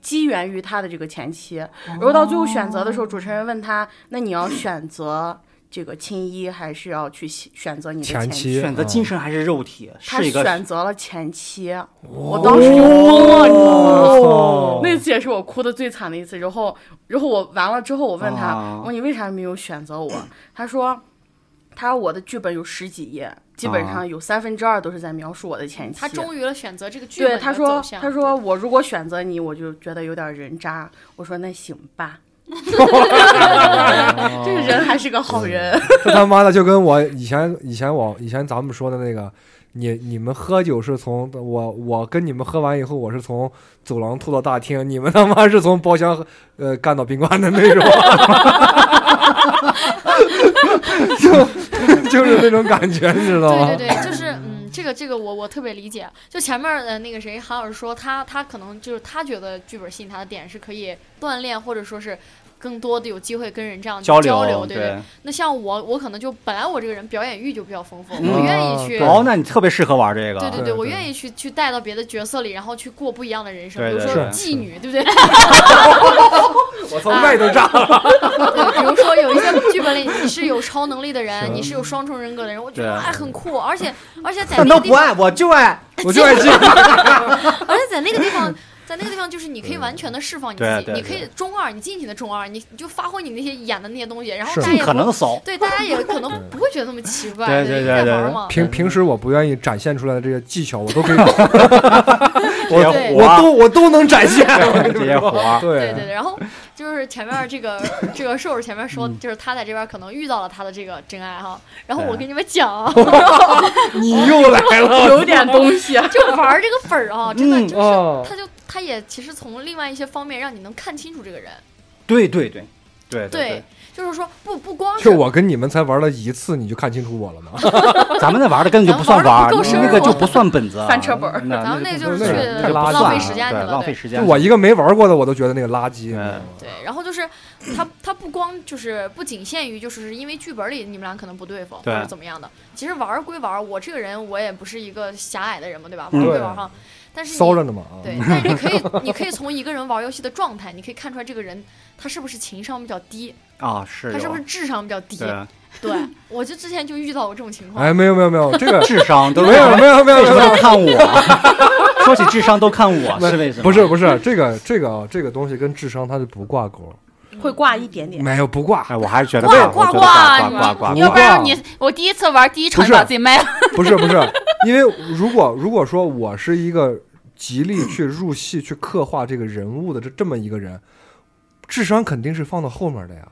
Speaker 4: 基源于他的这个前妻，然后到最后选择的时候，主持人问他：“那你要选择这个青衣，还是要去选选择你的
Speaker 1: 前
Speaker 4: 前
Speaker 1: 妻
Speaker 3: 选择精神还是肉体？
Speaker 4: 他
Speaker 3: 是一个
Speaker 4: 选择了前妻，我当时就懵了，你知道吗？
Speaker 1: 哦，
Speaker 4: 那次也是我哭的最惨的一次。然后，然后我完了之后，我问他，
Speaker 3: 哦
Speaker 4: 我说你为啥没有选择我？他说，他说我的剧本有十几页，基本
Speaker 3: 哦
Speaker 4: 上有三分之二都是在描述我的前妻。
Speaker 5: 他忠于了选择这个剧本
Speaker 4: 对
Speaker 5: 的
Speaker 4: 他说
Speaker 5: 走，向
Speaker 4: 他说我如果选择你，我就觉得有点人渣。我说那行吧，
Speaker 3: 哦
Speaker 4: 这个人还是个
Speaker 3: 嗯
Speaker 4: 好人。
Speaker 3: [laughs]
Speaker 1: 这他妈的就跟我以前以前我以前咱们说的那个，你你们喝酒是从我我跟你们喝完以后，我是从走廊吐到大厅，你们他妈是从包厢呃干到宾馆的那种， [laughs] 就就是那种感觉，你知道吗？
Speaker 5: 对对
Speaker 4: 哦
Speaker 5: 对，就是嗯，这个这个我我特别理解。就前面儿呃那个谁韩老师说他他可能就是他觉得剧本吸引他的点是可以锻炼或者说是更多的有机会跟人这样
Speaker 3: 交
Speaker 5: 流，
Speaker 3: 流
Speaker 5: 对对。那像我我可能就本来我这个人表演欲就比较丰富，
Speaker 3: 嗯
Speaker 5: 我愿意去。
Speaker 1: 对
Speaker 3: 哦，那你特别适合玩这个。
Speaker 5: 对对
Speaker 1: 对
Speaker 5: 我
Speaker 1: 对
Speaker 5: 愿意去去带到别的角色里，然后去过不一样的人生，
Speaker 3: 对
Speaker 5: 比如
Speaker 3: 对
Speaker 5: 说
Speaker 1: 是
Speaker 5: 妓女，对不对？
Speaker 1: 我从外头炸了，
Speaker 5: 对，比
Speaker 3: [laughs]
Speaker 5: 如说有一些剧本里你是有超能力的人，
Speaker 1: 是
Speaker 5: 你是有双重人格的人，我觉得
Speaker 3: 对
Speaker 5: 哎很酷，
Speaker 3: [laughs]
Speaker 5: 而且而且在
Speaker 3: 但
Speaker 5: 那
Speaker 3: 都
Speaker 5: 个地
Speaker 3: 不
Speaker 5: 方
Speaker 3: 爱，我就爱。 [laughs]
Speaker 1: 我就爱进。
Speaker 5: 而且在那个地方，在那个地方就是你可以完全的释放你
Speaker 3: 嗯
Speaker 5: 自
Speaker 3: 对啊
Speaker 5: 己，
Speaker 3: 对
Speaker 5: 你可以中二，你尽情的中二，你你就发挥你那些演的那些东西，然后
Speaker 1: 是
Speaker 5: 大家
Speaker 3: 尽
Speaker 5: 也
Speaker 3: 可
Speaker 5: 不
Speaker 3: 能怂。
Speaker 5: [laughs] 对大家也可能不会觉得那么奇怪，
Speaker 3: 对对对
Speaker 5: 对在
Speaker 3: 对
Speaker 5: 玩
Speaker 3: 对
Speaker 5: 嘛。
Speaker 1: 平平时我不愿意展现出来的这些技巧，我都
Speaker 3: [laughs]
Speaker 1: 可以，
Speaker 3: 我
Speaker 5: 对
Speaker 1: 我都我都能展现。
Speaker 3: 这些活
Speaker 1: [laughs]
Speaker 3: 儿，
Speaker 5: 对对对，然后就是前面
Speaker 3: [laughs]
Speaker 5: 这个这个瘦儿前面说，就是他在这边可能遇到了他的这个真爱哈。然后
Speaker 3: 嗯
Speaker 5: 我
Speaker 3: 对
Speaker 5: 跟你们讲
Speaker 3: [laughs]
Speaker 5: 啊，
Speaker 1: 你又来了，
Speaker 4: 有点东西，啊
Speaker 5: 就玩这个本儿啊，真的
Speaker 3: 嗯
Speaker 5: 就是
Speaker 1: 哦
Speaker 5: 他就他也其实从另外一些方面让你能看清楚这个人，
Speaker 3: 对对对对
Speaker 5: 对，就是说不不光是
Speaker 1: 就我跟你们才玩了一次，你就看清楚我了吗？
Speaker 3: 对， [laughs] 咱们那玩的根本就不算
Speaker 5: 咱们玩
Speaker 3: 玩
Speaker 5: 得不够
Speaker 3: 儿，
Speaker 5: 深入
Speaker 3: 那个就不算本子啊，
Speaker 4: 翻车本儿
Speaker 3: 那
Speaker 5: 咱们
Speaker 3: 那
Speaker 5: 那
Speaker 3: 个
Speaker 5: 个就是
Speaker 1: 去
Speaker 3: 那个不
Speaker 1: 浪
Speaker 3: 算
Speaker 1: 费
Speaker 3: 啊
Speaker 5: 时间去
Speaker 3: 对
Speaker 5: 了
Speaker 3: 浪
Speaker 5: 对
Speaker 3: 费时
Speaker 1: 就 [laughs]
Speaker 3: 间。
Speaker 1: 我一个没玩过的，我都觉得那个垃圾。你知道吗
Speaker 3: 嗯
Speaker 5: 对，然后就是他他不光就是不仅限于就是因为剧本里你们俩可能不对付或
Speaker 3: 对
Speaker 5: 者怎么样的，其实玩儿归玩儿，我这个人我也不是一个狭隘的人嘛，对吧？
Speaker 3: 嗯
Speaker 5: 玩儿归玩儿哈，但是
Speaker 1: 骚
Speaker 5: 你
Speaker 1: 着呢嘛啊！
Speaker 3: [laughs]
Speaker 5: 对，但是你可以你可以从一个人玩儿游戏的状态，你可以看出来这个人他是不是情商比较低，
Speaker 3: 啊是
Speaker 5: 他是
Speaker 3: 有
Speaker 5: 不是智商比较低？
Speaker 3: 对
Speaker 5: 对，
Speaker 3: [laughs]
Speaker 5: 我就之前就遇到过这种情况。
Speaker 1: 哎，没有没有没有，这个
Speaker 3: 智
Speaker 1: [laughs]
Speaker 3: 商都
Speaker 1: 没有没有没有
Speaker 3: 为什
Speaker 1: 没
Speaker 3: 么
Speaker 1: 有
Speaker 3: 都看我？ [laughs] 说起智商都看我，是为什么？
Speaker 1: 不是不是，这个这个啊这个东西跟智商它是不挂钩，
Speaker 4: 会挂一点点。
Speaker 1: 没有不挂，
Speaker 3: 哎，我还是觉得
Speaker 6: 挂
Speaker 3: 我
Speaker 6: 挂
Speaker 3: 觉得
Speaker 6: 挂
Speaker 3: 挂挂挂
Speaker 1: 你
Speaker 6: 要
Speaker 1: 挂
Speaker 6: 不然你我第一次玩第一场
Speaker 1: 不
Speaker 6: 就是把自己卖了，
Speaker 1: [laughs] 不是不是，因为如果如果说我是一个极力去入戏去刻画这个人物的这这么一个人，智商肯定是放到后面的呀。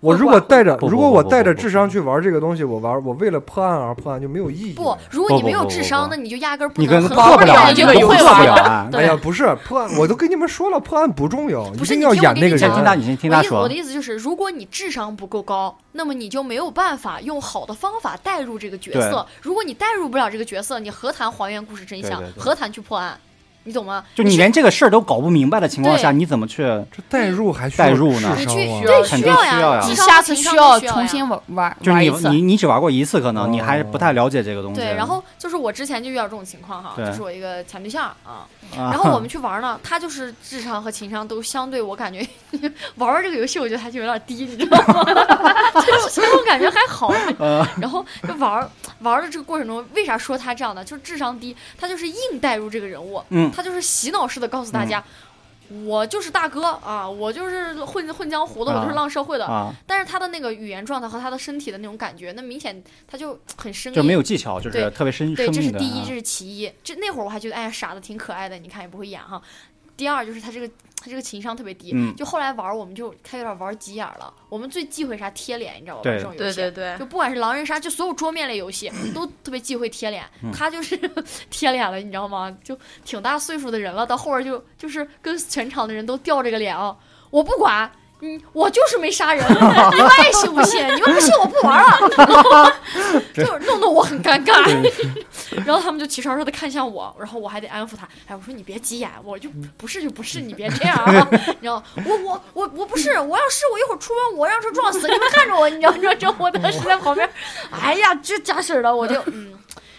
Speaker 1: 我如果带着
Speaker 3: 不不不
Speaker 1: 如果我带着
Speaker 3: 不不不
Speaker 1: 智商去玩这个东西，我玩我为了破案而破案就没有意义。
Speaker 5: 不，如果你
Speaker 3: 不
Speaker 5: 没
Speaker 3: 不
Speaker 5: 有
Speaker 3: 不
Speaker 5: 智
Speaker 3: 不
Speaker 5: 商，
Speaker 3: 不
Speaker 5: 那你就压根儿不
Speaker 3: 你跟
Speaker 5: 能很
Speaker 3: 挂
Speaker 5: 好
Speaker 3: 不
Speaker 5: 地
Speaker 3: 了，
Speaker 5: 演
Speaker 3: 你
Speaker 5: 这
Speaker 3: 都
Speaker 5: 个游
Speaker 3: 过
Speaker 5: 戏。
Speaker 3: 不了
Speaker 5: [laughs]
Speaker 3: 啊。
Speaker 1: 哎呀，不是破案，我都跟你们说了，破案不重要，
Speaker 5: 不
Speaker 1: 一
Speaker 5: 是
Speaker 1: 定
Speaker 5: 你
Speaker 1: 要
Speaker 5: 听我
Speaker 1: 演
Speaker 5: 跟
Speaker 1: 那
Speaker 5: 你
Speaker 1: 个
Speaker 3: 你先
Speaker 1: 人。
Speaker 3: 听
Speaker 5: 讲
Speaker 3: 他，你先听
Speaker 5: 我
Speaker 3: 他
Speaker 5: 意思我
Speaker 3: 说
Speaker 5: 的。意思就是，如果你智商不够高，那么你就没有办法用好的方法带入这个角色。如果你带入不了这个角色，你何谈还原故事真相？
Speaker 3: 对对对
Speaker 5: 何谈去破案？你懂吗？
Speaker 3: 就你
Speaker 5: 是
Speaker 3: 连这个事儿都搞不明白的情况下，
Speaker 5: 对
Speaker 3: 你怎么去？
Speaker 1: 这代入还需要
Speaker 3: 代入呢
Speaker 1: 智
Speaker 5: 你
Speaker 1: 商啊
Speaker 5: 去
Speaker 4: 对
Speaker 3: 肯
Speaker 5: 需
Speaker 3: 定
Speaker 5: 要
Speaker 3: 需要呀
Speaker 5: 呀，
Speaker 6: 你
Speaker 5: 智商
Speaker 6: 下
Speaker 5: 和
Speaker 6: 次
Speaker 5: 情
Speaker 6: 需
Speaker 5: 商
Speaker 6: 要
Speaker 5: 都需
Speaker 6: 重
Speaker 5: 呀
Speaker 6: 新玩玩
Speaker 3: 就是
Speaker 6: 玩
Speaker 3: 你
Speaker 6: 一次。
Speaker 3: 你你只玩过一次，可能你还
Speaker 1: 哦
Speaker 3: 不太了解这个东西。
Speaker 5: 对，然后就是我之前就遇到这种情况哈，
Speaker 3: 对
Speaker 5: 就是我一个前对象啊，
Speaker 3: 啊，
Speaker 5: 然后我们去玩呢，他就是智商和情商都相对，我感觉 [laughs] 玩玩这个游戏，我觉得他就有点低，你知道吗？ [laughs] 就是其实我感觉还
Speaker 3: [laughs]
Speaker 5: 好，
Speaker 3: 呃
Speaker 5: 然后就玩儿玩儿的这个过程中，为啥说他这样呢？就是智商低，他就是硬带入这个人物，
Speaker 3: 嗯
Speaker 5: 他就是洗脑式的告诉大家，我就是大哥啊，我就是混混江湖的，我就是
Speaker 3: 啊
Speaker 5: 浪社会的。
Speaker 3: 啊，
Speaker 5: 但是他的那个语言状态和他的身体的那种感觉，那明显他就很生硬，
Speaker 3: 就没有技巧，就是
Speaker 5: 对
Speaker 3: 特别深
Speaker 5: 对，
Speaker 3: 生
Speaker 5: 这是
Speaker 3: 硬的
Speaker 5: 第一，这
Speaker 3: 啊。
Speaker 5: 是其一。这那会儿我还觉得，哎呀，傻子挺可爱的，你看也不会演哈。第二就是他这个他这个情商特别低，
Speaker 3: 嗯
Speaker 5: 就后来玩儿我们就他有点玩儿急眼儿了。我们最忌讳啥贴脸，你知道吧？
Speaker 3: 对
Speaker 5: 玩这种游戏，
Speaker 4: 对，
Speaker 5: 就不管是狼人杀，就所有桌面类
Speaker 3: [clears throat]
Speaker 5: 游戏都特别忌讳贴脸
Speaker 3: 嗯，
Speaker 5: [laughs] 他就是贴脸了，你知道吗？就挺大岁数的人了，到后边就就是跟全场的人都吊这个脸啊，我不管。嗯，我就是没杀人，你们爱信不信？你们不信我不玩了，
Speaker 3: [laughs]
Speaker 5: [laughs] 就是弄得我很尴尬。然后他们就齐刷刷的看向我，然后我还得安抚他。哎，我说你别急眼，我就
Speaker 3: 嗯
Speaker 5: 不是就不是，你别这样啊。 [laughs] 你知道，我我我我不是，我要是我一会儿出门，我让车撞死，你们看着我，你知道，你知道，这我当时在旁边，哎呀，这假使的，我就嗯，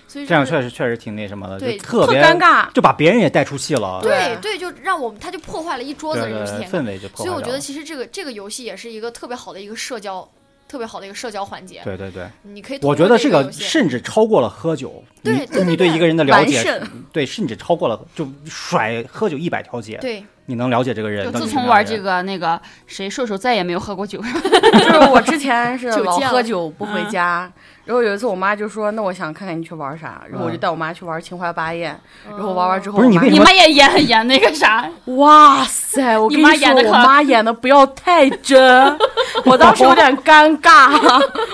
Speaker 5: 所以
Speaker 3: 这样
Speaker 5: 就是
Speaker 3: 确实确实挺那什么的，
Speaker 5: 对
Speaker 3: 就特别
Speaker 4: 尴尬。
Speaker 3: 就把别人也带出戏了，
Speaker 5: 对对，就让我们他就破坏了一桌子
Speaker 3: 对
Speaker 5: 人游戏
Speaker 3: 哎对
Speaker 5: 甜
Speaker 3: 氛围就破
Speaker 5: 所
Speaker 3: 坏
Speaker 5: 以我觉
Speaker 3: 掉
Speaker 5: 得
Speaker 3: 了。
Speaker 5: 其实这个这个游戏也是一个特别好的一个社交，特别好的一个社交环节。
Speaker 3: 对对对，
Speaker 5: 你可以通
Speaker 3: 我
Speaker 5: 过
Speaker 3: 觉得这
Speaker 5: 个
Speaker 3: 个
Speaker 5: 游戏
Speaker 3: 甚至超过了喝酒，
Speaker 5: 对对
Speaker 3: 你
Speaker 5: 对
Speaker 3: 你
Speaker 5: 对
Speaker 3: 一个人的了
Speaker 4: 完
Speaker 3: 解
Speaker 4: 胜，
Speaker 3: 对，甚至超过了就甩喝酒一百条街，
Speaker 5: 对
Speaker 3: 你能了解这个人。
Speaker 6: 就
Speaker 3: 到底
Speaker 6: 自
Speaker 3: 是
Speaker 6: 从
Speaker 3: 啥
Speaker 6: 玩
Speaker 3: 人
Speaker 6: 这个那个谁，瘦瘦再也没有喝过酒，
Speaker 4: 就是我之前
Speaker 6: [laughs]
Speaker 4: 是
Speaker 5: 酒
Speaker 4: 老
Speaker 5: 驾
Speaker 4: 喝酒不
Speaker 6: 嗯
Speaker 4: 回家，然后有一次我妈就说：“那我想看看你去玩啥。”然
Speaker 6: 嗯
Speaker 4: 后我就带我妈去玩秦淮八艳，然
Speaker 6: 哦
Speaker 4: 后玩完之后，
Speaker 3: 不是
Speaker 4: 我
Speaker 3: 你
Speaker 4: 妈
Speaker 3: 为什
Speaker 6: 你
Speaker 3: 么
Speaker 6: 妈也演演那个啥，
Speaker 4: 哇塞！我跟
Speaker 6: 你妈
Speaker 4: 说
Speaker 6: 演，得可
Speaker 4: 我妈演的不要太真，我当时有
Speaker 6: [laughs]
Speaker 4: 点尴尬，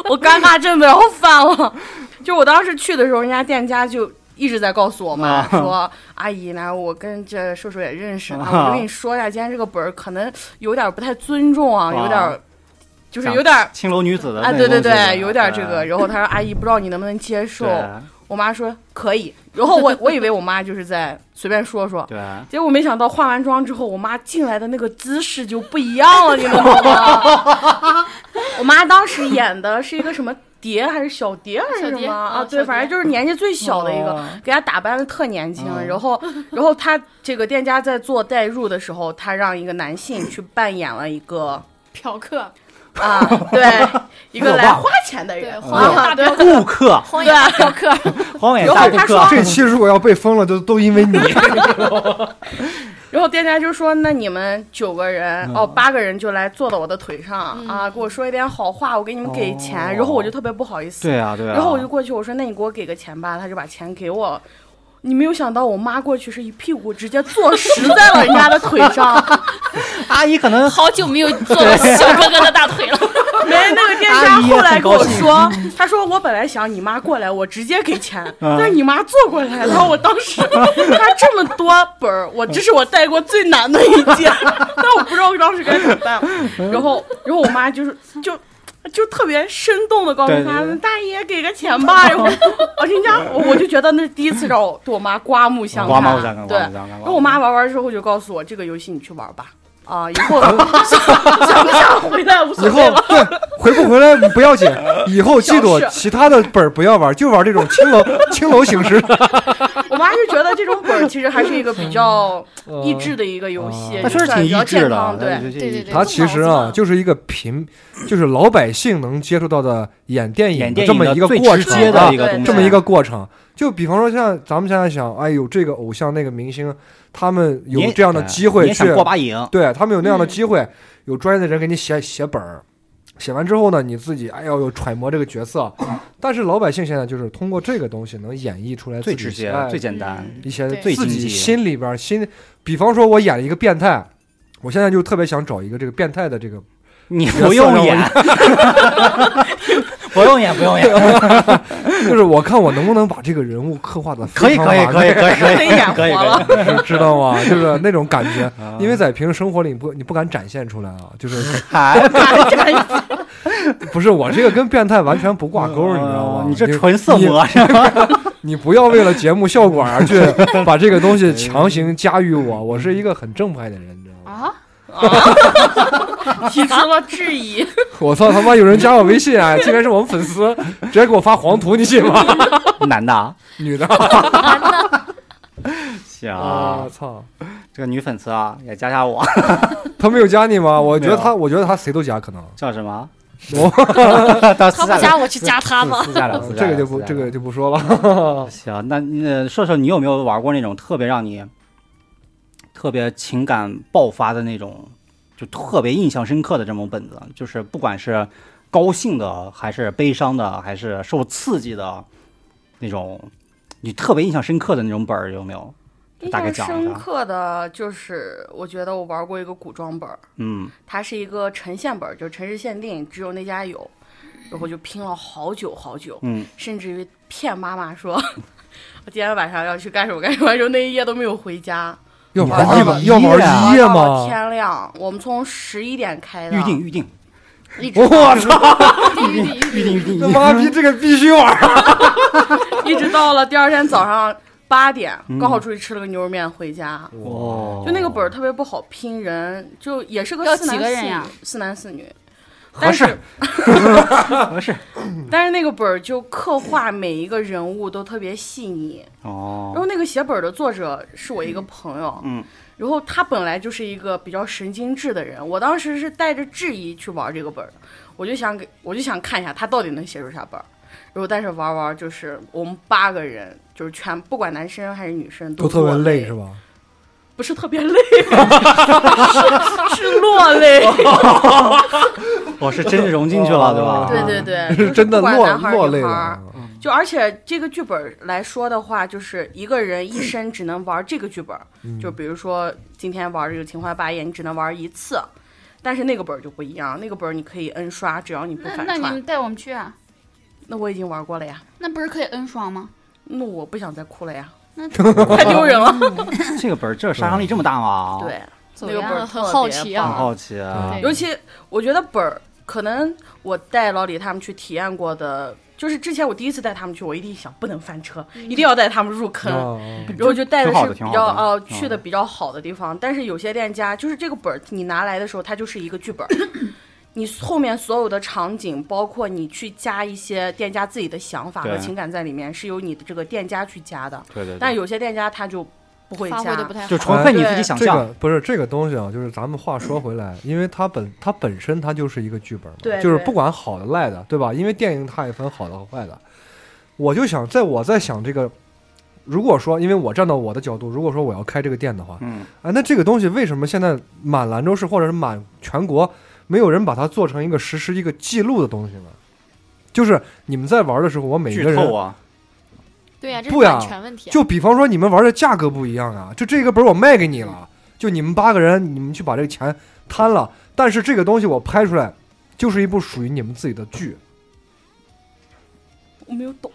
Speaker 4: 我尴尬症都要犯了。就我当时去的时候，人家店家就一直在告诉我
Speaker 3: 啊
Speaker 4: 妈说：“阿姨呢，我跟这叔叔也认识啊，我就跟你说一下，今天这个本儿可能有点不太尊重啊，有点儿就是有点儿
Speaker 3: 青楼女子的
Speaker 4: 啊，
Speaker 3: 那
Speaker 4: 对对
Speaker 3: 种东西
Speaker 4: 对，有点儿这个。。然后他说：“阿姨，不知道你能不能接受
Speaker 3: 对？”
Speaker 4: 我妈说：“可以。”然后我我以为我妈就是在随便说说，
Speaker 3: 对对
Speaker 4: 结果没想到化完妆之后，我妈进来的那个姿势就不一样了，你知道吗？ [laughs] 我妈当时演的是一个什么蝶还是小蝶还是
Speaker 5: 小
Speaker 4: 什
Speaker 5: 蝶
Speaker 4: 么啊？
Speaker 5: 哦
Speaker 4: 对，
Speaker 5: 小
Speaker 4: 反正
Speaker 5: 蝶
Speaker 4: 就是年纪最小的一
Speaker 3: 哦
Speaker 4: 个，给她打扮的特年轻。然后，然后她这个店家在做代入的时候，她让一个男性去扮演了一个
Speaker 5: 嫖客，
Speaker 4: 啊，对，一
Speaker 3: [laughs]
Speaker 4: 个来花钱的
Speaker 5: 对
Speaker 4: 人，
Speaker 5: 荒野
Speaker 4: 啊，
Speaker 5: 大
Speaker 4: 对
Speaker 5: 镖
Speaker 3: 顾客，
Speaker 5: 荒野大镖客，
Speaker 3: 荒野
Speaker 4: 然
Speaker 3: 大
Speaker 4: 后
Speaker 3: 顾
Speaker 4: 他
Speaker 3: 客
Speaker 4: 说，
Speaker 1: 这期如果要被封了，就都因为你。
Speaker 4: 然后店家就说：“那你们九个人、
Speaker 3: 嗯
Speaker 4: 哦，八个人就来坐到我的腿上、
Speaker 5: 嗯
Speaker 4: 啊，给我说一点好话，我给你们给钱。
Speaker 3: 哦
Speaker 4: 然后我就特别不好意思，
Speaker 3: 对啊对啊。
Speaker 4: 然后我就过去我说：“那你给我给个钱吧。”他就把钱给我了。你没有想到，我妈过去是一屁股直接坐实在了人家的腿上，
Speaker 3: 阿姨可能
Speaker 6: 好久没有坐到小哥哥的大腿了。
Speaker 3: [laughs]
Speaker 4: 没那个店
Speaker 3: 阿
Speaker 4: 家
Speaker 3: 姨
Speaker 4: 后来
Speaker 3: 很
Speaker 4: 跟
Speaker 3: 高
Speaker 4: 我
Speaker 3: 兴
Speaker 4: 说，他说我本来想你妈过来，我直接给钱，
Speaker 3: 嗯
Speaker 4: 但是你妈坐过来，然后我当
Speaker 3: [laughs]
Speaker 4: 时他这么多本儿，我这是我带过最难的一
Speaker 3: [laughs]
Speaker 4: 件，但我不知道当时该怎么办。
Speaker 3: 嗯
Speaker 4: 然后，然后我妈就是就。就特别生动的告诉
Speaker 3: 对对
Speaker 4: 他
Speaker 3: 对
Speaker 4: 大爷给个钱
Speaker 3: [laughs]
Speaker 4: 吧，然后啊，人家我我就觉得那是第一次让我对我妈刮目相
Speaker 3: 刮目相看，
Speaker 4: 对
Speaker 3: 刮，目相看。
Speaker 4: 然后我妈玩完之后就告诉我，这个游戏你去玩吧，啊，以后 [laughs] 想不想回来无所
Speaker 1: 以后
Speaker 4: 谓了。
Speaker 1: 对回不回来不要
Speaker 4: [laughs]
Speaker 1: 紧，以后记住
Speaker 4: 小事
Speaker 1: 其他的本儿不要玩，就玩这种青
Speaker 4: [laughs]
Speaker 1: 楼青楼形式的。
Speaker 4: 我妈就觉得这种本儿其实还是一个比较益智的一个游戏，
Speaker 1: 嗯
Speaker 3: 嗯那确实
Speaker 4: 算
Speaker 3: 挺
Speaker 4: 比较
Speaker 3: 益智
Speaker 4: 健
Speaker 3: 的啊
Speaker 4: 康。，对，
Speaker 5: 对对对
Speaker 1: 它其实
Speaker 5: 动脑子
Speaker 1: 啊，
Speaker 5: 嘛
Speaker 1: 就是一个平，就是老百姓能接触到的演电
Speaker 3: 演
Speaker 1: 影
Speaker 3: 电
Speaker 1: 这
Speaker 3: 影
Speaker 1: 么
Speaker 3: 的
Speaker 1: 一个
Speaker 3: 最
Speaker 1: 过
Speaker 3: 直
Speaker 1: 程
Speaker 3: 接
Speaker 1: 啊
Speaker 3: 的一个
Speaker 4: 对
Speaker 3: 东西，
Speaker 1: 这么一个过程。就比方说像咱们现在想，哎呦，这个偶像那个明星，他们
Speaker 3: 你
Speaker 1: 有
Speaker 3: 也
Speaker 1: 这样的
Speaker 3: 对
Speaker 1: 机会
Speaker 3: 你也
Speaker 1: 去
Speaker 3: 想过把瘾，
Speaker 1: 对他们有那样的机会，有专业的人给你写写本儿，写完之后呢，你自己哎呦有揣摩这个角色。但是老百姓现在就是通过这个东西能演绎出来
Speaker 3: 最
Speaker 1: 自己
Speaker 3: 直接
Speaker 1: 哎、、
Speaker 3: 最简单。
Speaker 1: 一些
Speaker 5: 对
Speaker 3: 最
Speaker 1: 自
Speaker 3: 经
Speaker 1: 己
Speaker 3: 济
Speaker 1: 心里边儿心，比方说我演了一个变态。我现在就特别想找一个这个变态的这
Speaker 3: [laughs]
Speaker 1: 个，
Speaker 3: 你不用演， [laughs] 不用演，不用 [laughs] 演，
Speaker 1: 就是我看我能不能把这个人物刻画的
Speaker 3: 可以，可以，可以，可以，可以，
Speaker 4: 被演
Speaker 3: 可以，
Speaker 4: 活
Speaker 3: 可以
Speaker 4: 了。
Speaker 1: 以，知道吗？
Speaker 3: [laughs]
Speaker 1: 就是那种感觉，
Speaker 3: 啊
Speaker 1: 因为在平时生活里你不你不敢展现出来啊，就是
Speaker 3: [laughs] 还
Speaker 1: 不是我这个跟变态完全不挂钩，你知道吗？
Speaker 3: 哦你这纯色
Speaker 1: 你
Speaker 3: 魔， [laughs]
Speaker 1: 你不要为了节目效果而去把这个东西强行驾驭我，我是一个很正派的人，你知道吗？
Speaker 6: 啊，
Speaker 4: 提出了质疑，
Speaker 1: 我操他妈，有人加我微信 [laughs] 啊，竟然是我们粉丝，直接给我发黄图，你信吗？
Speaker 3: 男的啊，
Speaker 1: [laughs] 女的
Speaker 3: 行，
Speaker 1: 啊，操，
Speaker 3: 这个女粉丝啊，也加加我，
Speaker 1: 他没有加你吗？我觉得
Speaker 3: 没有
Speaker 1: 他，我觉得他谁都加，可能
Speaker 3: 叫什么？
Speaker 1: 我
Speaker 3: [laughs] 到私下
Speaker 5: 他不
Speaker 3: 聊
Speaker 5: 加我去加他吗？
Speaker 3: 私下聊，私下
Speaker 1: 嗯这
Speaker 3: 聊
Speaker 1: 个就不
Speaker 3: 私下聊
Speaker 1: 这个就不说了。
Speaker 3: 行，那那射手，你有没有玩过那种特别让你特别情感爆发的那种，就特别印象深刻的这种本子？就是不管是高兴的，还是悲伤的，还是受刺激的那种，你特别印象深刻的那种本儿有没有？就
Speaker 4: [laughs] 印
Speaker 3: 大概
Speaker 4: 象
Speaker 3: 讲
Speaker 4: 深
Speaker 3: 一下。
Speaker 4: 刻的就是，我觉得我玩过一个古装本儿，
Speaker 3: 嗯，
Speaker 4: 它是一个城县本儿，就是城市限定，只有那家有。然后就拼了好久好久，
Speaker 3: 嗯，
Speaker 4: 甚至于 [laughs] 骗妈妈说，我今天晚上要去干什么干什么，然后那一夜都没有回家。
Speaker 1: 要
Speaker 3: 你
Speaker 1: 玩
Speaker 3: 玩
Speaker 1: 一
Speaker 3: 到
Speaker 1: 晚要
Speaker 3: 一夜啊
Speaker 1: 玩一夜
Speaker 4: 玩到
Speaker 1: 吗？
Speaker 4: 天亮，我们从十一点开的，
Speaker 3: 预定预定，
Speaker 4: 一直
Speaker 3: 我操，
Speaker 5: 预定
Speaker 3: 预定预定预 [laughs]
Speaker 1: 他
Speaker 3: 定，
Speaker 1: 妈逼，这个必须玩！
Speaker 4: 一直到了第二天早上八点
Speaker 3: 嗯，哦
Speaker 4: 刚好出去吃了个牛肉面回家。[laughs]
Speaker 3: 哇，
Speaker 4: 就那个本儿特别不好拼人，就也是
Speaker 6: 要
Speaker 4: 个四
Speaker 6: 几
Speaker 4: 男
Speaker 6: 个
Speaker 4: 四
Speaker 6: 人
Speaker 4: 女
Speaker 6: 呀，
Speaker 4: 四男四女。
Speaker 3: 合
Speaker 4: 但
Speaker 3: 适
Speaker 4: 是
Speaker 3: 合适
Speaker 4: 但是那个本儿就刻画每一个人物都特别细腻。然
Speaker 3: 哦，
Speaker 4: 后那个写本儿的作者是我一个朋友，
Speaker 3: 嗯，
Speaker 4: 然后他本来就是一个比较神经质的人，我当时是带着质疑去玩这个本儿的，我就想给我就想看一下他到底能写出啥本儿。然后但是玩玩就是我们八个人，就是全不管男生还是女生
Speaker 1: 都特
Speaker 4: 特
Speaker 1: 别累
Speaker 4: 累
Speaker 1: 是？吧？
Speaker 4: 不是特别累， [laughs] 是是落泪。
Speaker 1: 哦
Speaker 3: 我哦是真融进去了，对吧？
Speaker 4: 对对
Speaker 1: [laughs]
Speaker 4: 对，
Speaker 1: 是真的
Speaker 4: 不管
Speaker 1: 落
Speaker 4: 男孩儿
Speaker 1: 落
Speaker 4: 女
Speaker 1: 泪
Speaker 4: 孩
Speaker 1: 了
Speaker 4: 儿
Speaker 1: 啊。
Speaker 4: 就而且这个剧本儿来说的话，就是一个人一生只能玩这个剧本儿，
Speaker 1: 嗯
Speaker 4: 就比如说今天玩这个《秦淮八艳》，你只能玩一次。但是那个本儿就不一样，那个本儿你可以 N 刷，只要你不
Speaker 6: [laughs] 那
Speaker 4: 反
Speaker 6: 那你
Speaker 4: 串。
Speaker 6: 们带我们去啊？
Speaker 4: 那我已经玩过了呀，
Speaker 6: 那不是可以 N 双吗？
Speaker 4: 那我不想再哭了呀，
Speaker 6: [laughs] 那
Speaker 4: 太丢人
Speaker 6: [laughs]
Speaker 4: 了。
Speaker 3: 这个本儿这杀伤力这么大吗？，
Speaker 4: 对，
Speaker 6: 走
Speaker 4: 那个本
Speaker 6: 呀
Speaker 4: 儿
Speaker 5: 很
Speaker 4: 特
Speaker 5: 好
Speaker 4: 别
Speaker 5: 奇
Speaker 3: 很
Speaker 5: 啊
Speaker 4: 棒
Speaker 3: 好奇啊
Speaker 5: 对。
Speaker 4: 尤其我觉得本儿，可能我带老李他们去体验过的，就是之前我第一次带他们去，我一定想不能翻车，一定要带他们入坑。
Speaker 1: 啊
Speaker 4: 然嗯后就带的
Speaker 3: 挺好的
Speaker 4: 是
Speaker 3: 挺
Speaker 4: 比
Speaker 3: 好
Speaker 4: 较
Speaker 3: 的
Speaker 4: 呃
Speaker 3: 嗯
Speaker 4: 去的比较好的地方，但是有些店家就是这个本儿你拿来的时候，它就是一个剧本儿，你后面所有的场景，包括你去加一些店家自己的想法和
Speaker 3: 对
Speaker 4: 情感在里面，是由你的这个店家去加的。
Speaker 3: 对对
Speaker 4: 但有些店家他就不会
Speaker 5: 发
Speaker 4: 加
Speaker 5: 挥，的不太好
Speaker 3: 就。纯粹你自己想
Speaker 1: 哎这
Speaker 3: 象，
Speaker 1: 个不是这个东西啊，就是咱们话说回来，因为它本它本身它就是一个剧本嘛，
Speaker 4: 对
Speaker 1: 就是
Speaker 4: 对
Speaker 1: 不管好的赖的，对吧？因为电影它也分好的和坏的。我就想，在我在想这个，如果说因为我站到我的角度，如果说我要开这个店的话，
Speaker 3: 嗯，
Speaker 1: 啊，那这个东西为什么现在满兰州市或者是满全国没有人把它做成一个实施一个记录的东西呢？就是你们在玩的时候，我嗯每
Speaker 3: 剧
Speaker 1: 个人
Speaker 3: 透啊，
Speaker 5: 对呀，这是
Speaker 1: 不呀
Speaker 5: 版权问题啊。
Speaker 1: 就比方说你们玩的价格不一样啊，就这个本儿我卖给你了，就你们八个人，你们去把这个钱摊了，但是这个东西我拍出来，就是一部属于你们自己的剧。
Speaker 4: 我没有懂。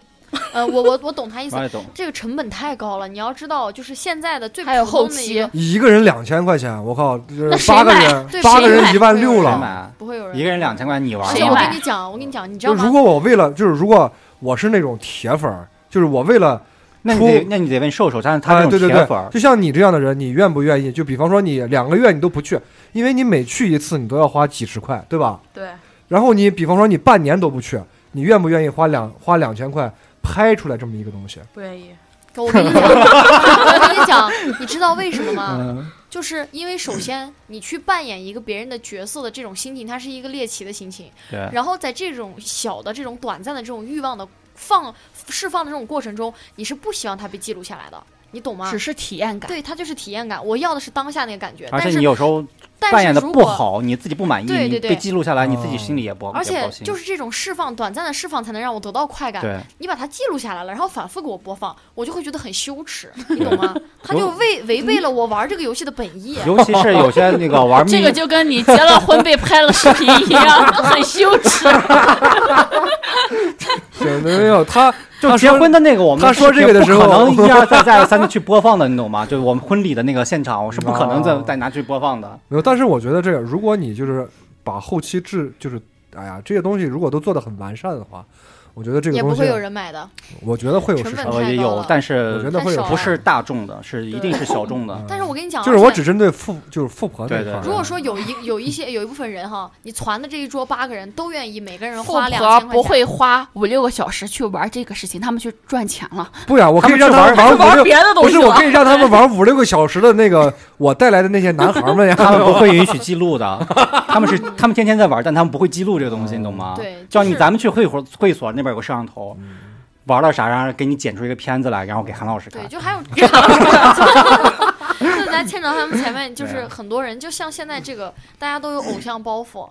Speaker 5: 呃，我我我懂他意
Speaker 3: [laughs]
Speaker 5: 思
Speaker 3: 我，也懂。
Speaker 5: 这个成本太高了。你要知道，就是现在的最
Speaker 6: 还有
Speaker 5: 普通
Speaker 6: 后
Speaker 5: 的一
Speaker 6: 期
Speaker 5: 个
Speaker 1: 一个人两千块钱，我靠，这
Speaker 6: 那谁
Speaker 1: 八个
Speaker 6: 买
Speaker 1: 人
Speaker 5: 对
Speaker 1: 八个
Speaker 5: 谁
Speaker 1: 人
Speaker 5: 买
Speaker 1: 一万六
Speaker 5: 谁
Speaker 1: 了，
Speaker 3: 买啊
Speaker 5: 不会有人
Speaker 3: 一个人两千块，你玩
Speaker 5: 而
Speaker 6: 谁
Speaker 5: 且我
Speaker 3: 吧
Speaker 6: 买
Speaker 5: 跟你讲，我跟你讲，你知
Speaker 1: 就
Speaker 5: 道
Speaker 1: 如
Speaker 5: 吗？
Speaker 1: 果我为了就是如果我是那种铁粉儿，就是我为了
Speaker 3: 那你得那你得问瘦瘦，但是他
Speaker 1: 啊，
Speaker 3: 这
Speaker 1: 对对
Speaker 3: 种铁
Speaker 1: 对
Speaker 3: 粉儿，，
Speaker 1: 就像你这样的人，你愿不愿意？就比方说你两个月你都不去，因为你每去一次你都要花几十块，对吧？
Speaker 4: 对，
Speaker 1: 然后你比方说你半年都不去，你愿不愿意花两花两千块拍出来这么一个东西？
Speaker 4: 不愿意。
Speaker 5: 可 [laughs] 我跟你讲，我跟你讲，你知道为什么
Speaker 3: [laughs]
Speaker 5: 吗？
Speaker 3: 嗯，
Speaker 5: 就是因为首先你去扮演一个别人的角色的这种心情，它是一个猎奇的心情。
Speaker 3: 对，
Speaker 5: 然后在这种小的、这种短暂的、这种欲望的放释放的这种过程中，你是不希望它被记录下来的，你懂吗
Speaker 6: 只？是体验感。
Speaker 5: 对，它就是体验感。我要的是当下那个感觉，
Speaker 3: 而
Speaker 5: 但
Speaker 3: 且你
Speaker 5: 是
Speaker 3: 有时候扮
Speaker 5: 但
Speaker 3: 演
Speaker 5: 是
Speaker 3: 的
Speaker 5: 如
Speaker 3: 不
Speaker 5: 果，
Speaker 3: 好，你自己不满意，
Speaker 5: 对
Speaker 3: 你
Speaker 5: 对对
Speaker 3: 被记录下来，你
Speaker 1: 哦
Speaker 3: 自己心里也不
Speaker 5: 而
Speaker 3: 也不
Speaker 5: 且
Speaker 3: 高兴
Speaker 5: 就是这种释放、短暂的释放才能让我得到快感。
Speaker 3: 对，
Speaker 5: 你把它记录下来了，然后反复给我播放，我就会觉得很羞耻，你懂吗？它就违违背了我玩这个游戏的本意。
Speaker 3: 尤其是有些那个
Speaker 5: [laughs]
Speaker 3: 玩
Speaker 5: 嗯
Speaker 6: 这
Speaker 3: 命
Speaker 6: 个就跟你结了婚被拍了视频一样，很羞耻。
Speaker 1: 对，没有他
Speaker 3: 就
Speaker 1: 他
Speaker 3: 结
Speaker 1: 说
Speaker 3: 婚的那个，我们
Speaker 1: 他说
Speaker 3: 是
Speaker 1: 这个的时候
Speaker 3: 不可能一
Speaker 1: [laughs]
Speaker 3: 而再再而三的去播放的，你懂吗？就我们婚礼的那个现场，我是不可能再
Speaker 1: 哦
Speaker 3: 再拿去播放的。
Speaker 1: 没有，但是我觉得这个，如果你就是把后期制就是，哎呀，这些东西如果都做得很完善的话，我觉得
Speaker 3: 啊
Speaker 1: 这个
Speaker 5: 也
Speaker 1: 东
Speaker 5: 不
Speaker 1: 西
Speaker 5: 会，有人买的，
Speaker 1: 我觉得会有市
Speaker 5: 成本
Speaker 1: 场
Speaker 5: 太，高
Speaker 3: 呃，也有
Speaker 5: 了，
Speaker 3: 但
Speaker 1: 我觉
Speaker 3: 是
Speaker 1: 得会有
Speaker 5: 太
Speaker 1: 市场
Speaker 3: 不
Speaker 5: 少了
Speaker 1: 嗯
Speaker 3: 是大众的，是一定是小众的。
Speaker 5: 但是我跟你讲，
Speaker 3: 嗯
Speaker 1: 就是我
Speaker 5: 而且
Speaker 1: 只针对富就是富婆那一
Speaker 3: 对对
Speaker 1: 块儿。
Speaker 5: 如果说有一有一些有一部分人哈，你传的这一桌八个人都愿意每个人
Speaker 6: 富
Speaker 5: 花两
Speaker 6: 婆
Speaker 5: 千块钱，
Speaker 6: 不会花五六个小时去玩这个事情，他们去赚钱了。
Speaker 1: 不呀，我可以让
Speaker 3: 他
Speaker 1: 他们
Speaker 3: 们去
Speaker 1: 玩五六
Speaker 6: 别的
Speaker 1: 不是，我可以让他们玩五六个小时的那个我带来的那些男孩们呀，
Speaker 3: [laughs]
Speaker 5: [laughs]
Speaker 3: 他们不会允许记录的，他们是他们天天在玩，但他们不会记录这个东西，你懂
Speaker 1: 啊
Speaker 3: 吗？
Speaker 5: 对
Speaker 3: 叫
Speaker 5: 就
Speaker 3: 你
Speaker 5: 是
Speaker 3: 咱们去会所会所那边有个摄像头，玩到啥，然后给你剪出一个片子来，然后给韩老师看
Speaker 5: 对，。
Speaker 1: [laughs]
Speaker 5: 就还有这样， [laughs] 就是咱牵扯到他们前面，就是
Speaker 1: 啊
Speaker 5: 很多人，就像现在这个，大家都有偶像包袱。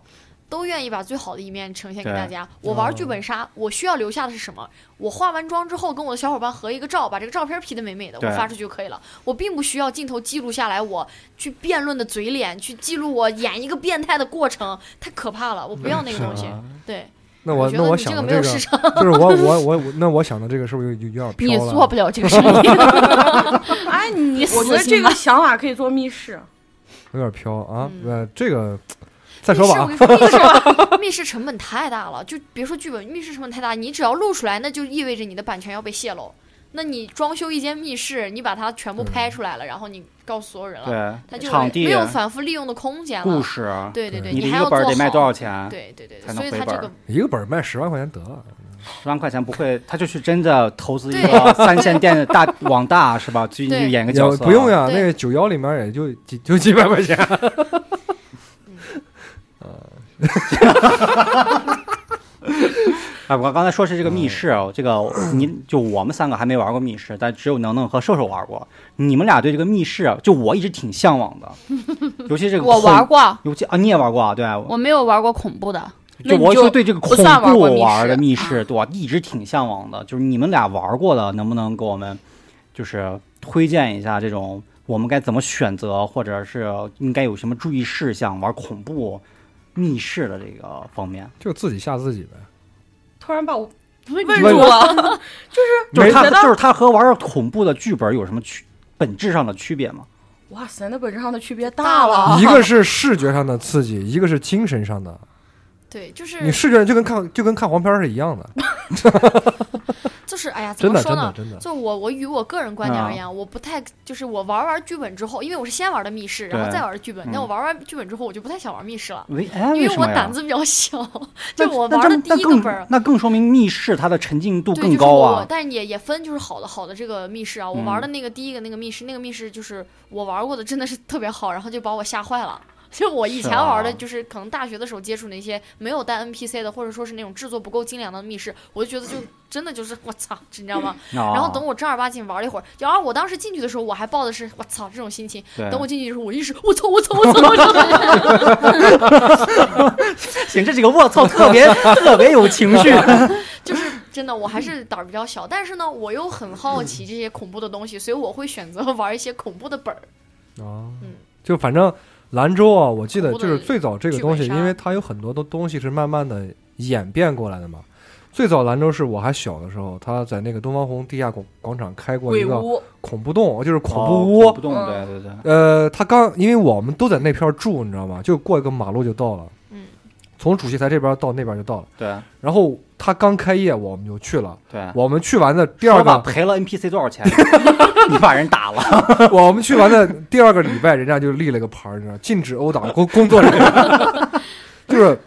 Speaker 5: 都愿意把最好的一面呈现给
Speaker 3: 对
Speaker 5: 大家。我玩
Speaker 1: 哦
Speaker 5: 剧本杀，我需要留下的是什么？我化完妆之后，跟我的小伙伴合一个照，把这个照片 P 的美美的，
Speaker 3: 对
Speaker 5: 我发出去就可以了。我并不需要镜头记录下来我去辩论的嘴脸，去记录我演一个变态的过程，太可怕了，我不要那个东西。对，
Speaker 1: 那啊我
Speaker 5: 觉
Speaker 1: 那
Speaker 5: 得
Speaker 1: 我
Speaker 5: 你
Speaker 1: 想
Speaker 5: 这
Speaker 1: 的
Speaker 5: 个没有
Speaker 1: 个
Speaker 5: 市场，
Speaker 1: 就是我我我我那我想的这个是不是有有点
Speaker 6: 你
Speaker 1: 飘了？啊
Speaker 6: 做不了这个生意。
Speaker 4: [laughs] 哎，你
Speaker 6: 你
Speaker 4: 我觉得
Speaker 6: 死心
Speaker 4: 这个
Speaker 6: 吧
Speaker 4: 想法可以做密室，
Speaker 1: 有点飘啊？
Speaker 5: 嗯
Speaker 1: 呃，这个再说吧啊。 [laughs]
Speaker 5: 密室，我跟你说，密室密室成本太大了，就别说剧本，密室成本太大，你只要露出来，那就意味着你的版权要被泄露。那你装修一间密室，你把它全部拍出来了，然后你告诉所有人了，它
Speaker 3: 对，
Speaker 5: 就
Speaker 3: 场
Speaker 5: 没
Speaker 3: 地
Speaker 5: 没、有反复利用的空间
Speaker 3: 故
Speaker 5: 了。
Speaker 3: 事，
Speaker 5: 对对对，
Speaker 3: 你的一
Speaker 5: 还要
Speaker 3: 个
Speaker 5: 做
Speaker 3: 本
Speaker 5: 好。
Speaker 3: 儿得卖多少钱？
Speaker 5: 对对对对，
Speaker 3: 才能
Speaker 5: 所以
Speaker 3: 回
Speaker 5: 它
Speaker 3: 本
Speaker 5: 这
Speaker 3: 儿
Speaker 5: 个
Speaker 1: 一个本儿卖十万块钱得了，
Speaker 3: 十万块钱不会，他就去真的投资一
Speaker 5: 对
Speaker 3: 个三线电大网大是吧？去
Speaker 5: 对
Speaker 3: 演个
Speaker 1: 也
Speaker 3: 角色，啊
Speaker 1: 不用呀，
Speaker 5: 对
Speaker 1: 那个九幺里面也就几就几百块钱。 [laughs]
Speaker 3: 哎，我刚才说是这个密室哦，这个你就我们三个还没玩过密室，但只有能能和瘦瘦玩过。你们俩对这个密室，啊就我一直挺向往的，尤其这个
Speaker 6: [laughs] 我
Speaker 3: 恐
Speaker 6: 玩，过，
Speaker 3: 尤其啊你也玩过啊，对啊，
Speaker 6: 我没有玩过恐怖的。那
Speaker 3: 就
Speaker 6: 你
Speaker 3: 我
Speaker 6: 就
Speaker 3: 对这个
Speaker 6: 不
Speaker 3: 恐
Speaker 6: 算玩过
Speaker 3: 怖
Speaker 6: 密
Speaker 3: 玩的
Speaker 6: 室
Speaker 3: 密
Speaker 6: 啊
Speaker 3: 室，我一直挺向往的。就是你们俩玩过的，能不能给我们就是推荐一下这种我们该怎么选择，或者是应该有什么注意事项玩恐怖密室的这个方面？
Speaker 1: 就自己吓自己呗。
Speaker 4: [laughs] 突然把我问
Speaker 6: 问
Speaker 4: 住
Speaker 6: 住
Speaker 4: 了。
Speaker 6: 了，
Speaker 3: 就是
Speaker 1: 没
Speaker 3: 它
Speaker 4: 觉得
Speaker 3: 就是它和玩恐怖的剧本有什么区本质上的区别吗？
Speaker 4: 哇塞，那本质上的区别
Speaker 5: 大
Speaker 4: 大
Speaker 5: 了
Speaker 4: 了。
Speaker 1: 一个是视觉上的刺激，一个是精神上的。
Speaker 5: 对，就
Speaker 1: 你
Speaker 5: 是
Speaker 1: 视觉上就跟看就跟看黄片儿是一样的，
Speaker 5: 就是，哎呀，怎
Speaker 1: 真
Speaker 5: 么
Speaker 1: 的
Speaker 5: 说
Speaker 1: 真的？
Speaker 5: 呢
Speaker 1: 真的。
Speaker 5: 就我我以我个人观点
Speaker 3: 啊
Speaker 5: 而言，我不太就是我玩完剧本之后，因为我是先玩的密室，然后
Speaker 3: 对
Speaker 5: 再玩的剧本。
Speaker 3: 嗯
Speaker 5: 但我玩完剧本之后，我就不太想玩密室了，
Speaker 3: 为哎，为
Speaker 5: 因为
Speaker 3: 什
Speaker 5: 我
Speaker 3: 么呀
Speaker 5: 胆？子比较小。
Speaker 3: 那
Speaker 5: 就我
Speaker 3: 那
Speaker 5: 玩的
Speaker 3: 这
Speaker 5: 第一个本儿
Speaker 3: 那更，那更说明密室它的沉浸度
Speaker 5: 对，
Speaker 3: 更
Speaker 5: 就是
Speaker 3: 高
Speaker 5: 我，
Speaker 3: 啊。
Speaker 5: 但是也也分，就是好的好的这个密室啊，我玩的那个第一个那个密室，那个密室就是我玩过的真的是特别好，然后就把我吓坏了。就我以
Speaker 3: 是
Speaker 5: 前玩的，
Speaker 3: 啊
Speaker 5: 就是可能大学的时候接触那些没有带 NPC 的，或者说是那种制作不够精良的密室，我就觉得就真的就是我操，你知道吗？然
Speaker 3: 然
Speaker 5: 后等我正儿八经玩了一会儿，然后我当时进去的时候，我还抱的是我操这种心情。等我进去的时候，我意识我操我操我操我操，
Speaker 3: 显这几个卧
Speaker 5: [laughs]
Speaker 3: 槽，特别特别有情绪。
Speaker 5: 哦就是真的，我还是胆儿比较小，但是呢，我又很好
Speaker 1: 嗯
Speaker 5: 奇这些恐怖的东西，所以我会选择 [laughs] 玩一些恐怖的本儿。
Speaker 1: 哦
Speaker 5: 嗯，
Speaker 1: 就反正兰州啊，我记得就是最早这个东西，
Speaker 5: 剧本杀
Speaker 1: 因为它有很多的东西是慢慢的演变过来的嘛。最早兰州是我还小的时候，他在那个东方红地下广广场开过一
Speaker 4: 鬼
Speaker 1: 个
Speaker 4: 屋，
Speaker 1: 恐怖洞，就是恐
Speaker 3: 恐
Speaker 5: 哦
Speaker 1: 怖屋。
Speaker 3: 不动，对对
Speaker 5: 嗯
Speaker 3: 对，
Speaker 1: 呃，他刚因为我们都在那片儿住，你知道吗？就过一个马路就到了，
Speaker 5: 嗯，
Speaker 1: 从主席台这边到那边就到了。
Speaker 3: 对
Speaker 1: 然后他刚开业，我们就去了。
Speaker 3: 对。
Speaker 1: 我们去完的第
Speaker 3: 第
Speaker 1: 二个，
Speaker 3: 赔了 NPC 多少
Speaker 5: [laughs]
Speaker 3: 钱？你把人打了，
Speaker 1: 我们去完的第二个礼拜，人家就立了个牌儿，你知道，禁止殴打工工作人员。就是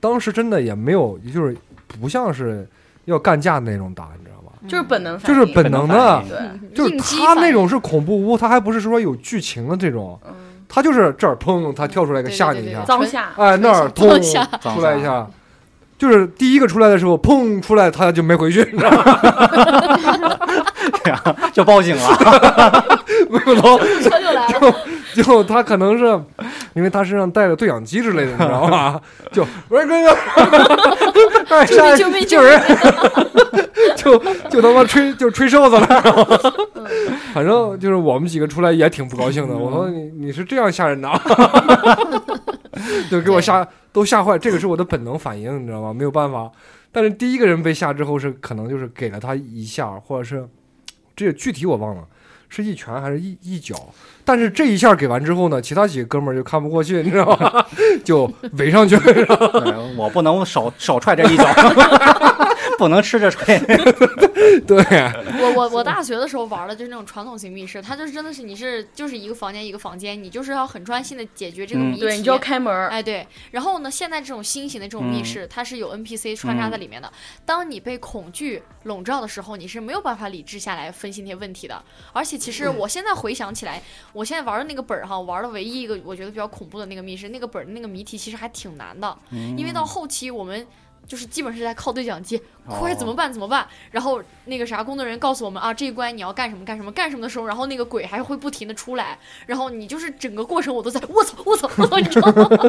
Speaker 1: 当时真的也没有，就是不像是要干架那种打，你知道吧？
Speaker 4: 就是本能反
Speaker 1: 就
Speaker 4: 应，
Speaker 1: 是本能的，
Speaker 4: 对，
Speaker 1: 哎就是
Speaker 5: 嗯应激
Speaker 1: 他
Speaker 5: 反
Speaker 1: 那 [laughs]
Speaker 5: 应
Speaker 1: 种是恐怖屋，他还不是说有剧情的这种，
Speaker 4: 嗯，
Speaker 1: 他就是这儿砰，他跳出来一个
Speaker 5: 对对
Speaker 1: 吓
Speaker 5: 对
Speaker 1: 你一
Speaker 5: 对
Speaker 1: 下
Speaker 5: 对，
Speaker 4: 脏下，
Speaker 1: 哎那儿
Speaker 5: 当
Speaker 1: 咚
Speaker 5: 下
Speaker 1: 出来一下，就是第一个出来的时候，砰出来他就没回去，你知道吗？
Speaker 3: 就报警了。
Speaker 5: [laughs]
Speaker 1: 没有头
Speaker 5: 车就来了，
Speaker 1: 就他可能是因为他身上带了对讲机之类的，你知道吗？就喂哥哥，
Speaker 5: [laughs]
Speaker 1: 哎
Speaker 6: 救命
Speaker 1: 上
Speaker 6: 救命
Speaker 1: 救
Speaker 6: 救命
Speaker 1: 人！ [laughs] 就就他妈吹就吹哨子了，
Speaker 5: 嗯
Speaker 1: 反正就是我们几个出来也挺不高兴的。我
Speaker 5: 嗯
Speaker 1: 说你你是这样吓人
Speaker 5: [laughs]
Speaker 1: 的啊，就给我吓都吓坏，这个是我的本能反应，你知道吗？没有办法。但是第一个人被吓之后是可能就是给了他一下，或者是这个具体我忘了是一拳还是一一脚，但是这一下给完之后呢，其他几个哥们儿就看不过去，你知道吗？ [laughs] 就围上去了， [laughs] 然后
Speaker 3: 对我不能少少踹这一脚，
Speaker 5: [laughs]
Speaker 3: 不能吃着踹。
Speaker 1: 对，
Speaker 5: 我我我大学的时候玩的就是那种传统型密室，它就是真的是你是就是一个房间一个房间，你就是要很专心的解决这个
Speaker 3: 嗯
Speaker 5: 谜题。
Speaker 4: 对你就要开门儿，
Speaker 5: 哎对，然后呢，现在这种新型的这种密室，它是有 NPC 穿插在里面的。当你被恐惧笼罩的时候，你是没有办法理智下来分析那些问题的。而且其实我现在回想起来，我现在玩的那个本儿哈，玩的唯一一个我觉得比较恐怖的那个密室，那个本儿那个谜题其实还挺难的。因
Speaker 3: 嗯
Speaker 5: 为到后期我们就是基本是在靠对讲机，
Speaker 3: 哦
Speaker 5: 快怎么办怎么办？然后那个啥工作人员告诉我们啊，这一关你要干什么干什么干什么的时候，然后那个鬼还会不停的出来，然后你就是整个过程我都在我操我操我操，你知道吗？ [laughs]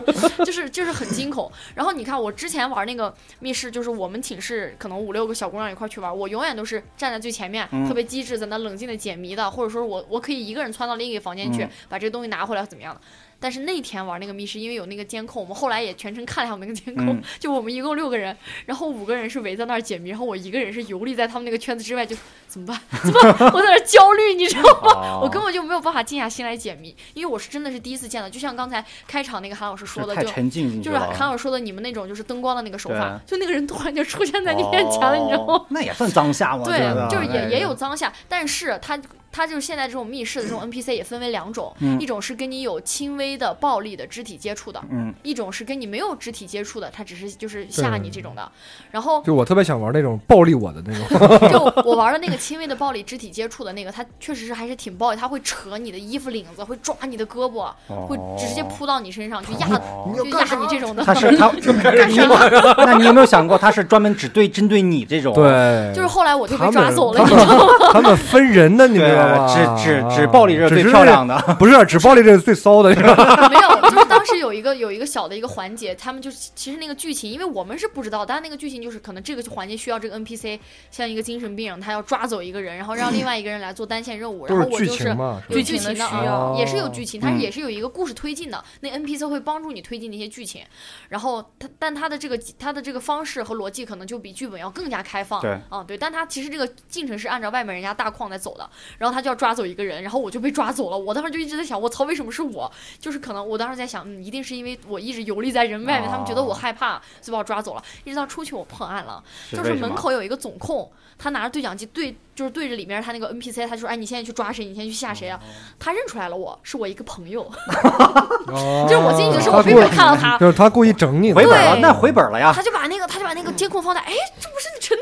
Speaker 5: 就是就是很惊恐。然后你看我之前玩那个密室，就是我们寝室可能五六个小姑娘一块儿去玩，我永远都是站在最前面，
Speaker 3: 嗯
Speaker 5: 特别机智，在那冷静的解谜的，或者说我我可以一个人窜到另一个房间去、
Speaker 3: 嗯
Speaker 5: 把这个东西拿回来怎么样的。但是那天玩那个密室，因为有那个监控，我们后来也全程看了一下我们那个监控，
Speaker 3: 嗯
Speaker 5: [laughs] 就我们一共六个人，然后五个人是围在那儿解谜，然后我一个人是游离在他们那个圈子之外，就怎么办？ [laughs] 怎么办？我在那儿焦虑，你知道吗？
Speaker 3: 啊
Speaker 5: [laughs] 我根本就没有办法静下心来解谜，因为我是真的是第一次见到，就像刚才开场那个韩老师说
Speaker 3: 是
Speaker 5: 的，
Speaker 3: 太
Speaker 5: 就
Speaker 3: 沉浸进去
Speaker 5: 就是
Speaker 3: 了，啊
Speaker 5: 韩老师说的你们那种就是灯光的那个手法，就那个人突然就出现在你面前了，
Speaker 3: 哦
Speaker 5: 你知道吗？？
Speaker 3: 那也算当下，我觉
Speaker 5: 对
Speaker 3: 得，
Speaker 5: 就是
Speaker 3: 哎
Speaker 5: 也也有脏下，但是他他就是现在这种密室的这种 NPC 也分为两种，
Speaker 3: 嗯
Speaker 5: 一种是跟你有轻微的暴力的肢体接触的，
Speaker 3: 嗯，
Speaker 5: 一种是跟你没有肢体接触的，他只是就是吓
Speaker 1: 对
Speaker 5: 你这种的。然后
Speaker 1: 就我特别想玩那种暴力我的那种，
Speaker 5: 就我玩的那个轻微的暴力肢体接触的那个，他确实是还是挺暴力，他会扯你的衣服领子，会抓你的胳膊，会直接
Speaker 3: 哦
Speaker 5: 扑到你身上去压，
Speaker 3: 哦
Speaker 5: 就压你这种的。
Speaker 3: 他是他，
Speaker 5: [laughs]
Speaker 3: [laughs] 那你有没有想过，他是专门只对针对你这种？
Speaker 1: 对，
Speaker 5: 就是后来我就
Speaker 1: 他
Speaker 5: 被
Speaker 1: 们
Speaker 5: 抓走了，
Speaker 1: 他
Speaker 5: 你知
Speaker 1: 们
Speaker 5: 道吗？
Speaker 1: 他们分人的，你知
Speaker 3: 对
Speaker 1: 道吗？
Speaker 3: 只只
Speaker 1: 啊
Speaker 3: 只暴力这是最
Speaker 1: 只
Speaker 3: 漂
Speaker 1: [laughs]
Speaker 3: 亮的。
Speaker 1: 不是只暴力这是最骚的，你知道吗
Speaker 5: [laughs] 没有，就是当时有一个有一个小的一个环节，他们就是其实那个剧情，因为我们是不知道，但那个剧情就是可能这个环节需要这个 NPC 像一个精神病人，他要抓走一个人，然后让另外一个人来做单线任务，然
Speaker 1: 都
Speaker 5: 后
Speaker 1: 是
Speaker 5: 我
Speaker 1: 剧
Speaker 5: 就
Speaker 1: 情
Speaker 5: 是。
Speaker 1: 嘛，是
Speaker 5: 有
Speaker 1: 吧
Speaker 6: 剧
Speaker 5: 剧
Speaker 6: 情的
Speaker 5: 情的
Speaker 6: 需
Speaker 5: 啊，
Speaker 1: 要
Speaker 5: 也是有剧情，它
Speaker 3: 嗯
Speaker 5: 也是有一个故事推进的。那 NPC 会帮助你推进那些剧情，然后它但它的这个它的这个方式和逻辑可能就比剧本要更加开放。
Speaker 3: 对
Speaker 5: 啊，对，但它其实这个进程是按照外面人家大框在走的，然后他就要抓走一个人，然后我就被抓走了。我当时就一直在想，我操，为什么是我？就是可能我当时在想，嗯，一定是因为我一直游历在人外面，他们觉得我害怕，所以把我抓走了。一直到出去我破案了，就是门口有一个总控，他拿着对讲机对，就是对着里面他那个 NPC，他就说，哎，你现在去抓谁？你现在去吓
Speaker 3: 哦
Speaker 5: 谁啊？他认出来了我，是我一个朋友，就是我进去的时候，
Speaker 1: 他
Speaker 5: 我并
Speaker 1: 故
Speaker 5: 没
Speaker 1: 意
Speaker 5: 有看到
Speaker 3: [laughs]
Speaker 5: 他。
Speaker 1: 就是他故意整你的，
Speaker 3: 回本了，
Speaker 5: 对
Speaker 3: 那回本了呀
Speaker 1: [laughs]
Speaker 3: [laughs]
Speaker 5: 他。就把那个，他就把那个监控放大，哎，这不是陈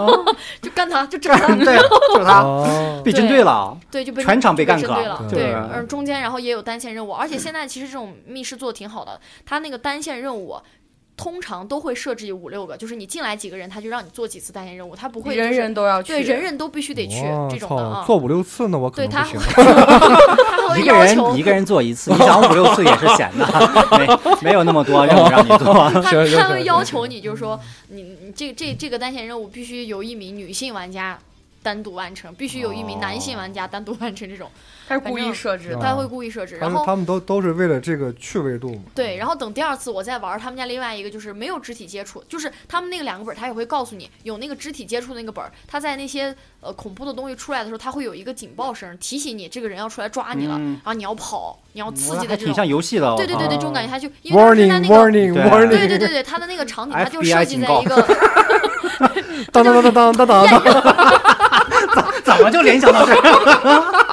Speaker 5: 能能吗？就干他，就整
Speaker 3: [laughs]
Speaker 5: 他，
Speaker 3: 对，就是他
Speaker 1: 哦
Speaker 3: 被针对了。
Speaker 5: 对，就被
Speaker 3: 全场被干
Speaker 5: 就
Speaker 3: 戈
Speaker 5: 针对了。
Speaker 1: 对
Speaker 5: 对，嗯，中间然后也有单线任务，而且现在其实这种密室做的挺好的，它那个单线任务。啊通常都会设置五六个，就是你进来几个人，他就让你做几次单线任务，他不会、就是、
Speaker 2: 人人都要去，
Speaker 5: 对人人都必须得去
Speaker 1: 哇
Speaker 5: 这种
Speaker 1: 操
Speaker 5: 的啊。
Speaker 1: 做五六次那我可
Speaker 5: 对
Speaker 1: 能
Speaker 5: 他
Speaker 1: 不
Speaker 5: 会
Speaker 1: 行，
Speaker 5: 他会
Speaker 3: 一个
Speaker 5: 要求
Speaker 3: 人一个人做一次，你想五六次也是闲的， [laughs] 没没有那么多任务让你做。
Speaker 5: 他
Speaker 1: 行行
Speaker 5: 他
Speaker 1: 行
Speaker 5: 会要求你，就是说你你这这这个单线任务必须由一名女性玩家单独完成，必须有一名男性玩家单独完成这种，
Speaker 2: 他是故意设置
Speaker 1: 哦
Speaker 2: 的。
Speaker 5: 他会故意设置。
Speaker 1: 他
Speaker 5: 然
Speaker 1: 们
Speaker 5: 后
Speaker 1: 他们都都是为了这个趣味度嘛，
Speaker 5: 对，然后等第二次我再玩儿他们家另外一个，就是没有肢体接触，就是他们那个两个本儿，他也会告诉你有那个肢体接触的那个本儿，他在那些呃恐怖的东西出来的时候，他会有一个警报声提醒你这个人要出来抓你了，
Speaker 3: 嗯
Speaker 5: 然后你要跑，你要刺
Speaker 3: 哇
Speaker 5: 激
Speaker 3: 还
Speaker 5: 的
Speaker 3: 挺
Speaker 5: 这种，
Speaker 3: 像游戏的。哦
Speaker 5: 对对对对，
Speaker 1: 啊
Speaker 5: 这种感觉他就因为他是
Speaker 1: warning
Speaker 5: 在那个。
Speaker 1: warning
Speaker 3: [laughs] 对
Speaker 1: warning，
Speaker 5: 对对对对，他的那
Speaker 3: [laughs]
Speaker 5: 个场景，他就设
Speaker 3: FBI
Speaker 5: 计
Speaker 3: 警
Speaker 5: 在
Speaker 3: 告 [laughs]
Speaker 5: 一个
Speaker 1: 当当当当当当当，
Speaker 5: [laughs]
Speaker 3: 啊怎么就联想到这 [laughs] 儿？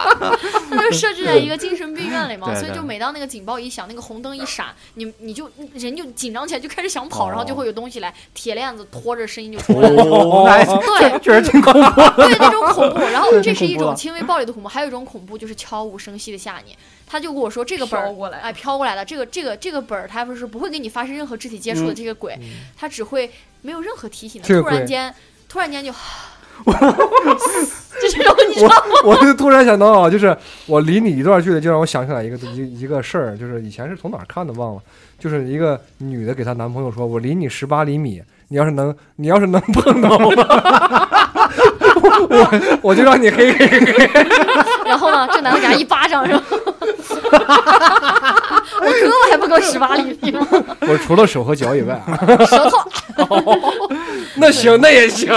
Speaker 5: 他就设置在一个精神病院里嘛，
Speaker 3: 对
Speaker 5: 所以
Speaker 3: 对
Speaker 5: 就每当那个警报一响，那个红灯一闪，你你就人就紧张起来，就开始想跑，然后就会有东西来，铁链子拖着声音就出来了。
Speaker 3: 哦，那还
Speaker 5: 对，
Speaker 3: 确实挺恐
Speaker 1: 哦
Speaker 3: 怖。
Speaker 5: [laughs] 对那种恐
Speaker 3: [laughs]
Speaker 5: 怖。然后这是一
Speaker 3: 恐怖
Speaker 5: 种
Speaker 3: 了
Speaker 5: 轻微暴力的恐怖，还有一种恐怖就是悄无声息的吓你。他就跟我说这个本
Speaker 2: 飘
Speaker 5: 儿。
Speaker 2: 过来，
Speaker 5: 哎，飘过来的这个这个这个本儿，他不是不会跟你发生任何肢体接触的
Speaker 3: 嗯
Speaker 5: 这个鬼，他只会没有任何提醒的，
Speaker 1: 这个
Speaker 5: 突然
Speaker 1: 鬼
Speaker 5: 间突然间就，就这种你知道吗？
Speaker 1: [laughs] 我就突然想到啊，就是我离你一段距离，就让我想起来一个一一个事儿，就是以前是从哪儿看的忘了，就是一个女的给她男朋友说：“我离你十八厘米，你要是能，你要是能碰到我， [laughs] 我我就让你黑黑黑。
Speaker 5: 然后呢，这男的给他一巴掌，是吧？ [laughs] 我胳膊还不够十八厘米吗？”
Speaker 1: 我除了手和脚以外，啊
Speaker 5: 舌头
Speaker 1: 那行那也行。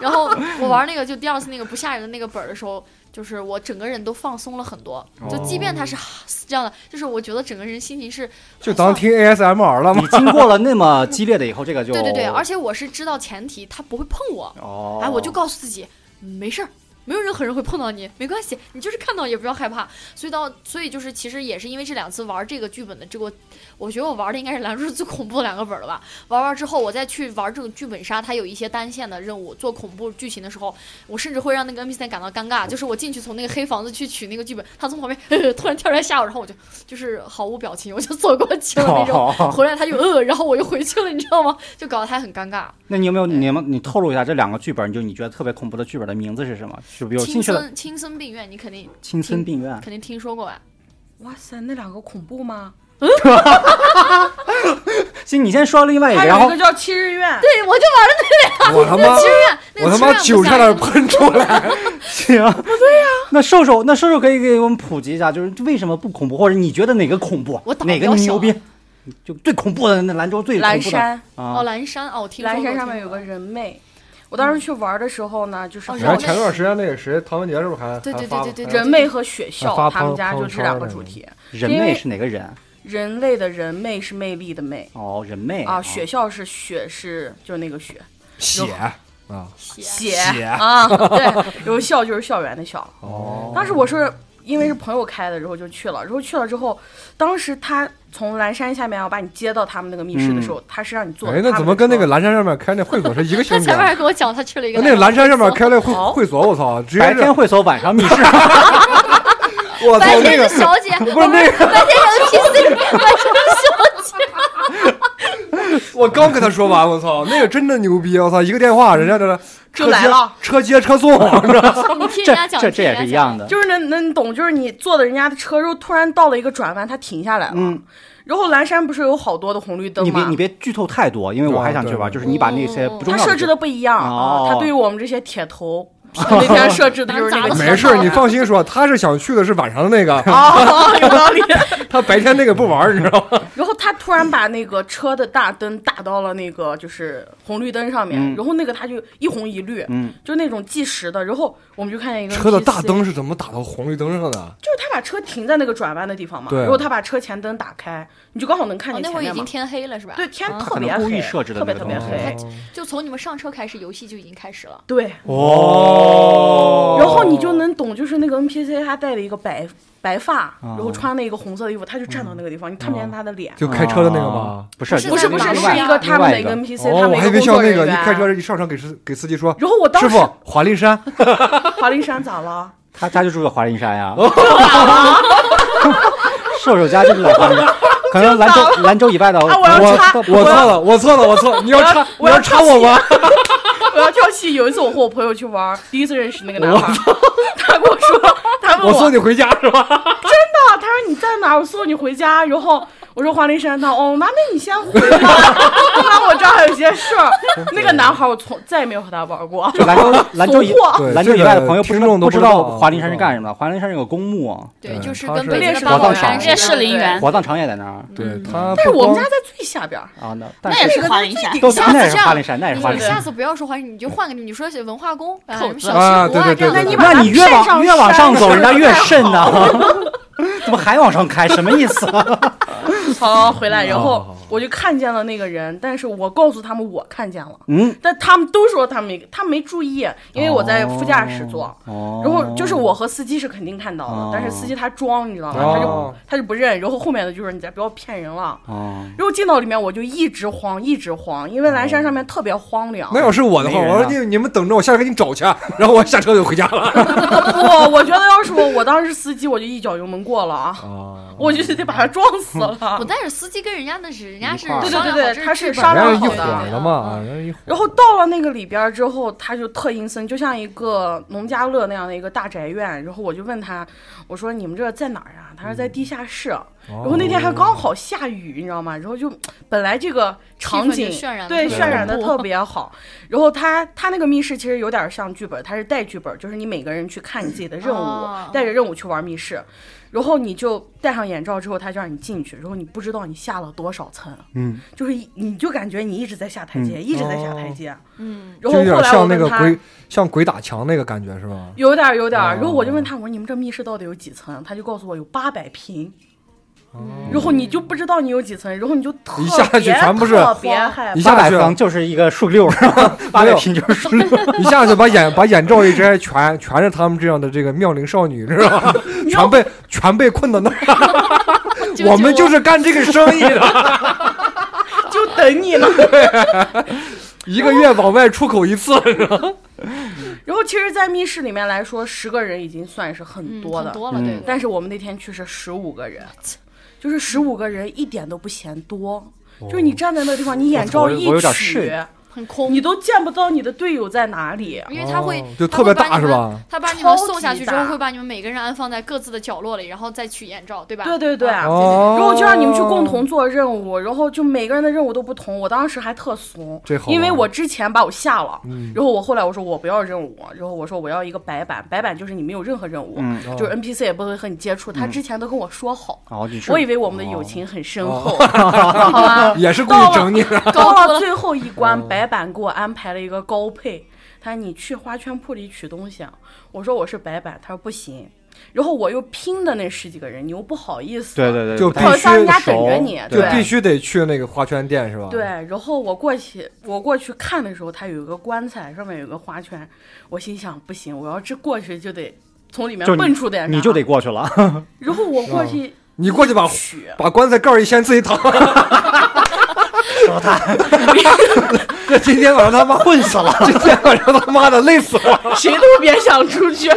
Speaker 5: 然后我玩那个就第二次那个不吓人的那个本儿的时候，就是我整个人都放松了很多。就即便他是 [laughs] 这样的，就是我觉得整个人心情是
Speaker 1: 就当听 ASMR 了嘛。
Speaker 3: [laughs] 你经过了那么激烈的以后，这个就
Speaker 5: 对对对，而且我是知道前提他不会碰我，
Speaker 3: 哦，
Speaker 5: 哎，我就告诉自己嗯没事儿。没有任何人会碰到你，没关系，你就是看到也不要害怕。所以到，所以就是，其实也是因为这两次玩这个剧本的这个，我觉得我玩的应该是兰州最恐怖的两个本了吧。玩完之后，我再去玩这种剧本杀，它有一些单线的任务，做恐怖剧情的时候，我甚至会让那个 NPC 感到尴尬。就是我进去从那个黑房子去取那个剧本，他从旁边、 [laughs] 呃、突然跳出来吓我，然后我就就是毫无表情，我就走过去了那种。
Speaker 3: 哦。
Speaker 5: 回来他就呃，然后我又回去了，你知道吗？就搞得他很尴尬。
Speaker 3: 那你有没有你们你透露一下这两个剧本，就你觉得特别恐怖的剧本的名字是什么？是不是有兴
Speaker 5: 青
Speaker 3: 趣的？
Speaker 5: 森青森病院，你肯定
Speaker 3: 青森病院。
Speaker 5: 肯定听说过吧？
Speaker 2: 哇塞，那两个恐怖吗？
Speaker 3: 行，你先说另外一个，
Speaker 4: 还
Speaker 3: 然
Speaker 4: 有一
Speaker 3: 后
Speaker 4: 个叫七日愿，
Speaker 5: 对，我就玩了
Speaker 1: 我他妈
Speaker 5: 那七日愿，那
Speaker 1: 我
Speaker 5: 个
Speaker 1: 他妈
Speaker 5: 七日愿
Speaker 1: 酒
Speaker 5: 不
Speaker 1: 差
Speaker 5: 吓
Speaker 1: 点
Speaker 5: 人。
Speaker 1: 喷出
Speaker 5: [laughs]
Speaker 1: 来。
Speaker 3: 行，不对呀、 [laughs] 那瘦瘦，那瘦瘦可以给我们普及一下，就是为什么不恐怖，或者你觉得哪个恐怖
Speaker 5: 我，胆
Speaker 3: 哪
Speaker 5: 比
Speaker 3: 个
Speaker 5: 较小啊
Speaker 3: 牛逼，就最恐怖的那蓝州最
Speaker 4: 蓝
Speaker 3: 恐怖的
Speaker 4: 山，
Speaker 5: 哦，
Speaker 3: 啊，
Speaker 5: 蓝山哦，我听说
Speaker 4: 蓝
Speaker 5: 过
Speaker 4: 山上面有个，人魅，我当时去玩的时候呢，就是
Speaker 5: 哦
Speaker 1: 然后
Speaker 5: 人
Speaker 1: 前段时间那个谁，唐文杰是不是还
Speaker 5: 对对
Speaker 1: 还发
Speaker 5: 对对对
Speaker 1: 还
Speaker 4: 人魅和血
Speaker 1: 还发
Speaker 4: 笑，他
Speaker 1: 朋
Speaker 4: 们家就
Speaker 1: 朋
Speaker 4: 是
Speaker 1: 友
Speaker 4: 两个
Speaker 1: 圈
Speaker 4: 主
Speaker 1: 那个
Speaker 4: 题。
Speaker 3: 人
Speaker 4: 因
Speaker 3: 类
Speaker 4: 为
Speaker 3: 是哪个人？
Speaker 4: 人类的人魅是魅力的魅
Speaker 3: 哦，人妹
Speaker 4: 啊，血笑是血是就是那个血
Speaker 1: 血啊，
Speaker 5: 血
Speaker 4: 血
Speaker 1: 血 [laughs]
Speaker 4: 啊，对，然后校就是校园的校。
Speaker 3: 哦，
Speaker 4: 当时我是因为是朋友开的，然后就去了，然后去了之后，当时他从蓝山下面啊要把你接到他们那个密室的时候，他是让你坐他
Speaker 1: 哎
Speaker 4: 们，的车。
Speaker 1: 那怎么跟那个蓝山上面开那会所是一个性
Speaker 5: 他
Speaker 1: 质
Speaker 5: 前面
Speaker 1: 啊？
Speaker 5: 还跟我讲他去了一个
Speaker 1: 那那蓝山上面开那会
Speaker 4: 好
Speaker 1: 会所，我操，直接
Speaker 3: 白
Speaker 1: 是
Speaker 3: 天会所，晚上密
Speaker 5: [laughs]
Speaker 3: 室，
Speaker 1: 我操那
Speaker 5: 白天
Speaker 1: 个
Speaker 5: 是小姐，
Speaker 1: [laughs] 不是那个，
Speaker 5: 白天有 PC，晚上是小姐。
Speaker 1: 我刚跟他说完，我操，那个真的牛逼，我操，一个电话人家这车
Speaker 4: 就来
Speaker 1: 接
Speaker 4: 了
Speaker 1: 车接车 [laughs] 送，是吧
Speaker 5: 你听
Speaker 3: 这
Speaker 5: 人家讲，
Speaker 3: 这这也是一样
Speaker 5: 的。
Speaker 3: 的，
Speaker 4: 就是那那你懂，就是你坐的人家的车，然后突然到了一个转弯，他停下来了。
Speaker 3: 嗯
Speaker 4: 然后蓝山不是有好多的红绿灯
Speaker 3: 你别
Speaker 4: 吗
Speaker 3: 你？别剧透太多，因为我还想去玩，
Speaker 1: 哦对
Speaker 3: 就是你把那些不重
Speaker 4: 他
Speaker 3: 要
Speaker 4: 设置
Speaker 3: 的
Speaker 4: 的不一样
Speaker 3: 哦
Speaker 4: 啊，他对于我们这些
Speaker 1: [laughs]
Speaker 4: 铁头，那天设置的就是那个铁
Speaker 6: 咱们
Speaker 4: 头
Speaker 1: 没事儿，你放心说，他是想去的是晚上的那个，
Speaker 4: [laughs] 哦，有道理。
Speaker 1: 他白天那个不玩儿，你知道吗？
Speaker 4: 然后他突然把那个车的大灯打到了那个就是红绿灯上面，
Speaker 3: 嗯
Speaker 4: 然后那个他就一红一绿，
Speaker 3: 嗯
Speaker 4: 就那种计时的。然后我们就看见一个
Speaker 1: 车的大
Speaker 4: NPC
Speaker 1: 灯是怎么打到红绿灯上的？啊
Speaker 4: 就是他把车停在那个转弯的地方嘛，
Speaker 1: 对
Speaker 4: 然后他把车前灯打开，你就刚好能看
Speaker 5: 哦，
Speaker 4: 见
Speaker 5: 那
Speaker 4: 前
Speaker 5: 会儿已
Speaker 4: 面
Speaker 5: 经
Speaker 4: 嘛。
Speaker 5: 天黑了是吧？
Speaker 4: 对，天
Speaker 5: 啊
Speaker 4: 特别
Speaker 3: 可能
Speaker 4: 黑，
Speaker 3: 故意设置的
Speaker 4: 特别
Speaker 1: 哦
Speaker 3: 那
Speaker 4: 特
Speaker 3: 个
Speaker 4: 别
Speaker 3: 东西
Speaker 4: 黑。
Speaker 5: 就从你们上车开始，游戏就已经开始了。
Speaker 4: 对，
Speaker 1: 哦
Speaker 4: 然后你就能懂，就是那个 NPC 他戴了一个白白发，然后穿了一个红色的衣服，他就站到那个地方，你看不见他的脸。
Speaker 1: 就开车的那个
Speaker 3: 啊
Speaker 1: 吗？
Speaker 3: 不是
Speaker 4: 嗯不是不
Speaker 5: 在
Speaker 4: 是，
Speaker 5: 那
Speaker 4: 是
Speaker 5: 个
Speaker 4: 一个他们的
Speaker 3: 一
Speaker 4: 一
Speaker 3: 个
Speaker 4: 个 NPC，他
Speaker 1: 哦，我
Speaker 4: 们
Speaker 1: 还
Speaker 4: 的
Speaker 1: 以为
Speaker 4: 一个工
Speaker 1: 像
Speaker 4: 作
Speaker 1: 那
Speaker 4: 人
Speaker 1: 个一
Speaker 4: 员。
Speaker 1: 开车一上车给司给司机说，
Speaker 4: 然后我当
Speaker 1: 师
Speaker 4: 时
Speaker 1: 傅华林山，
Speaker 4: [laughs] 华林山咋了？
Speaker 3: 他家就住在华
Speaker 4: [laughs]
Speaker 3: 林山呀，瘦瘦家就住在华
Speaker 4: [laughs]
Speaker 3: 林山，可能兰州兰州以外的，
Speaker 4: 啊我要
Speaker 1: 我
Speaker 4: 插
Speaker 1: 我错了，我错了，我错，你要插你
Speaker 4: 我要
Speaker 1: 要插我吗？
Speaker 4: 我要跳戏。有一次我和我朋友去玩，第一次认识那个男孩，他跟我说，他问
Speaker 1: 我送你回家是吧？
Speaker 4: 啊，他说你在哪儿？我送你回家。然后我说华林山，他哦，那那你先回吧， [laughs] 那我这儿还有些事儿。那个男孩我从再也没有和他玩过，
Speaker 3: 就 [laughs]
Speaker 4: [laughs]
Speaker 3: 兰州兰州以
Speaker 4: 怂货
Speaker 1: 对
Speaker 3: 兰州以外的朋友不
Speaker 1: 这
Speaker 3: 知
Speaker 1: 个听众都
Speaker 3: 道不
Speaker 1: 不
Speaker 3: 知
Speaker 1: 知道
Speaker 3: 道华林山是干什么的，华林山是个公墓，
Speaker 5: 对，
Speaker 1: 对
Speaker 5: 就是
Speaker 1: 他
Speaker 5: 跟
Speaker 1: 是
Speaker 5: 北京的
Speaker 4: 是
Speaker 5: 八
Speaker 3: 宝
Speaker 5: 宝
Speaker 3: 藏
Speaker 5: 山
Speaker 3: 场
Speaker 5: 是
Speaker 6: 烈士
Speaker 5: 一
Speaker 6: 陵
Speaker 5: 个
Speaker 4: 嗯
Speaker 6: 园
Speaker 5: 人
Speaker 3: 火葬场也在那儿
Speaker 1: 对
Speaker 5: 嗯
Speaker 1: 他
Speaker 4: 但是
Speaker 1: 不
Speaker 4: 我们
Speaker 1: 光
Speaker 4: 家在最下边儿，
Speaker 3: 啊，那但
Speaker 6: 那也
Speaker 3: 是
Speaker 6: 是华林山。
Speaker 3: 都
Speaker 5: 下次
Speaker 3: 那也是
Speaker 5: 这样
Speaker 3: 华林山，那也是华
Speaker 5: 你
Speaker 3: 林
Speaker 5: 你
Speaker 3: 山
Speaker 5: 下。次不要说华语，你就换个，你说是文化宫，啊，什
Speaker 6: 口
Speaker 5: 么
Speaker 6: 子
Speaker 5: 小
Speaker 1: 啊
Speaker 5: 西湖啊
Speaker 1: 对对
Speaker 5: 这样
Speaker 1: 对对
Speaker 5: 的地
Speaker 1: 对
Speaker 5: 方。
Speaker 3: 那你越
Speaker 4: 晒上
Speaker 3: 往越往上走，
Speaker 4: 山
Speaker 3: 人家越
Speaker 4: 太好
Speaker 3: 渗呐。
Speaker 4: [laughs]
Speaker 3: [laughs] 怎么还往上开？什么意思？
Speaker 4: 好回来，然
Speaker 1: 好好
Speaker 4: 后
Speaker 1: 好
Speaker 4: 我就看见了那个人，但是我告诉他们我看见了，
Speaker 3: 嗯，
Speaker 4: 但他们都说他没他没注意，因为我在副驾驶座。
Speaker 3: 哦。
Speaker 4: 然后就是我和司机是肯定看到的，
Speaker 3: 哦
Speaker 4: 但是司机他装，你知道吗？他就
Speaker 1: 哦
Speaker 4: 他就不认。然后后面的就是你再不要骗人了。
Speaker 3: 哦，
Speaker 4: 然后进到里面我就一直慌，一直慌，因为蓝山上面特别荒凉。
Speaker 5: 哦
Speaker 1: 那要是我的话，
Speaker 3: 没人啊
Speaker 1: 我说你你们等着，我下车给你找去，然后我下车就回家了。
Speaker 4: 我我觉得要是我，我当时司机我就一脚油门过了啊，
Speaker 1: [laughs] 啊，
Speaker 5: 哦
Speaker 4: 我就得把他撞死
Speaker 5: [laughs] 不，
Speaker 4: 了。
Speaker 5: 但是司机跟人家那是，人家是
Speaker 3: 一块儿
Speaker 5: 商量好
Speaker 4: 对对对
Speaker 5: 这
Speaker 4: 他
Speaker 5: 是
Speaker 4: 是
Speaker 5: 剧本
Speaker 4: 商
Speaker 1: 人
Speaker 4: 量
Speaker 1: 家
Speaker 4: 好
Speaker 1: 一
Speaker 4: 的
Speaker 1: 伙儿的嘛，
Speaker 5: 嗯
Speaker 1: 啊，人家一伙儿。
Speaker 4: 然后到了那个里边儿之后，他就特阴森，就像一个农家乐那样的一个大宅院。然后我就问他，我说你们这在哪儿啊？他说在地下室。
Speaker 5: 嗯
Speaker 1: 然
Speaker 4: 然后那天
Speaker 5: 哦
Speaker 1: 哦
Speaker 4: 还刚好下雨，你知道吗？然后就本来这个场景
Speaker 5: 气氛就渲染得
Speaker 4: 对
Speaker 5: 特别
Speaker 4: 渲染的
Speaker 5: 恐怖
Speaker 4: 特别好。然后他他那个密室其实有点像剧本，它是带剧本，就是你每个人去看你自己的任务，
Speaker 5: 哦
Speaker 4: 带着任务去玩密室。然后你就戴上眼罩之后，他就让你进去，然后你不知道你下了多少层，
Speaker 3: 嗯，
Speaker 4: 就是一你就感觉你一直在下台阶，一直在
Speaker 5: 哦
Speaker 4: 下台阶。
Speaker 5: 嗯，
Speaker 1: 嗯就
Speaker 4: 然后
Speaker 1: 有点
Speaker 4: 后来我
Speaker 1: 像那个
Speaker 4: 问他，
Speaker 1: 鬼，像鬼打墙那个感觉是吧？
Speaker 4: 有点儿有点儿。然后我就
Speaker 1: 哦
Speaker 4: 问他，我说你们这密室到底有几层？他就告诉我有八百平。
Speaker 1: 哦
Speaker 4: 然后你就不知道你有几层，然后你就特
Speaker 1: 嗯一下去
Speaker 4: 别
Speaker 1: 全部是
Speaker 4: 特别害
Speaker 1: 一下
Speaker 4: 怕。
Speaker 3: 八百
Speaker 1: 去
Speaker 3: 层就是一个数 [laughs] 六，八百平就是数六。
Speaker 1: 一下子把眼把 [laughs] 眼罩一摘，全全是他们这样的这个妙龄少女，知 [laughs] 道吗？全被全被困到那儿。
Speaker 5: 救
Speaker 1: 我们
Speaker 5: 救
Speaker 1: [laughs] 就是干这个生意 [laughs] 的，
Speaker 4: 就等你呢。
Speaker 1: 一个月往外出口一次。
Speaker 4: 然后其实，在密室里面来说，十个人已经算是很
Speaker 5: 嗯
Speaker 4: 多的，
Speaker 5: 很多了，对
Speaker 3: 嗯。
Speaker 4: 但是我们那天去是十五个人，就是十五个人一点都不嫌多。就是你站在那地方，你眼罩
Speaker 3: 哦我
Speaker 4: 一
Speaker 3: 我有点
Speaker 4: 取
Speaker 3: 瘆，
Speaker 5: 很空，
Speaker 4: 你都见不到你的队友在哪里。
Speaker 5: 因为他会
Speaker 1: 哦就特别大是？
Speaker 5: 他会把你们
Speaker 1: 吧？
Speaker 5: 他把你们
Speaker 4: 超
Speaker 5: 送下
Speaker 4: 级
Speaker 5: 去之后，
Speaker 4: 大
Speaker 5: 会把你们每个人安放在各自的角落里，然后再去眼罩，对吧？
Speaker 4: 对对对，
Speaker 5: 啊
Speaker 1: 哦，
Speaker 4: 然后就让你们去共同做任务，然后就每个人的任务都不同。我当时还特怂，
Speaker 1: 这
Speaker 3: 啊
Speaker 1: 好玩，
Speaker 4: 因为我之前把我吓了，
Speaker 1: 嗯
Speaker 4: 然后我后来我说我不要任务，然后我说我要一个白板，白板就是你没有任何任务，
Speaker 3: 嗯，
Speaker 4: 就是 NPC 也不会和你接触。他之前都跟我说好，
Speaker 3: [laughs] 哦，你是哦
Speaker 4: 我以为我们的友情很深 [laughs] 厚，好吧？
Speaker 1: 也是故意整你的，
Speaker 5: 高
Speaker 4: 到
Speaker 5: 出
Speaker 4: 了
Speaker 5: 了
Speaker 4: 最后一关
Speaker 1: 哦，
Speaker 4: 白板给我安排了一个高配，他说你去花圈铺里取东西啊。我说我是白板，他说不行。然后我又拼的那十几个人，你又不好意思，
Speaker 3: 哦
Speaker 4: 啊
Speaker 3: 对对对，
Speaker 1: 就
Speaker 3: 不太
Speaker 1: 必
Speaker 4: 好
Speaker 1: 须
Speaker 4: 像人家
Speaker 3: 熟
Speaker 4: 等着你，啊
Speaker 1: 就
Speaker 4: 对
Speaker 1: 必须得去那个花圈店是吧？
Speaker 4: 对，，然后我过去，我过去看的时候，它有一个棺材，上面有个花圈，我心想不行，我要这过去就得从里面
Speaker 3: 就你
Speaker 4: 蹦出点啥，
Speaker 3: 你就得。嗯过去了。
Speaker 4: 然后我过去
Speaker 1: 你过去把
Speaker 4: 取，
Speaker 1: 把棺材盖一掀，自己躺。
Speaker 3: 说他
Speaker 1: 这今天晚上他妈，
Speaker 3: 困死了，
Speaker 1: 今天晚上他妈的累死我了！
Speaker 4: 谁都别想出去。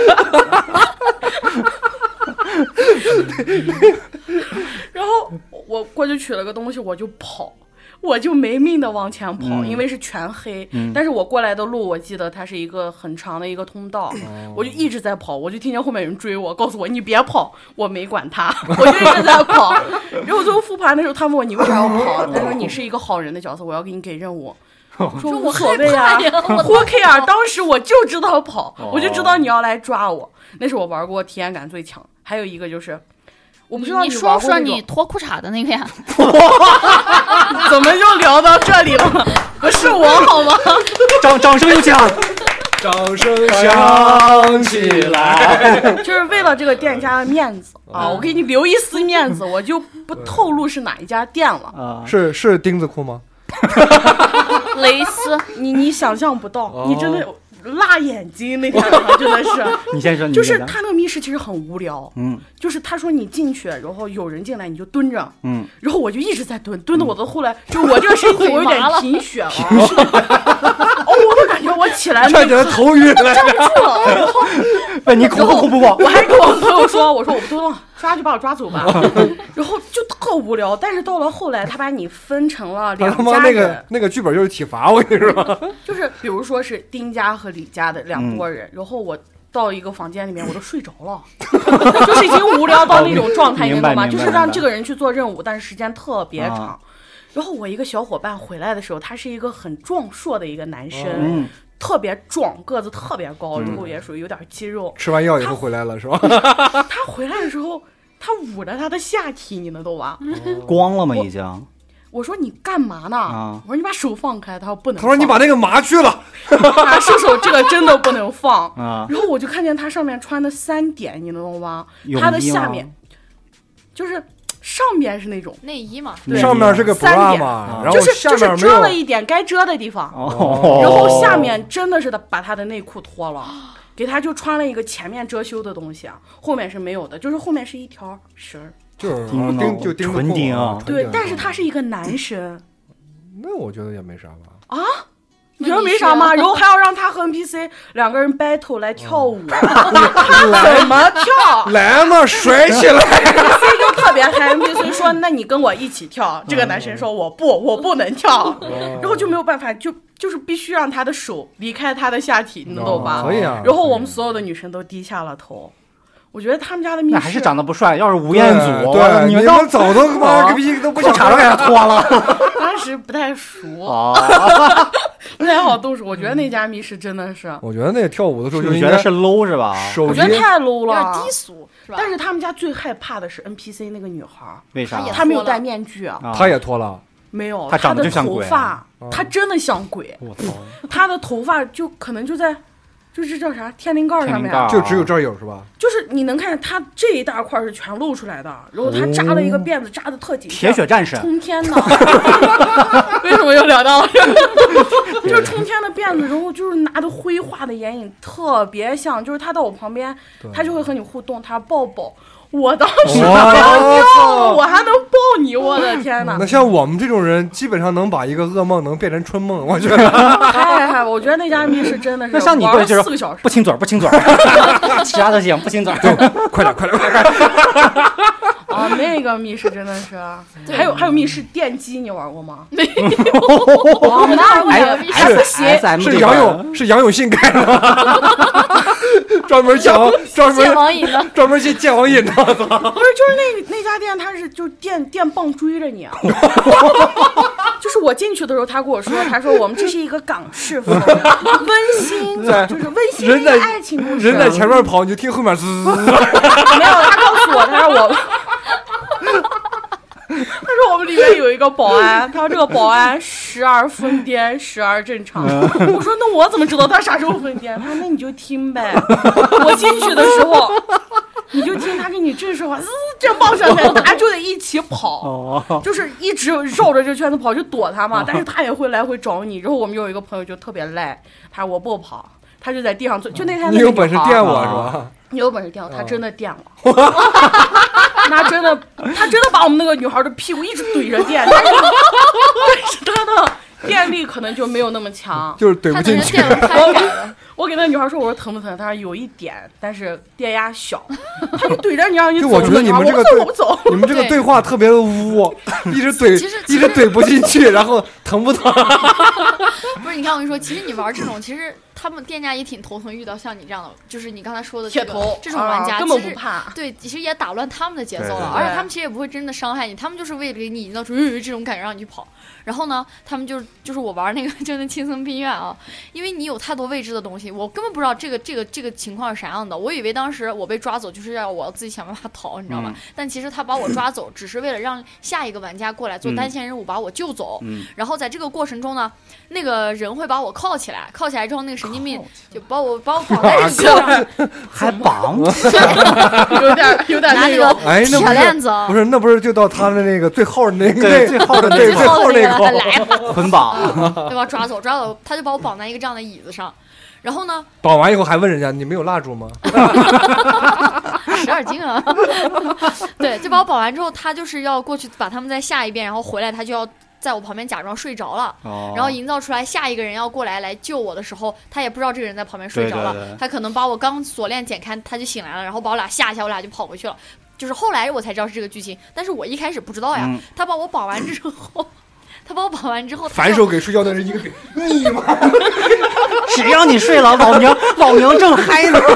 Speaker 4: 然后我过去取了个东西，我就跑，我就没命的往前跑，
Speaker 3: 嗯
Speaker 4: 因为是全黑。
Speaker 3: 嗯
Speaker 4: 但是我过来的路，我记得它是一个很长的一个通道，
Speaker 3: 哦
Speaker 4: 我就一直在跑，我就听见后面有人追我，告诉我你别跑，我没管他，我就一直在跑。 [laughs] 然后最后复盘的时候，他问我你为啥要跑，他说你是一个好人的角色，我要给你给任务。
Speaker 3: 哦
Speaker 4: 我说无所谓啊
Speaker 5: 我害怕呀我
Speaker 4: ，Who care？当时我就知道跑，
Speaker 3: 哦
Speaker 4: 我就知道你要来抓我，那是我玩过体验感最强。还有一个就是，我不知道
Speaker 6: 你
Speaker 4: 玩
Speaker 6: 说
Speaker 4: 过
Speaker 6: 说
Speaker 4: 那种
Speaker 6: 你脱裤衩的那个呀？
Speaker 4: [laughs] 怎么就聊到这里了？不是我好吗？
Speaker 3: 掌掌声有请。
Speaker 1: 掌声响起来，
Speaker 4: 就是为了这个店家的面子啊，我给你留一丝面子，我就不透露是哪一家店了。
Speaker 3: 啊，
Speaker 1: 是是钉子裤吗？
Speaker 6: 蕾丝，
Speaker 4: 你你想象不到
Speaker 1: 哦，
Speaker 4: 你真的辣眼睛那天晚上 [laughs] 真的是，
Speaker 3: 你先说，你
Speaker 4: 就
Speaker 3: 先
Speaker 4: 是
Speaker 3: 讲
Speaker 4: 他那个密室其实很无聊，
Speaker 3: 嗯
Speaker 4: 就是他说你进去，然后有人进来你就蹲着，
Speaker 3: 嗯，
Speaker 4: 然后我就一直在蹲，蹲的我都后来就我这个 [laughs] 身体我有点贫血嗯 [laughs] 了，哦，我都感觉我起来那
Speaker 1: 站起来
Speaker 4: 个
Speaker 1: 头晕了。
Speaker 4: 住了，然后
Speaker 3: 哎问你恐不恐怖不？
Speaker 4: 我还跟我朋友说，我说我不蹲了，抓就把我抓走
Speaker 3: [laughs]
Speaker 4: 吧。然后就特无聊，但是到了后来，他把你分成了
Speaker 1: 他
Speaker 3: 啊
Speaker 4: 两
Speaker 1: 他妈
Speaker 4: 家
Speaker 1: 那
Speaker 4: 人，
Speaker 1: 个那个剧本就是体罚，我跟你说。
Speaker 4: 就是比如说是丁家和李家的
Speaker 3: 嗯
Speaker 4: 两拨人，然后我。到一个房间里面，我都睡着了， [laughs] 就是已经无聊到那种状态，你
Speaker 3: 哦明
Speaker 4: 知
Speaker 3: 白
Speaker 4: 道吗？
Speaker 3: 明
Speaker 4: 就
Speaker 3: 白
Speaker 4: 是让
Speaker 3: 明白
Speaker 4: 这个人去做任务，但是时间特别
Speaker 3: 啊
Speaker 4: 长。然后我一个小伙伴回来的时候，他是一个很壮硕的一个男生，
Speaker 3: 嗯，
Speaker 4: 特别壮，个子特别高，然后也属于有点肌肉。
Speaker 1: 吃完药以后回来了是吧？
Speaker 4: 他回来的时候，他捂着他的下体，你能懂吧？
Speaker 3: 光了吗？已经
Speaker 4: 我说你干嘛呢？
Speaker 3: 啊
Speaker 4: 我说你把手放开。他说不能
Speaker 1: 他
Speaker 4: 放。
Speaker 1: 说你把那个麻去了。
Speaker 4: [laughs] 他说手这个真的不能放。
Speaker 3: 啊，
Speaker 4: 然后我就看见他上面穿的三点，你能懂吗？
Speaker 3: 泳
Speaker 4: 他的
Speaker 3: 衣
Speaker 4: 下
Speaker 3: 吗
Speaker 4: 面就是上面是那种，
Speaker 5: 内衣嘛，
Speaker 3: 对
Speaker 1: 上面是个
Speaker 4: 三
Speaker 1: bra
Speaker 4: 点
Speaker 1: 嘛
Speaker 3: 啊，
Speaker 1: 然
Speaker 4: 就
Speaker 1: 后
Speaker 4: 是
Speaker 1: 下
Speaker 4: 就是
Speaker 1: 面没
Speaker 4: 遮了
Speaker 1: 有。
Speaker 4: 一点该遮的地方，
Speaker 3: 哦，
Speaker 4: 然后下面真的是他把他的内裤脱了。给他就穿了一个前面遮羞的东西啊，后面是没有的，就是后面是一条绳儿。
Speaker 1: 就是
Speaker 3: 钉子
Speaker 1: 钉就钉子
Speaker 3: 纯
Speaker 1: 裤
Speaker 3: 钉
Speaker 1: 啊
Speaker 3: 啊，
Speaker 1: 纯
Speaker 4: 对
Speaker 1: 钉，
Speaker 4: 但是他是一个男生，
Speaker 1: 那我觉得也没啥吧。
Speaker 4: 你觉得没啥吗？然后还要让他和 NPC 两个人 battle 来跳舞，怎么 [laughs] 跳
Speaker 1: 来嘛，甩起来！
Speaker 4: ？NPC 就特别嗨，NPC 说：“那你跟我一起跳。”这个男生说：“我不，我不能跳。”
Speaker 1: 嗯
Speaker 4: 然后就没有办法，就就是必须让他的手离开他的下体，你懂吧？
Speaker 1: 可以啊。
Speaker 4: 然后我们
Speaker 1: 可以
Speaker 4: 所有的女生都低下了头。我觉得他们家的密
Speaker 3: 那
Speaker 4: 室
Speaker 3: 还是长得不帅，要是吴彦祖，
Speaker 1: 对，
Speaker 3: 你
Speaker 1: 啊们
Speaker 3: 到
Speaker 1: 早都他 [laughs] 妈
Speaker 3: 啊
Speaker 1: 个逼都不
Speaker 3: 裤
Speaker 1: 想
Speaker 3: 衩都给他脱了。
Speaker 4: 当时不太熟，
Speaker 3: [laughs] 哦，
Speaker 4: 不太好动手。我觉得那家密室真的是，
Speaker 1: [laughs] 我觉得那跳舞的时候就
Speaker 3: 你
Speaker 1: 应
Speaker 3: 觉得
Speaker 1: 该
Speaker 3: 是 low 是吧？
Speaker 1: 手
Speaker 4: 我
Speaker 1: 机
Speaker 4: 觉得太 low
Speaker 5: 有点
Speaker 4: 了
Speaker 5: 低。俗，是吧？
Speaker 4: 但是他们家最害怕的是 NPC 那个女孩儿，
Speaker 3: 为啥
Speaker 5: 他？也
Speaker 4: 她没有
Speaker 5: 脱了
Speaker 4: 戴面具啊，
Speaker 3: 啊
Speaker 1: 他也脱了，
Speaker 4: 没有，
Speaker 3: 她
Speaker 4: 她
Speaker 3: 长得就像
Speaker 4: 的头
Speaker 3: 鬼啊
Speaker 4: 发，
Speaker 1: 嗯
Speaker 4: 她真的像鬼，
Speaker 3: 我操，
Speaker 4: 她的头发就可能就在，就是叫啥天灵盖儿上
Speaker 3: 天灵
Speaker 4: 面
Speaker 3: 盖儿
Speaker 4: 啊，
Speaker 1: [laughs] 就只有这儿有是 [laughs] 吧？
Speaker 4: 就是你能看见她这一大块儿是全露出来的，然后她扎了一个辫子，扎的特紧，
Speaker 3: 铁血战士，啊
Speaker 4: 冲天
Speaker 3: [laughs]
Speaker 4: 的， [laughs] 为什么又聊到了？ [laughs] 就是冲天的辫子，然后就是拿的灰化的眼影，特别像，就是她到我旁边，她就会和你互动，她抱抱。 [laughs] 我当时
Speaker 3: 哦
Speaker 1: 哇
Speaker 4: 还要跳，我还能抱你，我的天哪！
Speaker 1: 哦那像 [laughs] 我们这种人，基本上能把一个噩梦能变成春梦， [laughs] 我觉得
Speaker 4: 嗨嗨，哎我觉得那家密室真的是
Speaker 3: 那像你
Speaker 4: 玩
Speaker 3: 过
Speaker 4: 了
Speaker 3: 去就是
Speaker 4: 四个小时，
Speaker 3: [laughs] 不亲嘴儿，不亲嘴儿，其他都行，不亲嘴儿。
Speaker 1: 快点快点快点！
Speaker 4: 啊，那个密室真的是， [laughs] 还有还有密室电击，你玩过吗？没 [laughs] 有，我们那玩
Speaker 5: 哎
Speaker 4: 过，
Speaker 5: 哎
Speaker 4: 还不
Speaker 3: 是
Speaker 4: 行。
Speaker 3: SM
Speaker 1: 是
Speaker 3: 这
Speaker 1: 杨
Speaker 3: 块
Speaker 1: [laughs]
Speaker 3: 儿
Speaker 1: 永是杨永信开的吗， [laughs] 专门讲专
Speaker 5: 见
Speaker 1: 门
Speaker 5: 网瘾了，
Speaker 1: 专门去见网 [laughs] 瘾的，
Speaker 4: 哎不是，就是那个那家店，它是就电电棒追着你啊。 [laughs] 就是我进去的时候，他跟 [laughs] 我说，他说我们这是一个港
Speaker 1: [laughs]
Speaker 4: 式风，温馨，
Speaker 1: 在
Speaker 4: 就是温馨
Speaker 1: 人
Speaker 4: 的
Speaker 1: 在
Speaker 4: 爱情故事。
Speaker 1: 人在前面跑，你就听后面滋，
Speaker 4: [laughs] 没有，他告诉我，他说我。 [laughs] 他说我们里面有一个保安，他说这个保安时而疯癫，时而正常。
Speaker 1: 嗯
Speaker 4: 我说那我怎么知道他啥时候疯癫？他说那你就听呗。我进去的时候，你就听他跟你正说话，滋，这棒闪来，大家就得一起跑，
Speaker 3: 哦，
Speaker 4: 就是一直绕着这圈子跑，就躲他
Speaker 1: 哦
Speaker 4: 嘛。但是他也会来回找你。然后我们有一个朋友就特别赖，他说我不跑，他就在地上坐。就那天那
Speaker 1: 你
Speaker 4: 个
Speaker 1: 有
Speaker 4: 女
Speaker 1: 本事
Speaker 4: 孩儿
Speaker 1: 电我是吧？
Speaker 4: 你有本事电我，他
Speaker 1: 哦
Speaker 4: 真的电我，那真的， [laughs] 他真的把我们那个女孩的屁股一直怼着电，但是但是他的电力可能就没有那么强。
Speaker 1: 就是怼
Speaker 5: 他
Speaker 1: 不进
Speaker 5: 的人
Speaker 1: 去 [laughs]
Speaker 5: 电。蚊拍改了，
Speaker 4: 我给那女孩说，我说疼不疼？她说有一点，但是电压小，她就怼着你让你
Speaker 1: 就
Speaker 4: 走。
Speaker 1: 我觉得你们这个
Speaker 4: 我不走，我不走。
Speaker 1: 你们这个
Speaker 5: 对
Speaker 1: 对话特别的污，一直怼
Speaker 5: 其实，
Speaker 1: [laughs] 一直怼不进去，然后疼不疼？
Speaker 5: 不是？你看我跟你说，其实你玩这种，其实他们店家也挺头疼，遇到像你这样的，就是你刚才说的这
Speaker 4: 铁
Speaker 5: 个
Speaker 4: 头
Speaker 5: 这种玩家，
Speaker 4: 啊根本
Speaker 5: 其
Speaker 4: 不
Speaker 5: 实
Speaker 4: 怕。 [laughs]
Speaker 5: 对，其实也打乱他们的节
Speaker 1: 对
Speaker 5: 奏了，
Speaker 1: 对
Speaker 5: 而且
Speaker 4: 对
Speaker 5: 他们其实也不会真的伤害你，他们就是为了给你营造出、呃这种感觉让你去跑。然后呢，他们就是就是我玩那个就那青森病院啊，因为你有太多未知的东西，我根本不知道这个这个这个情况是啥样的。我以为当时我被抓走就是要我自己想办法逃，你知道
Speaker 1: 嗯
Speaker 5: 吗？但其实他把我抓走，只是为了让下一个玩家过来做
Speaker 3: 嗯
Speaker 5: 单线任务把我救走。
Speaker 3: 嗯，
Speaker 5: 然后在这个过程中呢，那个人会把我铐起来，铐起来之后，那个神经病就把我把我
Speaker 1: [laughs]
Speaker 5: 绑在
Speaker 4: 哎
Speaker 5: 这个
Speaker 3: 还绑，
Speaker 4: [laughs] 有点有点那
Speaker 5: 拿那
Speaker 4: 个
Speaker 1: [laughs]
Speaker 5: 个
Speaker 1: 哎那不
Speaker 5: 铁
Speaker 1: 是
Speaker 5: 链子啊，
Speaker 1: 不是，那不是就到他的那个最后那个
Speaker 3: 对
Speaker 1: 那
Speaker 3: 最后的那
Speaker 1: 对
Speaker 3: 个
Speaker 1: 最后那
Speaker 5: 个
Speaker 1: 口
Speaker 5: 来吧，
Speaker 3: 捆绑，
Speaker 5: 对吧？抓走，抓走，他就把我绑在一个这样的椅子上，然后呢，
Speaker 1: 绑完以后还问人家你没有蜡烛吗？
Speaker 5: 十二斤啊， [laughs] 对，就把我绑完之后，他就是要过去把他们再下一遍，然后回来他就要在我旁边假装睡着了。
Speaker 3: 然
Speaker 5: 然后营造出来下一个人要过来来救我的时候，他也不知道这个人在旁边睡着了，
Speaker 3: 对对对
Speaker 5: 他可能把我刚锁链剪开，他就醒来了，然后把我俩吓一下，我俩就跑回去了。就是后来我才知道是这个剧情，但是我一开始不知道呀。
Speaker 3: 嗯
Speaker 5: 他把我绑完之后， [laughs] 他把我绑完之后，他
Speaker 1: [laughs] 反
Speaker 5: 就
Speaker 1: 手给睡觉的人一个给你妈！
Speaker 3: 谁让你睡了？老明，老明正嗨呢。
Speaker 5: [laughs]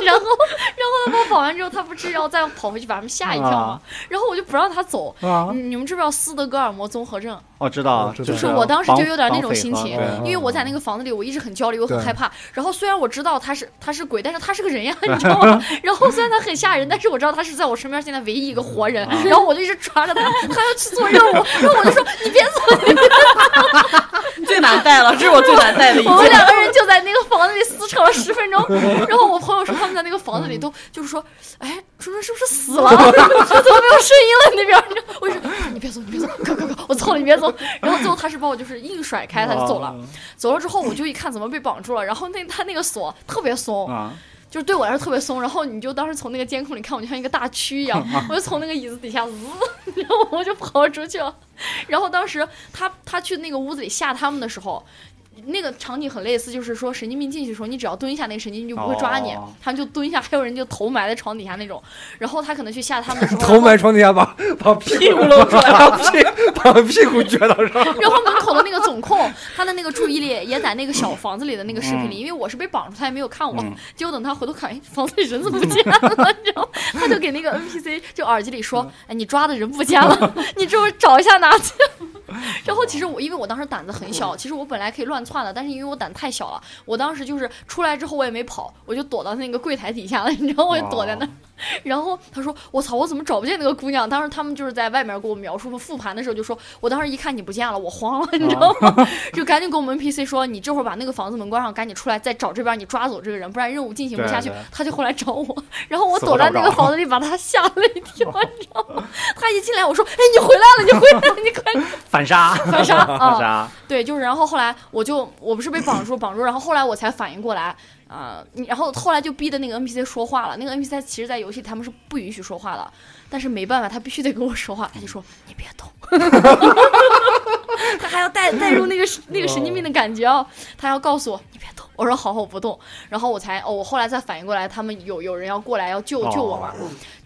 Speaker 5: 然后，然后他把我绑完之后，他不是要再跑回去把他们吓一跳吗
Speaker 3: 啊？
Speaker 5: 然后我就不让他走。
Speaker 3: 啊
Speaker 5: 你你们知不知道斯德哥尔摩综合症？
Speaker 3: 我知道
Speaker 1: 我，知道
Speaker 5: 就是
Speaker 1: 啊
Speaker 5: 我当时就有点那种心情
Speaker 1: 防防，
Speaker 5: 因为我在那个房子里，我一直很焦虑，我很
Speaker 1: 对
Speaker 5: 害怕。然后虽然我知道他是他是鬼，但是他是个人呀，你知道吗？然后虽然他很吓人，但是我知道他是在我身边现在唯一一个活人。然后我就一直抓着他，他要去做任务，然后我就说你别走，
Speaker 2: 最难带了，这是我最难带的一
Speaker 5: 我们
Speaker 2: 件。
Speaker 5: 两个人就在那个房子里撕扯了十分钟，然后我朋友说他们在那个房子里都就是说，哎，春春是不是死了？ [laughs] 我说怎么没有声音了那边？然后我就说你别走，你别走，快快快，我操你别走！然后最后他是把我就是硬甩开，他就走
Speaker 3: 哦
Speaker 5: 了。走了之后我就一看怎么被绑住了，然后那他那个锁特别松，
Speaker 3: 啊，
Speaker 5: 就是对我来说特别松。然后你就当时从那个监控里看我就像一个大蛆一
Speaker 1: [laughs]
Speaker 5: 样，我就从那个椅子底下滋， [laughs] 然后我就跑出去了。然后当时他他去那个屋子里吓他们的时候，那个场景很类似，就是说神经病进去的时候，你只要蹲下，那个神经病就不会抓你，
Speaker 3: 哦
Speaker 5: 他们就蹲下，还有人就头埋在床底下那种。然后他可能去吓他们的时
Speaker 1: [laughs] [laughs]
Speaker 5: 候，
Speaker 1: 头埋床底下把把屁股露出来，把屁把屁股撅到上。
Speaker 5: 然后门口的那个总控，他的那个注意力也在那个小房子里的那个视频里，因为我是被绑住，他也没有看我
Speaker 3: 嗯。
Speaker 5: 结果等他回头看，哎，房子里人怎么不见了？ [laughs] 你知道吗？他就给那个 NPC 就耳机里说：“哎，你抓的人不见了，你这会找一下哪去？”然后其实我因为我当时胆子很小，其实我本来可以乱窜的，但是因为我胆太小了，我当时就是出来之后我也没跑，我就躲到那个柜台底下了，你知道，我就躲在那儿。然后他说：“我操，我怎么找不见那个姑娘？”当时他们就是在外面给我描述复盘的时候，就说我当时一看你不见了，我慌了，你知道吗？就赶紧给我们 NPC 说，你这会儿把那个房子门关上，赶紧出来再找这边，你抓走这个人，不然任务进行不下去
Speaker 3: 对对。
Speaker 5: 他就后来找我，然后我
Speaker 3: 死活
Speaker 5: 躲在
Speaker 3: 找不
Speaker 5: 那个
Speaker 3: 着
Speaker 5: 房子里，把他吓了一跳，你知道吗？他一进来，我说：“哎，你回来了，你回来了，你快
Speaker 3: 反杀，
Speaker 5: 反杀
Speaker 3: 反
Speaker 5: 啊！”
Speaker 3: 杀，
Speaker 5: 对，就是然后后来我就我不是被绑住绑住，然后后来我才反应过来。啊、你然后后来就逼的那个 NPC 说话了。那个 NPC 其实，在游戏他们是不允许说话的，但是没办法，他必须得跟我说话。他就说：“你别动。” [laughs] 他还要带带入那个那个神经病的感觉哦，他要告诉我你别动。我说：“哦好好，我不动。”然后我才哦，我后来才反应过来，他们有有人要过来要救救我嘛。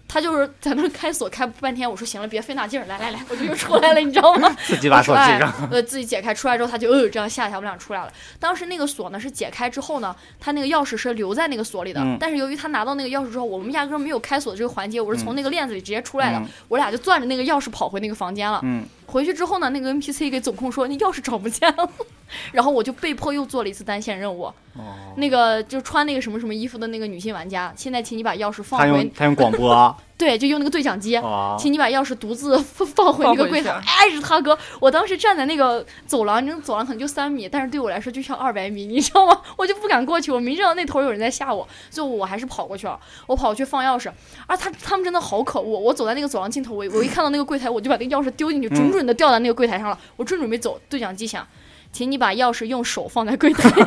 Speaker 5: 他就是在那儿开锁开半天，我说行了，别费那劲儿，来来来，我就又出来了，你知道吗？
Speaker 3: 自己把
Speaker 5: 出
Speaker 3: 锁系
Speaker 5: 来
Speaker 3: 上。
Speaker 5: 呃，自己解开出来之后，他就呃这样下去，我们俩出来了。当时那个锁呢是解开之后呢，他那个钥匙是留在那个锁里的，
Speaker 3: 嗯
Speaker 5: 但是由于他拿到那个钥匙之后，我们压根儿没有开锁的这个环节，我是
Speaker 3: 嗯
Speaker 5: 从那个链子里直接出来的，我俩就攥着那个钥匙跑回那个房间了。
Speaker 3: 嗯，
Speaker 5: 回去之后呢，那个 NPC 给总控说那钥匙找不见了，然后我就被迫又做了一次单线任务。
Speaker 3: 哦，
Speaker 5: 那个就穿那个什么什么衣服的那个女性玩家，现在请你把钥匙放
Speaker 3: 他
Speaker 5: 回
Speaker 3: 用，他用广播啊，
Speaker 5: 对，就用那个对讲机。
Speaker 3: 哦
Speaker 5: 请你把钥匙独自 [laughs] 放回那个柜台。
Speaker 6: 放回
Speaker 5: 哎，是他哥，我当时站在那个走廊，你知道走廊可能就三米，但是对我来说就像二百米，你知道吗？ [laughs] 我就不敢过去，我明知道那头有人在吓我，所以我还是跑过去了。我跑去放钥匙，啊，他他们真的好可恶！我走在那个走廊尽头，我我一看到那个柜台，我就把那个钥匙丢进去，准准的掉在那个柜台上了。我正准备走，对讲机响。请你把钥匙用手放在柜台上， [laughs]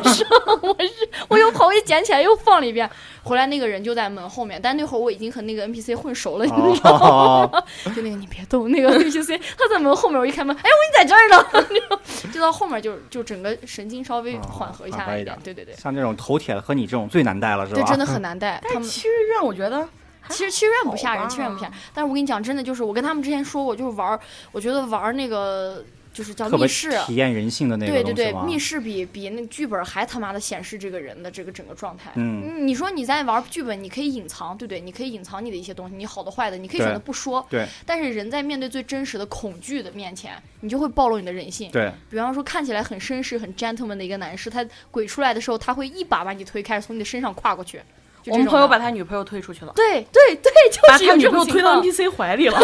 Speaker 5: 我是我又跑回去捡起来又放了一遍，回来那个人就在门后面，但那会儿我已经和那个 NPC 混熟了，你知道吗？ [laughs]
Speaker 3: 哦，
Speaker 5: 就那个你别动，那个 NPC 他在门后面，我一开门，哎，我说你在这儿呢， [laughs] 就到后面就就整个神经稍微
Speaker 3: 哦
Speaker 5: 缓和一下
Speaker 3: 缓和
Speaker 5: 来
Speaker 3: 一
Speaker 5: 点，
Speaker 3: 点
Speaker 5: 对对对，
Speaker 3: 像这种头铁和你这种最难带了，是吧？
Speaker 5: 对真的
Speaker 3: [laughs]
Speaker 5: 很难带。他
Speaker 4: 但
Speaker 5: 们
Speaker 4: 其实让我觉得
Speaker 5: 其实其实远不吓人，
Speaker 4: 好啊
Speaker 5: 其实远不吓人
Speaker 4: 吧。
Speaker 5: 但是我跟你讲，真的就是我跟他们之前说过，就是玩儿，我觉得玩儿那个就是叫
Speaker 3: 特别
Speaker 5: 密室，
Speaker 3: 体验人性的那
Speaker 5: 对
Speaker 3: 个
Speaker 5: 对
Speaker 3: 东
Speaker 5: 对
Speaker 3: 西，吗？
Speaker 5: 密室比比那剧本还他妈的显示这个人的这个整个状态。
Speaker 3: 嗯，
Speaker 5: 你说你在玩剧本，你可以隐藏，对不对？你可以隐藏你的一些东西，你好的坏的，你可以选
Speaker 3: 对
Speaker 5: 择不说。
Speaker 3: 对
Speaker 5: 但是人在面对最真实的恐惧的面前，你就会暴露你的人性。
Speaker 3: 对，
Speaker 5: 比方说，看起来很绅士、很 gentleman 的一个男士，他鬼出来的时候，他会一把把你推开，从你的身上跨过去。就这
Speaker 4: 我们
Speaker 5: 种
Speaker 4: 朋友
Speaker 5: 的
Speaker 4: 把他女朋友推出去了，
Speaker 5: 对对对，就
Speaker 4: 把
Speaker 5: 是
Speaker 4: 他
Speaker 5: 有
Speaker 4: 女
Speaker 5: 这
Speaker 4: 朋友
Speaker 5: 种
Speaker 4: 推
Speaker 5: 情
Speaker 4: 到
Speaker 5: 况。
Speaker 4: NPC 怀里了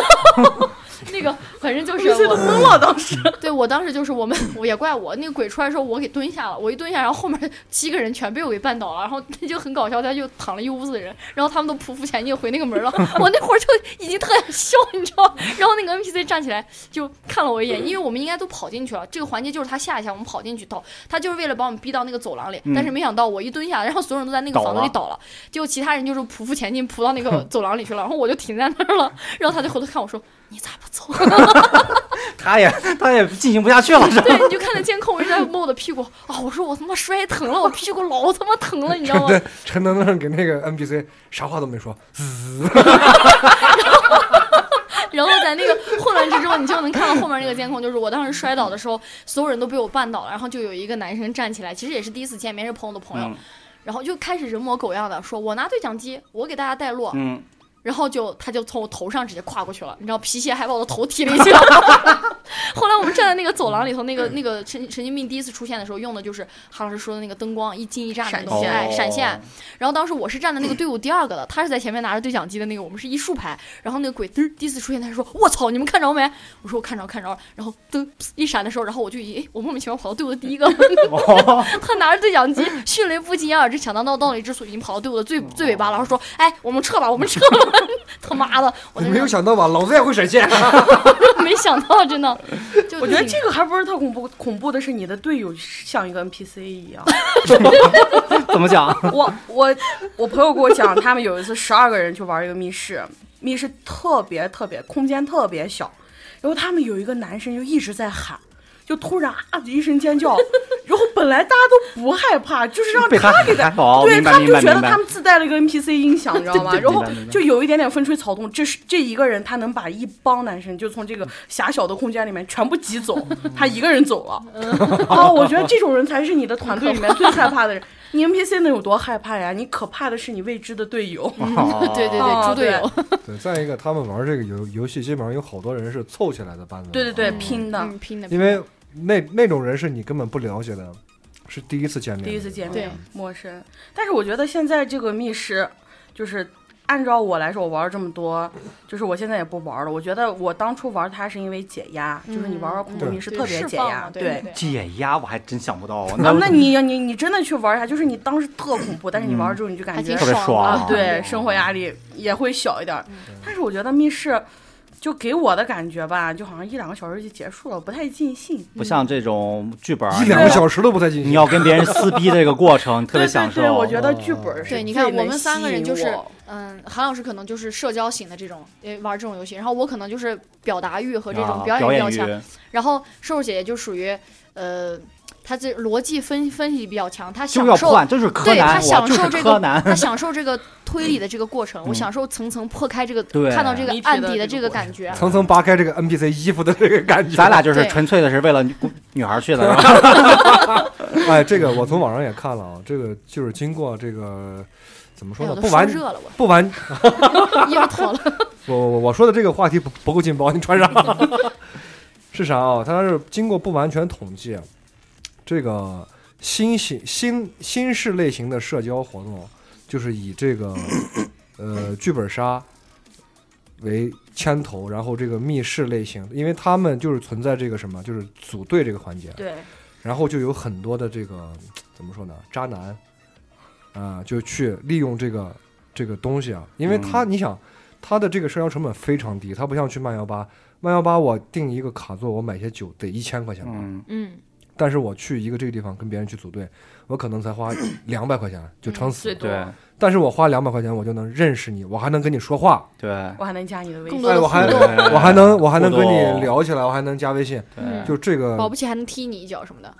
Speaker 5: 那个反正就是
Speaker 4: ，NPC 都
Speaker 5: 我，
Speaker 4: 懵了，当时
Speaker 5: 对我当时就是我们，我也怪我，那个鬼出来的时候，我给蹲下了，我一蹲下，然后后面七个人全被我给绊倒了，然后那就很搞笑，他就躺了一屋子的人，然后他们都匍匐前进回那个门了，我那会儿就已经特想笑，你知道吗？然后那个 NPC 站起来就看了我一眼，因为我们应该都跑进去了，这个环节就是他吓一下我们跑进去倒，他就是为了把我们逼到那个走廊里，
Speaker 3: 嗯
Speaker 5: 但是没想到我一蹲下，然后所有人都在那个
Speaker 3: 倒
Speaker 5: 房子里
Speaker 3: 了
Speaker 5: 倒了，结果其他人就是匍匐前进扑到
Speaker 3: [laughs]
Speaker 5: 那个走廊里去了，然后我就停在那儿了，然后他就回头看我说你咋不走？
Speaker 3: 他也 [laughs] 他也进行不下去了，是吧？
Speaker 5: 对，你就看着监控，我一直在摸我的屁股啊、我说我他妈摔疼了，我屁股老他妈疼了，你知道吗？
Speaker 1: 对，陈能能给那个 NPC 啥话都没说，滋，
Speaker 5: 然后在那个混乱之中，你就能看到后面那个监控，就是我当时摔倒的时候，所有人都被我绊倒了，然后就有一个男生站起来，其实也是第一次见面，是朋友的朋友，
Speaker 3: [laughs] 嗯
Speaker 5: 然后就开始人模狗样的说，我拿对讲机，我给大家带路，
Speaker 3: 嗯，
Speaker 5: 然后就他就从我头上直接跨过去了，你知道皮鞋还把我的头踢了一下。 [laughs] 后来我们站在那个走廊里头，那个那个神神经病第一次出现的时候，用的就是韩老师说的那个灯光一进一站的
Speaker 4: 闪
Speaker 5: 东西，
Speaker 4: 现
Speaker 3: 哦
Speaker 5: 哎，闪现。然后当时我是站在那个队伍第二个的，他是在前面拿着对讲机的那个，我们是一竖排。然后那个鬼嘚儿第一次出现，他说：“我操，你们看着没？”我说：“我看着，看着了。”然后灯一闪的时候，然后我就以哎，我莫名其妙跑到队伍的第一个，
Speaker 3: 哦， [laughs]
Speaker 5: 他拿着对讲机，迅雷不及掩耳之响当道，道理之所已经跑到队伍的最最尾巴了，然后说：“哎，我们撤吧，我们撤吧！”他妈的，我
Speaker 1: 你
Speaker 5: 真
Speaker 1: 没有
Speaker 5: 的
Speaker 1: 想到吧？老子也会闪现。
Speaker 5: 没想到，真的，就
Speaker 4: 我觉得
Speaker 5: 挺
Speaker 4: 这个还不是特恐怖，恐怖的是你的队友像一个 NPC 一样。
Speaker 3: 怎么讲？
Speaker 4: [laughs] 我我我朋友跟我讲，他们有一次十二个人去玩一个密室，密室特别特别空间特别小，然后他们有一个男生就一直在喊。就突然啊一声尖叫，然后本来大家都不害怕，就是让
Speaker 3: 被
Speaker 4: 他给
Speaker 3: 喊
Speaker 4: 他
Speaker 3: 好，
Speaker 4: 对
Speaker 3: 明
Speaker 4: 他
Speaker 3: 白
Speaker 4: 们
Speaker 3: 明
Speaker 4: 就
Speaker 3: 白
Speaker 4: 觉得
Speaker 3: 明白
Speaker 4: 他。们自带了一个 NPC 音响，你知道吗？
Speaker 3: 对对
Speaker 4: 然后
Speaker 3: 明白明白
Speaker 4: 就有一点点分吹草动，这是这一个人他能把一帮男生就从这个狭小的空间里面全部挤走，他一个人走了。哦，我觉得这种人才是你的团队里面最害怕的人。你 NPC 能有多害怕呀？你可怕的是你未知的队友。
Speaker 3: 哦
Speaker 5: 对对
Speaker 4: 哦
Speaker 5: 对，猪队
Speaker 4: 对
Speaker 5: 友，
Speaker 1: [laughs] 对，再一个，他们玩这个游游戏，基本上有好多人是凑起来的班子。
Speaker 4: [laughs] 对对对，，拼的，
Speaker 5: 嗯，拼的，
Speaker 1: 因为那那种人是你根本不了解的，是第一次见面，
Speaker 4: 第一次见
Speaker 5: 对
Speaker 4: 面，陌生。但是我觉得现在这个密室，就是按照我来说，我玩了这么多，就是我现在也不玩了。我觉得我当初玩它是因为解压，就是你玩玩恐怖
Speaker 1: 嗯
Speaker 4: 密室
Speaker 5: 对
Speaker 4: 特别
Speaker 5: 释
Speaker 4: 解
Speaker 5: 放
Speaker 4: 压，
Speaker 5: 嘛对对。
Speaker 3: 解压我还真想不到啊，
Speaker 4: 啊，那你你你真的去玩一下，就是你当时特恐怖，但是你玩了之后你就感
Speaker 5: 还
Speaker 4: 觉
Speaker 5: 挺
Speaker 3: 嗯特别
Speaker 5: 爽
Speaker 3: 爽
Speaker 5: 的嗯
Speaker 4: 啊，
Speaker 3: 啊，
Speaker 4: 对，生活压力也会小一点儿。但是我觉得密室，就给我的感觉吧，就好像一两个小时就结束了，不太尽兴。
Speaker 3: 不像这种剧本儿，
Speaker 1: 一两个小时都不太进行。
Speaker 3: 你要跟别人撕逼的这个过程，特别享
Speaker 4: 对
Speaker 3: 受。哦
Speaker 4: 对对，我觉得剧本是
Speaker 5: 对，你看
Speaker 4: 最
Speaker 5: 我
Speaker 4: 能
Speaker 5: 们三个人
Speaker 4: 吸引
Speaker 5: 就是
Speaker 4: 我
Speaker 5: 嗯，韩老师可能就是社交型的这种，呃，玩这种游戏，然后我可能就是表达欲和这种
Speaker 3: 啊
Speaker 5: 表演
Speaker 3: 表
Speaker 5: 欲比
Speaker 3: 演
Speaker 5: 较强，
Speaker 3: 欲，
Speaker 5: 然后瘦瘦姐姐就属于，呃，她这逻辑分分析比较强，她
Speaker 3: 就
Speaker 5: 享
Speaker 3: 要
Speaker 5: 受
Speaker 3: 换，这就是柯
Speaker 5: 对
Speaker 3: 南，
Speaker 5: 他
Speaker 3: 我
Speaker 5: 享
Speaker 3: 就
Speaker 5: 受
Speaker 3: 是
Speaker 5: 这个
Speaker 3: 柯
Speaker 5: [laughs]
Speaker 3: 南。
Speaker 5: 她享受这个推理的这个过程，我
Speaker 3: 嗯
Speaker 5: 享受层层破开这个
Speaker 3: 对
Speaker 5: 看到这个
Speaker 2: 谜题的
Speaker 5: 案底
Speaker 2: 这
Speaker 5: 的
Speaker 2: 个
Speaker 5: 这个
Speaker 2: 过
Speaker 5: 感觉。哎
Speaker 1: 层层扒开这个 NPC 衣服的这个感觉。
Speaker 3: 咱俩就是
Speaker 5: 对
Speaker 3: 纯粹的是为了女女孩去的，是吧？
Speaker 1: 哎，这个我从网上也看了啊，这个就是经过这个怎么
Speaker 5: 哎
Speaker 1: 说
Speaker 5: 呦，
Speaker 1: 呢？
Speaker 5: 我都
Speaker 1: 不
Speaker 5: 说
Speaker 1: 完
Speaker 5: 热了，我
Speaker 1: 不完，
Speaker 5: 衣服脱了。
Speaker 1: 我我我说的这个话题不不够劲爆，你穿上 [laughs] 是啥啊？它是经过不完全统计，啊这个新型新新式类型的社交活动，啊就是以这个呃剧本杀为牵头，然后这个密室类型，因为他们就是存在这个什么，就是组队这个环节，
Speaker 4: 对，
Speaker 1: 然后就有很多的这个怎么说呢，渣男啊、就去利用这个这个东西啊，因为他、你想他的这个社交成本非常低，他不像去慢幺八，慢幺八我订一个卡座，我买些酒得一千块钱吧，
Speaker 3: 嗯，
Speaker 5: [laughs] 嗯，
Speaker 1: 但是我去一个这个地方跟别人去组队，我可能才花两百块钱就撑死
Speaker 2: 最
Speaker 1: 了，
Speaker 2: 多
Speaker 3: 对
Speaker 1: 但是我花两百块钱我就能认识你，我还能跟你说话，
Speaker 3: 对
Speaker 4: 我还能加你的微
Speaker 5: 更
Speaker 4: 信
Speaker 5: 多，
Speaker 1: 哎，
Speaker 5: 的
Speaker 1: 我还
Speaker 5: 互动，
Speaker 1: 我还能我还能跟
Speaker 3: 互动
Speaker 1: 你聊起来，我还能加微信，
Speaker 5: 嗯
Speaker 1: 就这个
Speaker 5: 保不齐还能踢你一脚什么的。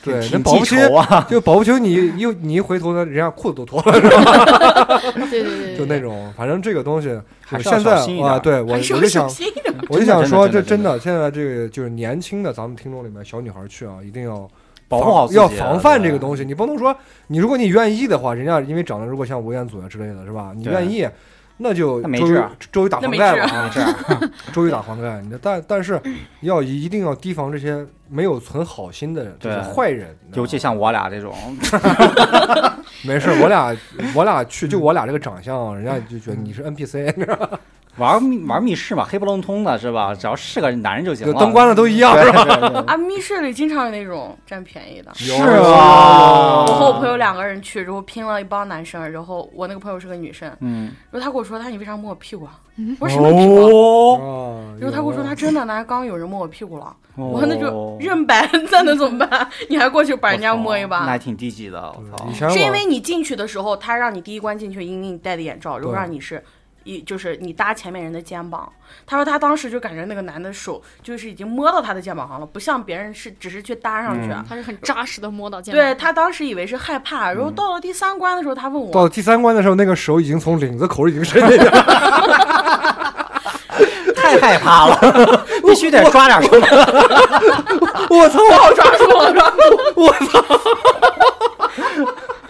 Speaker 1: 对，那
Speaker 3: [laughs] 挺
Speaker 1: 保不齐
Speaker 3: 记仇啊，
Speaker 1: 就保不齐你又你一回头呢，人家裤子都脱了，是吧
Speaker 5: 对对对
Speaker 1: 就
Speaker 5: 对
Speaker 1: 那
Speaker 5: 对，
Speaker 1: 种，反正这个东西
Speaker 3: 还是要
Speaker 1: 现
Speaker 3: 小
Speaker 1: 在
Speaker 3: 心一点
Speaker 1: 啊，对我我
Speaker 2: 还是
Speaker 1: 就
Speaker 2: 要
Speaker 1: 想
Speaker 2: 小心一点。
Speaker 1: 我就想说，这
Speaker 3: 真
Speaker 1: 真
Speaker 3: 的
Speaker 1: 的现在这个就是年轻的咱们听众里面小女孩去啊，一定要
Speaker 3: 保
Speaker 1: 防
Speaker 3: 护好自己，啊
Speaker 1: 要防范这个
Speaker 3: 西。
Speaker 1: 东西。你不能说你如果你愿意的话，人家因为长得如果像吴彦祖啊之类的是吧？你
Speaker 3: 对
Speaker 1: 愿意，那就
Speaker 3: 那没
Speaker 1: 周
Speaker 3: 治
Speaker 1: 瑜
Speaker 3: 啊
Speaker 1: 周瑜打
Speaker 2: 那
Speaker 1: 黄
Speaker 2: 没
Speaker 1: 盖
Speaker 2: 治
Speaker 1: 吧
Speaker 2: 啊
Speaker 1: 啊，周瑜打黄盖。你但但是要一定要提防这些没有存好心的这些
Speaker 3: 对
Speaker 1: 坏人，你知道
Speaker 3: 尤其
Speaker 1: 吗
Speaker 3: 像我俩这种，
Speaker 1: [laughs] 没事，我俩我俩去就我俩这个长相，人家就觉得你是
Speaker 3: 嗯
Speaker 1: NPC，
Speaker 3: 玩密玩密室嘛，黑不隆咚的是吧？只要是个男人就行
Speaker 1: 就
Speaker 3: 了。
Speaker 1: 灯关了都一样。
Speaker 3: 啊对
Speaker 1: [laughs]
Speaker 3: 对
Speaker 4: [laughs] 啊，密室里经常有那种占便宜的。
Speaker 3: 对
Speaker 1: 有啊
Speaker 3: 是啊吧？
Speaker 1: 有有
Speaker 3: 哦
Speaker 1: 有有有
Speaker 4: 我和我朋友两个人去，然后拼了一帮男生，然后我那个朋友是个女生，
Speaker 3: 嗯，
Speaker 4: 然后她跟我说，她你为啥摸我屁股啊？我说什么屁股啊？
Speaker 3: 哦，
Speaker 1: 啊
Speaker 4: 然后她跟我说，她真的，那刚刚有人摸我屁股了，我
Speaker 3: 我
Speaker 4: 说那
Speaker 1: 哦
Speaker 4: 就认呗， [laughs] 那能怎么办？你还过去把人家摸一
Speaker 3: 那还
Speaker 4: 把？
Speaker 3: 挺低级的，我操
Speaker 1: 嗯以！前我
Speaker 4: 是因为你进去的时候，他让你第一关进去，因为你戴的眼罩，如果
Speaker 1: 对
Speaker 4: 让你是。一就是你搭前面人的肩膀，他说他当时就感觉那个男的手就是已经摸到他的肩膀上了，不像别人是只是去搭上去，
Speaker 3: 嗯
Speaker 5: 他是很扎实的摸到键
Speaker 4: 对
Speaker 5: 盘。
Speaker 4: 他当时以为是害怕，然后到了第三关的时候，他问我，
Speaker 1: 嗯到第 [laughs] 三关的时候，那个手已经从领子口已经伸进去了。
Speaker 3: 太害怕了，
Speaker 1: [laughs]
Speaker 3: 必须得抓点什么。
Speaker 1: 我 [laughs]
Speaker 3: [laughs]
Speaker 1: 操！
Speaker 4: 我抓住了，抓住了，
Speaker 1: 我操！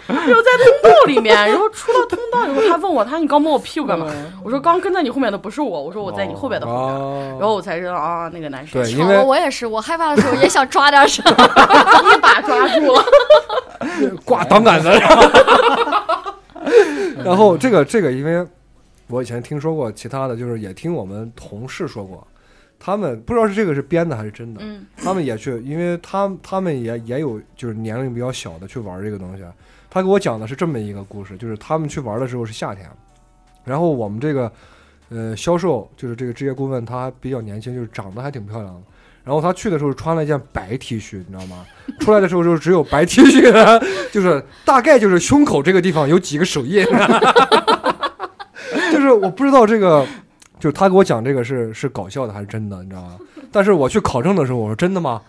Speaker 4: 然后在通道里面，然后出了通道以后，他问我，他说你刚摸我屁股干嘛？我说刚跟在你后面的不是我，我说我在你后 [laughs] 边的后面，然
Speaker 1: 嗯哦，
Speaker 4: 后我才知道啊，那个男生
Speaker 1: 对，
Speaker 5: 巧
Speaker 1: 因
Speaker 5: 了，
Speaker 1: 为
Speaker 5: 我也是，我害怕的时候也想抓点什 [laughs] 么。
Speaker 4: 一把抓住
Speaker 1: [laughs]
Speaker 4: 了，
Speaker 1: 挂挡杆子。 [laughs] 然后这个这个，因为我以前听说过其他的，就是也听我们同事说过，他们不知道是这个是编的还是真的，
Speaker 4: 嗯，
Speaker 1: 他们也去，因为他他们也也有就是年龄比较小的去玩这个东西。啊他给我讲的是这么一个故事，就是他们去玩的时候是夏天，然后我们这个呃销售就是这个职业顾问，他比较年轻，就是长得还挺漂亮的。然后他去的时候穿了一件白 T 恤，你知道吗？出来的时候就只有白 T 恤了， [laughs] 就是大概就是胸口这个地方有几个手印， [laughs] 就是我不知道这个，就是他给我讲这个是是搞笑的还是真的，你知道吗？但是我去考证的时候，我说真的吗？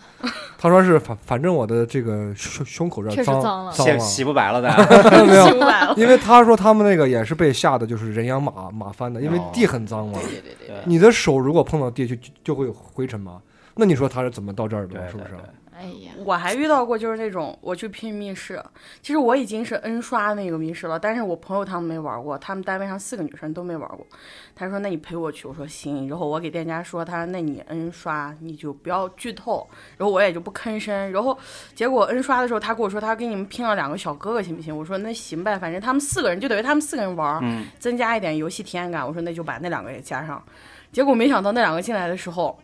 Speaker 1: 他说是反反正我的这个胸胸口这儿
Speaker 5: 确实
Speaker 1: 脏
Speaker 5: 脏了
Speaker 3: 洗
Speaker 1: 了
Speaker 3: 洗不白了的，
Speaker 1: [laughs] 没有
Speaker 4: 明白了，
Speaker 1: 因为他说他们那个也是被吓得就是人仰马马翻的，因为地很脏嘛。
Speaker 4: 对对对对，
Speaker 1: 你的手如果碰到地就就就会有灰尘嘛。那你说他是怎么到这儿
Speaker 3: 对
Speaker 1: 的？是不是
Speaker 3: 对？
Speaker 5: 哎呀，
Speaker 4: 我还遇到过就是那种我去拼密室，其实我已经是 N 刷那个密室了，但是我朋友他们没玩过，他们单位上四个女生都没玩过。他说：“那你陪我去。”我说：“行。”然后我给店家说：“他说那你 N 刷你就不要剧透。”然后我也就不吭声。然后结果 N 刷的时候，他跟我说他给你们拼了两个小哥哥，行不行？我说：“那行呗，反正他们四个人就等于他们四个人玩儿，
Speaker 3: 嗯
Speaker 4: 增加一点游戏体验感。”我说：“那就把那两个也加上。”结果没想到那两个进来的时候。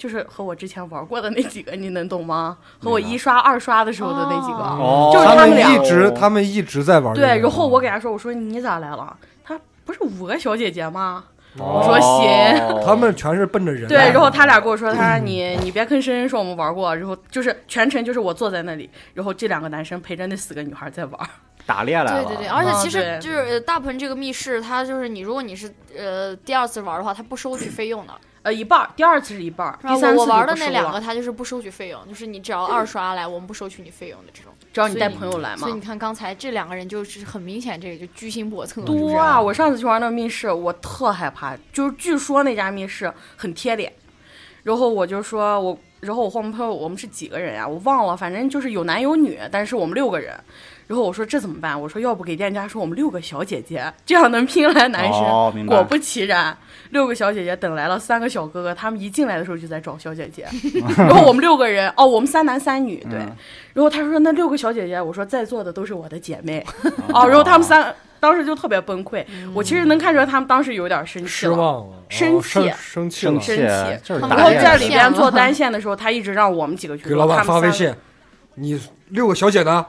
Speaker 4: 就是和我之前玩过的那几个，你能懂吗？和我
Speaker 3: 明白
Speaker 4: 一刷、二刷的时候的那几个，
Speaker 5: 哦
Speaker 3: 哦，
Speaker 4: 就是他
Speaker 1: 他
Speaker 4: 们俩
Speaker 1: 一直他们一直在玩这个。
Speaker 4: 对，然后我给他说，我说你咋来了？他不是五个小姐姐吗？
Speaker 5: 说行
Speaker 3: 哦
Speaker 1: 啊他们全是奔着人
Speaker 4: 对，
Speaker 1: 来的
Speaker 4: 然后他俩跟我说，他说你你别跟深深说我们玩过，然后就是全程就是我坐在那里，然后这两个男生陪着那四个女孩在玩。
Speaker 3: 打猎来
Speaker 5: 对
Speaker 3: 了，
Speaker 5: 对对，而且
Speaker 4: 啊
Speaker 5: 其实
Speaker 4: 对
Speaker 5: 就是呃大盆这个密室，它就是你如果你是呃第二次玩的话，它不收取费用的。
Speaker 4: 呃，一半儿，第二次是一半儿，
Speaker 5: 然
Speaker 4: 第
Speaker 5: 后
Speaker 4: 三次
Speaker 5: 我我
Speaker 4: 就
Speaker 5: 玩
Speaker 4: 不
Speaker 5: 的那
Speaker 4: 收
Speaker 5: 两
Speaker 4: 了
Speaker 5: 个，，它就是不收取费用，就是你只要二刷来，我们不收取你费用的这种。
Speaker 4: 只要你
Speaker 5: 所以
Speaker 4: 带朋友来嘛
Speaker 5: 所以。你看刚才这两个人就是很明显，这个就居心叵测。是不
Speaker 4: 多
Speaker 5: 是
Speaker 4: 啊！我上次去玩那个密室，我特害怕，就是据说那家密室很贴脸，然后我就说我。然后我和我们朋友，我们是几个人呀、我忘了，反正就是有男有女，但是我们六个人。然后我说这怎么办？我说要不给店家说我们六个小姐姐，这样能拼来男生。
Speaker 3: 哦，明白。
Speaker 4: 果不其然，六个小姐姐等来了三个小哥哥，他们一进来的时候就在找小姐姐，
Speaker 1: [laughs]
Speaker 4: 然后我们六个人，哦，我们三男三女，对。
Speaker 3: 嗯
Speaker 4: 然后他说那六个小姐姐，我说在座的都是我的姐
Speaker 1: [laughs]
Speaker 4: 妹，哦，然后他们三当时就特别崩溃，我其实能看出来他们当时有点生
Speaker 1: 嗯
Speaker 4: 气
Speaker 1: 失
Speaker 4: 了。
Speaker 1: 望了，
Speaker 4: 生
Speaker 1: 哦生
Speaker 4: 气
Speaker 1: 生气
Speaker 3: 生
Speaker 1: 了，
Speaker 3: 气
Speaker 4: 生气
Speaker 3: 就是
Speaker 5: 他们
Speaker 4: 然
Speaker 3: 打
Speaker 4: 后
Speaker 3: 猎
Speaker 4: 在
Speaker 3: 来
Speaker 4: 里
Speaker 3: 了。
Speaker 4: 边做单线的时候，他一直让我们几个去
Speaker 1: 给
Speaker 4: 做，
Speaker 1: 老板
Speaker 4: 他
Speaker 1: 发
Speaker 4: 们
Speaker 1: 微
Speaker 4: 三
Speaker 1: 信
Speaker 4: 个，哦
Speaker 1: 你六个小姐呢？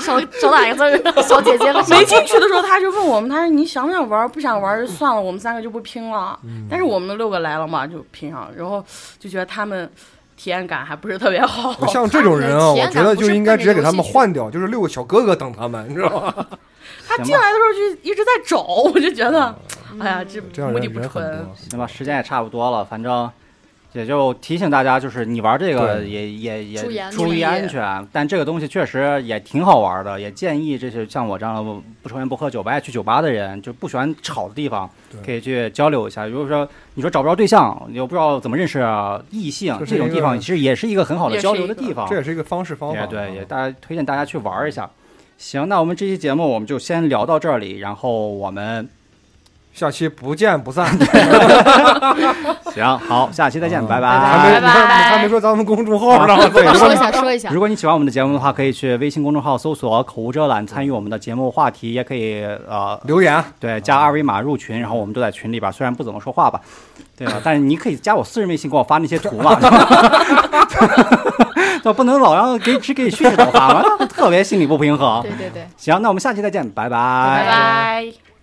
Speaker 5: 少少打一个字儿， [laughs] 小姐姐了。
Speaker 4: 没进去的时候，他就问我们，他说你想不想玩？不想玩就算了，我们三个就不拼了。
Speaker 1: 嗯
Speaker 4: 但是我们六个来了嘛，就拼上，然后就觉得他们体验感还不是特别好。
Speaker 1: 我像这种人啊，
Speaker 5: 体
Speaker 1: 我
Speaker 5: 验
Speaker 1: 觉
Speaker 5: 感
Speaker 1: 得
Speaker 5: 不
Speaker 1: 就是应该
Speaker 5: 奔
Speaker 1: 直
Speaker 5: 着
Speaker 1: 接给他
Speaker 5: 游戏
Speaker 1: 们
Speaker 5: 去
Speaker 1: 换掉，就是六个小哥哥等他们，你知道吗？
Speaker 4: 他
Speaker 3: 行
Speaker 4: 进
Speaker 3: 吧
Speaker 4: 来的时候就一直在找，我就觉得，哎呀，这
Speaker 1: 嗯这样
Speaker 4: [laughs] 目
Speaker 1: 人
Speaker 4: 的不
Speaker 1: 人很
Speaker 4: 纯。
Speaker 1: 多。
Speaker 3: 行吧，时间也差不多了，反正也就提醒大家，就是你玩这个
Speaker 1: 对
Speaker 3: 也也
Speaker 5: 注意
Speaker 3: 也
Speaker 5: 安
Speaker 3: 注意
Speaker 5: 全
Speaker 3: 安全。但这个东西确实也挺好玩的，也建议这些像我这样不不抽烟不喝酒不爱去酒吧的人，就不喜欢吵的地方
Speaker 1: 对，
Speaker 3: 可以去交流一下。如果说你说找不着对象，你又不知道怎么认识啊异性，
Speaker 1: 这是
Speaker 3: 这种
Speaker 1: 一
Speaker 3: 地方
Speaker 1: 个
Speaker 3: 其实也是一个很好的
Speaker 4: 也
Speaker 3: 交
Speaker 4: 是
Speaker 3: 流
Speaker 4: 一
Speaker 3: 的
Speaker 4: 个
Speaker 3: 地方。
Speaker 1: 这也是一个方式方法
Speaker 3: 也
Speaker 1: 啊。
Speaker 3: 对，也大家推荐大家去玩一下。行，那我们这期节目我们就先聊到这里，然后我们
Speaker 1: 下期不见不
Speaker 6: [laughs]
Speaker 1: 散。
Speaker 3: 行好，下期再见，
Speaker 1: 嗯
Speaker 3: 拜
Speaker 1: 还没，
Speaker 6: 拜
Speaker 1: 你看
Speaker 6: 拜
Speaker 1: 还没说咱们公众
Speaker 3: [laughs]
Speaker 1: 号
Speaker 3: 啊
Speaker 1: 呢。对，
Speaker 5: 说一下，说一下。
Speaker 3: 如果你喜欢我们的节目的话，可以去微信公众号搜索“口无遮拦”，参与我们的节目话题，也可以呃，
Speaker 1: 留言啊
Speaker 3: 对，加二维码入群，然后我们都在群里边，虽然不怎么说话吧，对吧？但是你可以加我私人微信，给我发那些图 [laughs] 嘛，那不能老让给只给虚指导发嘛，特别心里不平衡。
Speaker 5: 对对对。
Speaker 3: 行，那我们下期再见，拜拜
Speaker 5: 拜
Speaker 6: 拜拜。